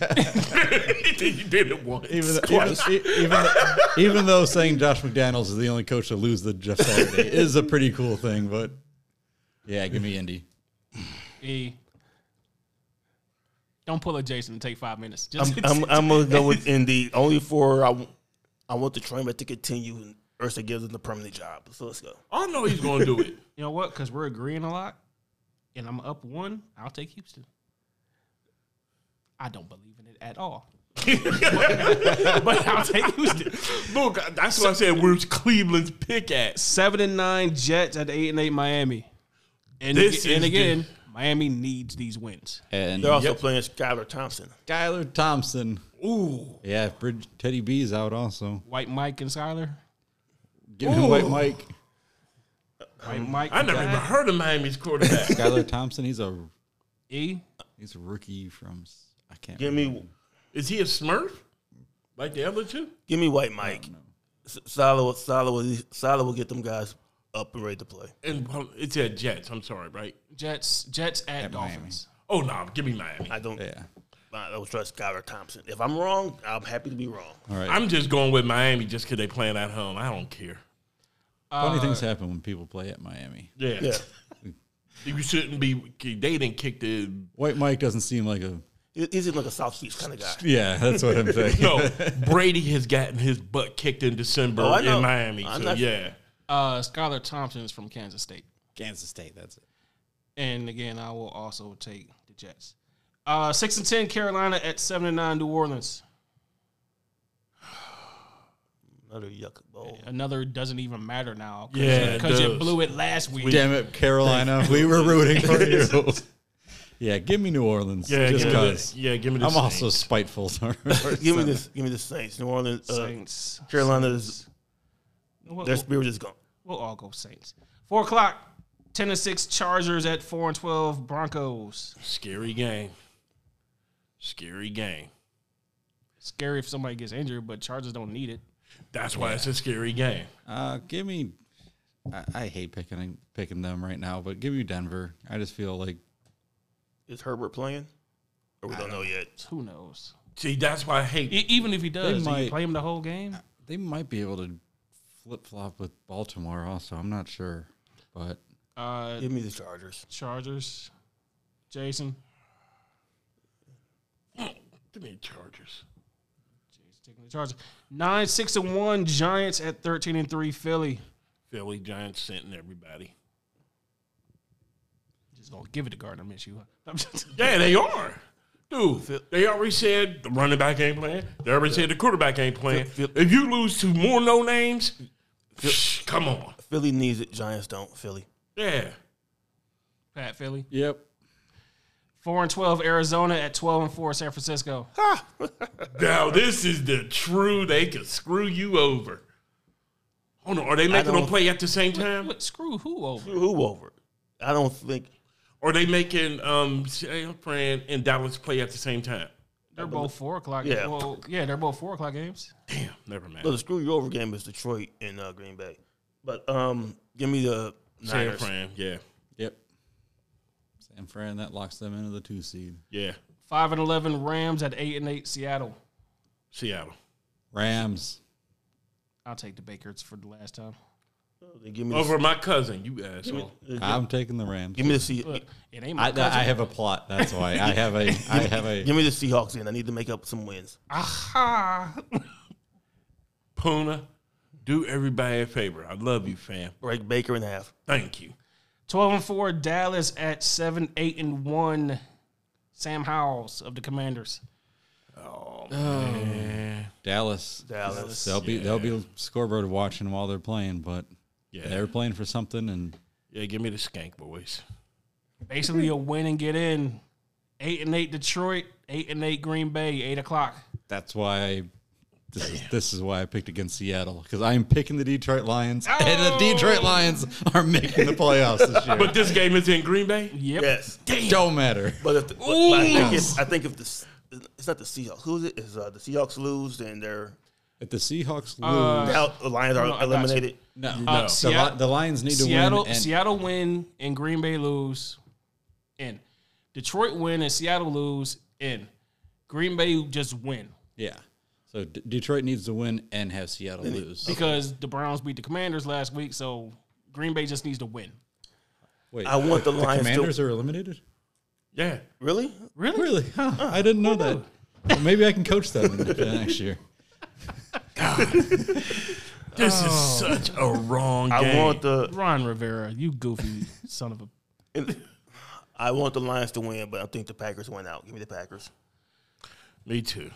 [SPEAKER 3] did it once.
[SPEAKER 4] Even, though- even, e- even, though- even though saying Josh McDaniels is the only coach to lose the Jeff Saturday is a pretty cool thing, but yeah, give me Indy.
[SPEAKER 1] E. Don't pull a Jason and take five minutes.
[SPEAKER 2] I'm,
[SPEAKER 1] Just
[SPEAKER 2] I'm, I'm gonna go
[SPEAKER 3] <laughs>
[SPEAKER 2] with Indy only for I, w- I want the train wreck to continue and Ursa gives him the permanent job. So let's go.
[SPEAKER 3] I know he's going to
[SPEAKER 1] <laughs>
[SPEAKER 3] do it.
[SPEAKER 1] you know what? Because we're agreeing a lot, and I'm up one. I'll take Houston. I don't believe in it at all, <laughs> but I'll take Houston.
[SPEAKER 3] Look, that's what I said. Where's Cleveland's pick at?
[SPEAKER 1] Seven and nine Jets at eight and eight Miami, and
[SPEAKER 3] This
[SPEAKER 1] aga- and
[SPEAKER 3] is
[SPEAKER 1] again Miami needs these wins.
[SPEAKER 4] And
[SPEAKER 2] They're also playing Skylar Thompson.
[SPEAKER 4] Skylar Thompson.
[SPEAKER 3] Ooh.
[SPEAKER 4] Yeah, if Bridge Teddy B's out also.
[SPEAKER 1] White Mike and Skyler.
[SPEAKER 4] Give him White Mike.
[SPEAKER 1] White Mike.
[SPEAKER 3] Mm. I never
[SPEAKER 1] got
[SPEAKER 3] even heard of Miami's quarterback.
[SPEAKER 4] Skylar Thompson, he's a
[SPEAKER 1] E.
[SPEAKER 4] he's a rookie from s- I can't
[SPEAKER 2] Give me,
[SPEAKER 3] Is he a Smurf? Like the other two?
[SPEAKER 2] give me White Mike. S- Salo, Salo, Salo will get them guys up and ready to play.
[SPEAKER 3] And well, it's at Jets. I'm sorry, right?
[SPEAKER 1] Jets. Jets at,
[SPEAKER 4] At Miami.
[SPEAKER 1] Dolphins.
[SPEAKER 3] Oh no, give me Miami.
[SPEAKER 2] I don't,
[SPEAKER 4] Yeah.
[SPEAKER 2] I don't trust Skylar Thompson. If I'm wrong, I'm happy to be wrong.
[SPEAKER 4] All right.
[SPEAKER 3] I'm just going with Miami just because they playing at home. I don't care.
[SPEAKER 4] Funny things
[SPEAKER 3] Uh,
[SPEAKER 4] happen when people play at Miami.
[SPEAKER 3] Yeah.
[SPEAKER 2] Yeah,
[SPEAKER 3] You shouldn't be. They didn't kick the.
[SPEAKER 4] White Mike doesn't seem like a
[SPEAKER 2] He- he's in like a South Beach kind of guy.
[SPEAKER 4] Yeah, that's what
[SPEAKER 3] <laughs>
[SPEAKER 4] I'm saying. <laughs>
[SPEAKER 3] No, Brady has gotten his butt kicked in December
[SPEAKER 2] Oh, I know.
[SPEAKER 3] in Miami.
[SPEAKER 2] I'm
[SPEAKER 3] so
[SPEAKER 2] not-
[SPEAKER 3] yeah,
[SPEAKER 1] Uh, Skylar Thompson is from Kansas State.
[SPEAKER 4] Kansas State, that's it.
[SPEAKER 1] And again, I will also take the Jets. Uh, six and ten Carolina at seven and nine New Orleans.
[SPEAKER 2] Another yuck bowl.
[SPEAKER 1] Another doesn't even matter now. Cause
[SPEAKER 3] Yeah, it
[SPEAKER 1] because you
[SPEAKER 3] does.
[SPEAKER 1] blew it last week.
[SPEAKER 4] Damn it, Carolina. we were rooting
[SPEAKER 3] <laughs>
[SPEAKER 4] for you. yeah, give me New Orleans.
[SPEAKER 3] yeah, give
[SPEAKER 4] just
[SPEAKER 3] me the,
[SPEAKER 4] because.
[SPEAKER 3] yeah, give me the
[SPEAKER 4] I'm also
[SPEAKER 3] Saints.
[SPEAKER 4] spiteful. <laughs> towards
[SPEAKER 2] Give me
[SPEAKER 4] them.
[SPEAKER 2] this, give me the Saints. New Orleans, uh,
[SPEAKER 1] Saints.
[SPEAKER 2] Carolina's,
[SPEAKER 1] We'll,
[SPEAKER 2] their spirit is gone.
[SPEAKER 1] we'll all go Saints. Four o'clock. Ten and six Chargers at four and twelve Broncos.
[SPEAKER 3] scary game. Scary game.
[SPEAKER 1] Scary if somebody gets injured, but Chargers don't need it.
[SPEAKER 3] That's why it's a scary game.
[SPEAKER 4] Uh, give me. I, I hate picking picking them right now, but give me Denver. I just feel like
[SPEAKER 2] Is Herbert playing? Or we don't know yet.
[SPEAKER 1] Who knows?
[SPEAKER 3] See, that's why I hate.
[SPEAKER 1] E- even if he does, do you
[SPEAKER 4] might-
[SPEAKER 1] play him the whole game.
[SPEAKER 4] they might be able to flip flop with Baltimore. Also, I'm not sure, but
[SPEAKER 1] Uh,
[SPEAKER 2] Give me the Chargers.
[SPEAKER 1] Chargers, Jason.
[SPEAKER 3] Give me the Chargers.
[SPEAKER 1] Jason taking the Chargers. Nine six and one Giants at thirteen and three Philly.
[SPEAKER 3] Philly Giants sending everybody.
[SPEAKER 1] Just gonna give it to Gardner Minshew. <laughs> huh? I'm just-
[SPEAKER 3] Yeah, they are. Dude, they already said the running back ain't playing. They already said the quarterback ain't playing.
[SPEAKER 2] Phil- Phil-
[SPEAKER 3] If you lose to more no names, psh, come on.
[SPEAKER 2] Philly needs it. Giants don't. Philly.
[SPEAKER 3] Yeah.
[SPEAKER 1] Pat Philly.
[SPEAKER 4] yep.
[SPEAKER 1] Four and twelve Arizona at twelve and four San Francisco.
[SPEAKER 3] Now this is the true. They can screw you over. Hold on. Are they making them
[SPEAKER 2] don't-
[SPEAKER 3] play at the same time?
[SPEAKER 1] What screw who over?
[SPEAKER 2] Who over? I don't think
[SPEAKER 3] Or are they making um San Fran and Dallas play at the same time?
[SPEAKER 1] They're both four o'clock.
[SPEAKER 2] Yeah.
[SPEAKER 1] well, yeah, they're both four o'clock games.
[SPEAKER 3] Damn. Never mind.
[SPEAKER 2] But the screw you over game is Detroit and uh, Green Bay. But um, give me the
[SPEAKER 3] San
[SPEAKER 2] Niners.
[SPEAKER 3] Fran. Yeah.
[SPEAKER 4] Yep. San Fran, that locks them into the two seed.
[SPEAKER 3] Yeah.
[SPEAKER 1] Five and eleven Rams at eight and eight Seattle.
[SPEAKER 3] Seattle.
[SPEAKER 4] Rams.
[SPEAKER 1] I'll take the Bakers for the last time.
[SPEAKER 2] Give me
[SPEAKER 3] Over my cousin. You asshole.
[SPEAKER 2] the, uh,
[SPEAKER 4] I'm taking the Rams.
[SPEAKER 2] give me the Se-
[SPEAKER 1] Look, it ain't my
[SPEAKER 4] I,
[SPEAKER 1] cousin.
[SPEAKER 4] I have a plot. That's why I have a. I have a.
[SPEAKER 2] give me the Seahawks in. I need to make up some wins.
[SPEAKER 1] Aha.
[SPEAKER 3] Puna. Do everybody a favor. I love you, fam.
[SPEAKER 2] Break Baker in half.
[SPEAKER 3] Thank you.
[SPEAKER 1] Twelve and four Dallas at seven eight and one Sam Howells of the Commanders.
[SPEAKER 4] Dallas.
[SPEAKER 2] Dallas.
[SPEAKER 4] They'll be they'll be scoreboard watching while they're playing, but
[SPEAKER 3] Yeah.
[SPEAKER 4] they're playing for something, and
[SPEAKER 3] Yeah, give me the skank boys.
[SPEAKER 1] Basically a win and get in. Eight and eight Detroit. Eight and eight Green Bay. Eight o'clock.
[SPEAKER 4] that's why I, this is this is why I picked against Seattle because I am picking the Detroit Lions, and the Detroit Lions are making the playoffs this
[SPEAKER 3] <laughs>
[SPEAKER 4] year.
[SPEAKER 3] But this game is in Green Bay.
[SPEAKER 1] Yep.
[SPEAKER 2] Yes.
[SPEAKER 4] Don't matter.
[SPEAKER 2] But, if the, but I think if, I think if the S- it's not the Seahawks. Who's it? Is uh, the Seahawks lose then they're
[SPEAKER 4] If the Seahawks lose,
[SPEAKER 2] out, the Lions are
[SPEAKER 1] No, I got you.
[SPEAKER 2] eliminated.
[SPEAKER 4] no,
[SPEAKER 1] Uh,
[SPEAKER 4] the, Li-
[SPEAKER 1] Seattle,
[SPEAKER 4] the Lions need to
[SPEAKER 1] Seattle,
[SPEAKER 4] win. and-
[SPEAKER 1] Seattle win and Green Bay lose. In. Detroit win and Seattle lose. In. Green Bay just win
[SPEAKER 4] Yeah. So D- Detroit needs to win and have Seattle lose.
[SPEAKER 1] because the Browns beat the Commanders last week. So Green Bay just needs to win.
[SPEAKER 4] Wait,
[SPEAKER 2] I want the
[SPEAKER 4] the
[SPEAKER 2] Lions
[SPEAKER 4] Commanders are eliminated.
[SPEAKER 3] Yeah.
[SPEAKER 2] Really?
[SPEAKER 1] Really?
[SPEAKER 4] Really? Huh, I didn't know that. Well, maybe I can coach them in- for next <laughs> year.
[SPEAKER 3] This is such a wrong game.
[SPEAKER 2] I want the
[SPEAKER 1] Ron Rivera, you goofy <laughs> son of a.
[SPEAKER 2] <sighs> I want the Lions to win, but I think the Packers went out. Give me the Packers.
[SPEAKER 3] Me too.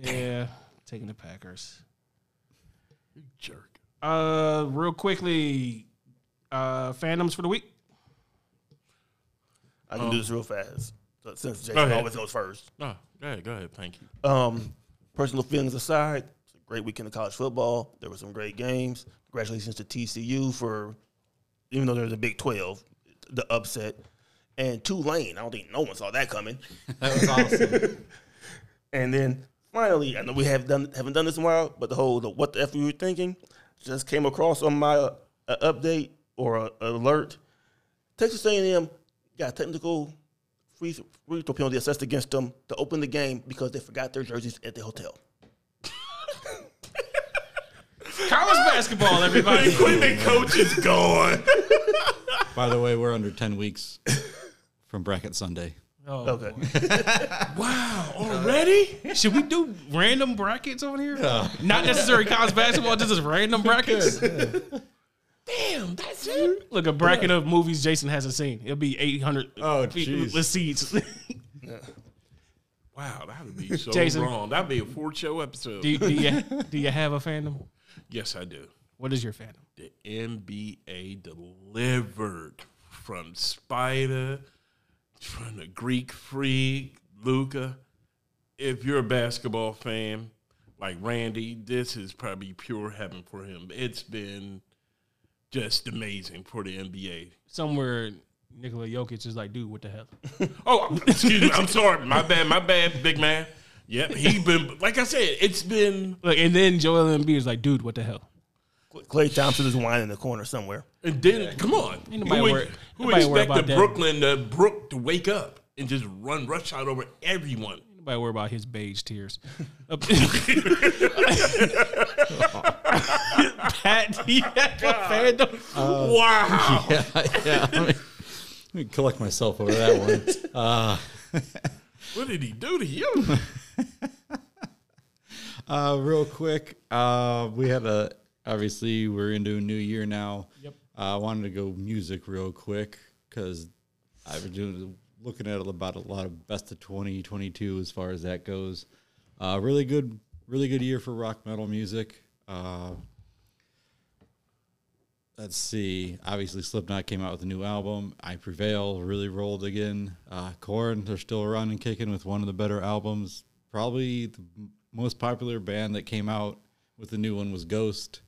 [SPEAKER 1] Yeah, taking the Packers.
[SPEAKER 3] Jerk.
[SPEAKER 1] Uh, real quickly, uh, fandoms for the week.
[SPEAKER 2] I can do this real fast So, since
[SPEAKER 3] Go
[SPEAKER 2] Jason
[SPEAKER 3] ahead.
[SPEAKER 2] always goes first.
[SPEAKER 3] No, go ahead. Go ahead. Thank you.
[SPEAKER 2] Um, personal feelings aside, it's a great weekend of college football. There were some great games. Congratulations to TCU for, even though they're the Big 12, the upset. And Tulane, I don't think no one saw that coming.
[SPEAKER 4] That was awesome.
[SPEAKER 2] And then finally, I know we have done haven't done this in a while, but the whole the what the f we were thinking just came across on my uh, uh, update or uh, alert. Texas A&M got a technical free th- free throw penalty assessed against them to open the game because they forgot their jerseys at the hotel.
[SPEAKER 1] College basketball, everybody. <laughs>
[SPEAKER 3] Equipment coach is gone.
[SPEAKER 4] By the way, we're under 10 weeks from bracket Sunday.
[SPEAKER 1] Oh,
[SPEAKER 2] Okay,
[SPEAKER 3] Already?
[SPEAKER 1] Should we do random brackets on here? Not necessarily college basketball, just as random brackets. Damn, that's it. Look, a bracket of movies Jason hasn't seen. It'll be 800.
[SPEAKER 4] Oh,
[SPEAKER 1] feet-
[SPEAKER 4] jeez.
[SPEAKER 1] Let's see.
[SPEAKER 4] <laughs>
[SPEAKER 1] Do
[SPEAKER 3] Wow, that would <laughs> be so
[SPEAKER 1] Jason.
[SPEAKER 3] wrong. That'd be a four-show episode.
[SPEAKER 1] you, do, you, do you have a fandom?
[SPEAKER 3] yes, I do.
[SPEAKER 1] What is your fandom?
[SPEAKER 3] The NBA delivered from Spider, from the Greek Freak, Luca. If you're a basketball fan like Randy, this is probably pure heaven for him. It's been just amazing for the NBA.
[SPEAKER 1] Somewhere Nikola Jokic is like, dude, what the hell?
[SPEAKER 3] Oh, excuse me. I'm sorry. My bad. My bad, big man. Yep, he's been like I said. It's been
[SPEAKER 1] Look, and then Joel Embiid is like, dude, what the hell?
[SPEAKER 2] Clay Thompson is whining in the corner somewhere.
[SPEAKER 3] and then come on.
[SPEAKER 1] Ain't nobody
[SPEAKER 3] who
[SPEAKER 1] worry-
[SPEAKER 3] who
[SPEAKER 1] nobody worry about
[SPEAKER 3] expected
[SPEAKER 1] that.
[SPEAKER 3] Brooklyn to Brook to wake up and just run rush out over everyone?
[SPEAKER 1] Nobody worry about his beige
[SPEAKER 4] <laughs>
[SPEAKER 1] tears. <laughs> Up- Pat Diaco fandom. <laughs>
[SPEAKER 3] wow.
[SPEAKER 4] <laughs> <laughs> yeah, I mean, let me collect myself over that one. <laughs>
[SPEAKER 3] What did he do
[SPEAKER 1] <laughs>
[SPEAKER 3] to you?
[SPEAKER 4] Uh, real quick, uh, we had a obviously we're into a new year now. Yep. Uh, I wanted to go music real quick because I've been doing looking at about a lot of best of twenty twenty two as far as that goes. Uh, really good, really good year for rock metal music. Uh, let's see. Obviously, Slipknot came out with a new album. I Prevail really rolled again. Uh, Korn, they're still around and kicking with one of the better albums. Probably the m- most popular band that came out with the new one was Ghost.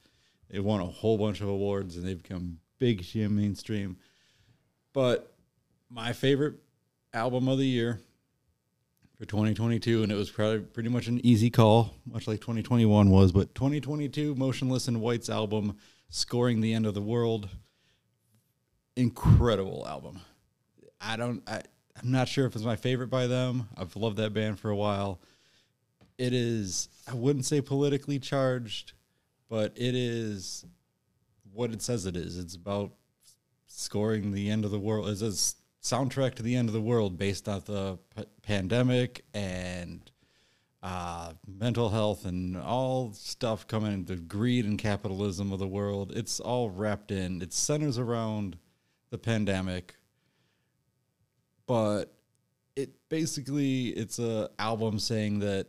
[SPEAKER 4] They won a whole bunch of awards and they've become big shit mainstream. But my favorite album of the year for 2022, and it was probably pretty much an easy call, much like 2021 was. But 2022, Motionless and White's album, scoring the end of the world, incredible album. I don't, I, I'm not sure if it's my favorite by them. I've loved that band for a while. It is, I wouldn't say politically charged, but it is what it says it is. It's about scoring the end of the world is a s- soundtrack to the end of the world based off the p- pandemic and uh, mental health and all stuff coming into greed and capitalism of the world. It's all wrapped in. It centers around the pandemic, but it basically it's a album saying that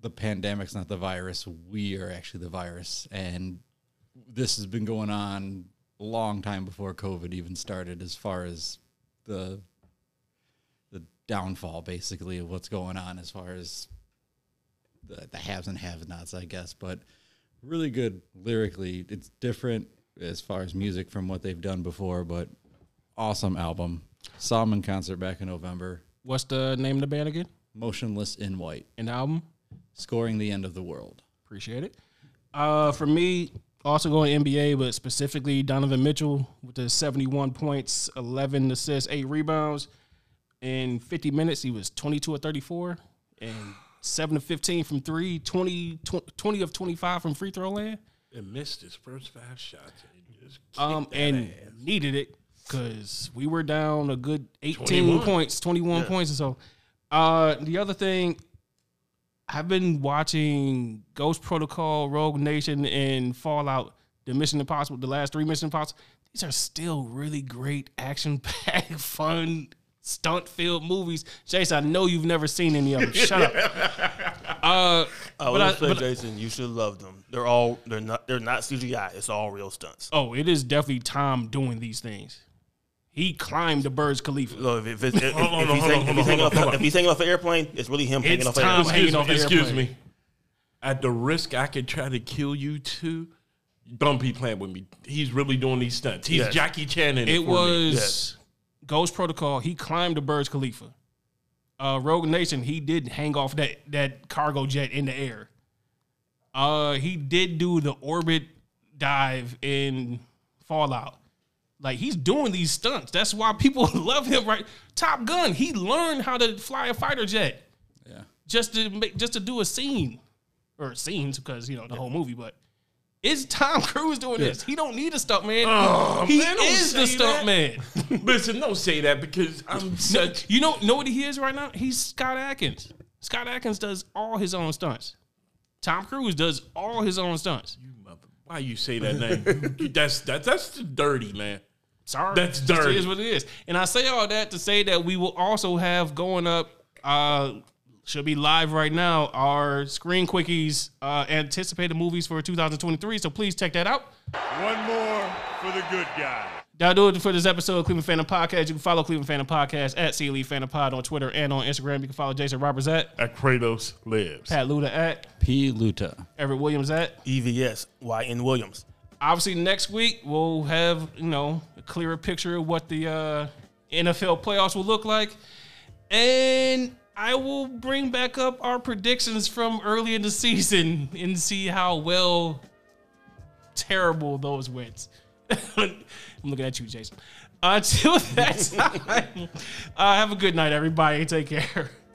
[SPEAKER 4] the pandemic's not the virus. We are actually the virus, and this has been going on a long time before COVID even started, as far as the the downfall, basically, of what's going on, as far as the, the haves and have-nots, I guess. But really good lyrically. It's different as far as music from what they've done before, but awesome album. Saw 'em in concert back in November.
[SPEAKER 1] What's the name of the band again?
[SPEAKER 4] Motionless in White,
[SPEAKER 1] And the album?
[SPEAKER 4] scoring the end of the world.
[SPEAKER 1] Appreciate it. Uh, for me, also going NBA, but specifically Donovan Mitchell with the 71 points, 11 assists, 8 rebounds. In 50 minutes, he was 22 of 34 and 7 of 15 from 3, 20, 20 of 25 from free throw land.
[SPEAKER 3] And missed his first five shots. And just
[SPEAKER 1] Um, and needed it because we were down a good 18
[SPEAKER 3] 21.
[SPEAKER 1] points, 21 points or so. Uh, the other thing, I've been watching Ghost Protocol, Rogue Nation, and Fallout, the Mission Impossible, the last three Mission Impossible. These are still really great action <laughs> packed, fun, stunt filled movies. Jason, I know you've never seen any of them. Shut up.
[SPEAKER 2] <laughs>
[SPEAKER 1] Uh,
[SPEAKER 2] I
[SPEAKER 1] But
[SPEAKER 2] would
[SPEAKER 1] I-
[SPEAKER 2] say,
[SPEAKER 1] but-
[SPEAKER 2] Jason, you should love them. They're all they're not they're not CGI. It's all real stunts.
[SPEAKER 1] oh, it is definitely Tom doing these things. He climbed the Burj Khalifa.
[SPEAKER 2] So if, if, it's, if, if,
[SPEAKER 3] <laughs> Hold on,
[SPEAKER 2] if he's
[SPEAKER 3] hold
[SPEAKER 2] hanging-
[SPEAKER 3] on,
[SPEAKER 2] if
[SPEAKER 3] hold
[SPEAKER 2] he's
[SPEAKER 3] on,
[SPEAKER 2] hanging
[SPEAKER 3] hold
[SPEAKER 2] off,
[SPEAKER 3] on, hold
[SPEAKER 2] if
[SPEAKER 3] on.
[SPEAKER 2] he's hanging off the airplane, it's really him
[SPEAKER 1] It's
[SPEAKER 2] hanging off the
[SPEAKER 1] time.
[SPEAKER 2] airplane.
[SPEAKER 1] hanging
[SPEAKER 3] excuse,
[SPEAKER 1] off
[SPEAKER 3] me,
[SPEAKER 1] the
[SPEAKER 3] excuse
[SPEAKER 1] airplane.
[SPEAKER 3] me. At the risk I could try to kill you too. Don't be playing with me. He's really doing these stunts. He's
[SPEAKER 2] Yes.
[SPEAKER 3] Jackie Chan in it.
[SPEAKER 1] It
[SPEAKER 3] for me.
[SPEAKER 1] was Ghost Protocol. He climbed the Burj Khalifa. Uh, Rogue Nation. He did hang off that that cargo jet in the air. Uh, he did do the orbit dive in Fallout. Like he's doing these stunts. That's why people <laughs> love him. Right? Top Gun. He learned how to fly a fighter jet
[SPEAKER 4] Yeah.
[SPEAKER 1] just to make just to do a scene or scenes because you know the whole movie, but. Is Tom <laughs> Cruise doing this? He don't need a stunt man.
[SPEAKER 3] Oh,
[SPEAKER 1] he
[SPEAKER 3] man, don't
[SPEAKER 1] is the
[SPEAKER 3] say
[SPEAKER 1] stunt
[SPEAKER 3] that.
[SPEAKER 1] man.
[SPEAKER 3] <laughs> Listen, don't say that because
[SPEAKER 1] <laughs>
[SPEAKER 3] I'm
[SPEAKER 1] No,
[SPEAKER 3] such.
[SPEAKER 1] you know, know what he is right now? He's Scott Atkins. Scott Atkins does all his own stunts. Tom Cruise does all his own stunts.
[SPEAKER 3] You mother, why you say that name?
[SPEAKER 1] <laughs>
[SPEAKER 3] You- that's that's that's dirty, man.
[SPEAKER 1] Sorry,
[SPEAKER 3] That's
[SPEAKER 1] It
[SPEAKER 3] dirty.
[SPEAKER 1] Is what it is. And I say all that to say that we will also have going up. Uh, should be live right now. Our screen quickies, uh, anticipated movies for 2023. So please check that out.
[SPEAKER 6] One more for the good guy.
[SPEAKER 1] That'll do it for this episode of Cleveland Phantom Podcast. You can follow Cleveland Phantom Podcast at CLE Phantom Pod on Twitter and on Instagram. You can follow Jason Roberts at
[SPEAKER 3] At Kratos lives.
[SPEAKER 1] Pat Luda at
[SPEAKER 4] P. Luta.
[SPEAKER 1] Everett Williams at
[SPEAKER 2] EVS YN Williams.
[SPEAKER 1] obviously next week we'll have you know a clearer picture of what the uh NFL playoffs will look like. And I will bring back up our predictions from early in the season <laughs> and see how well terrible those went. <laughs> I'm looking at you, <laughs> Jason. Until that time, uh, have a good night, everybody. Take care. <laughs>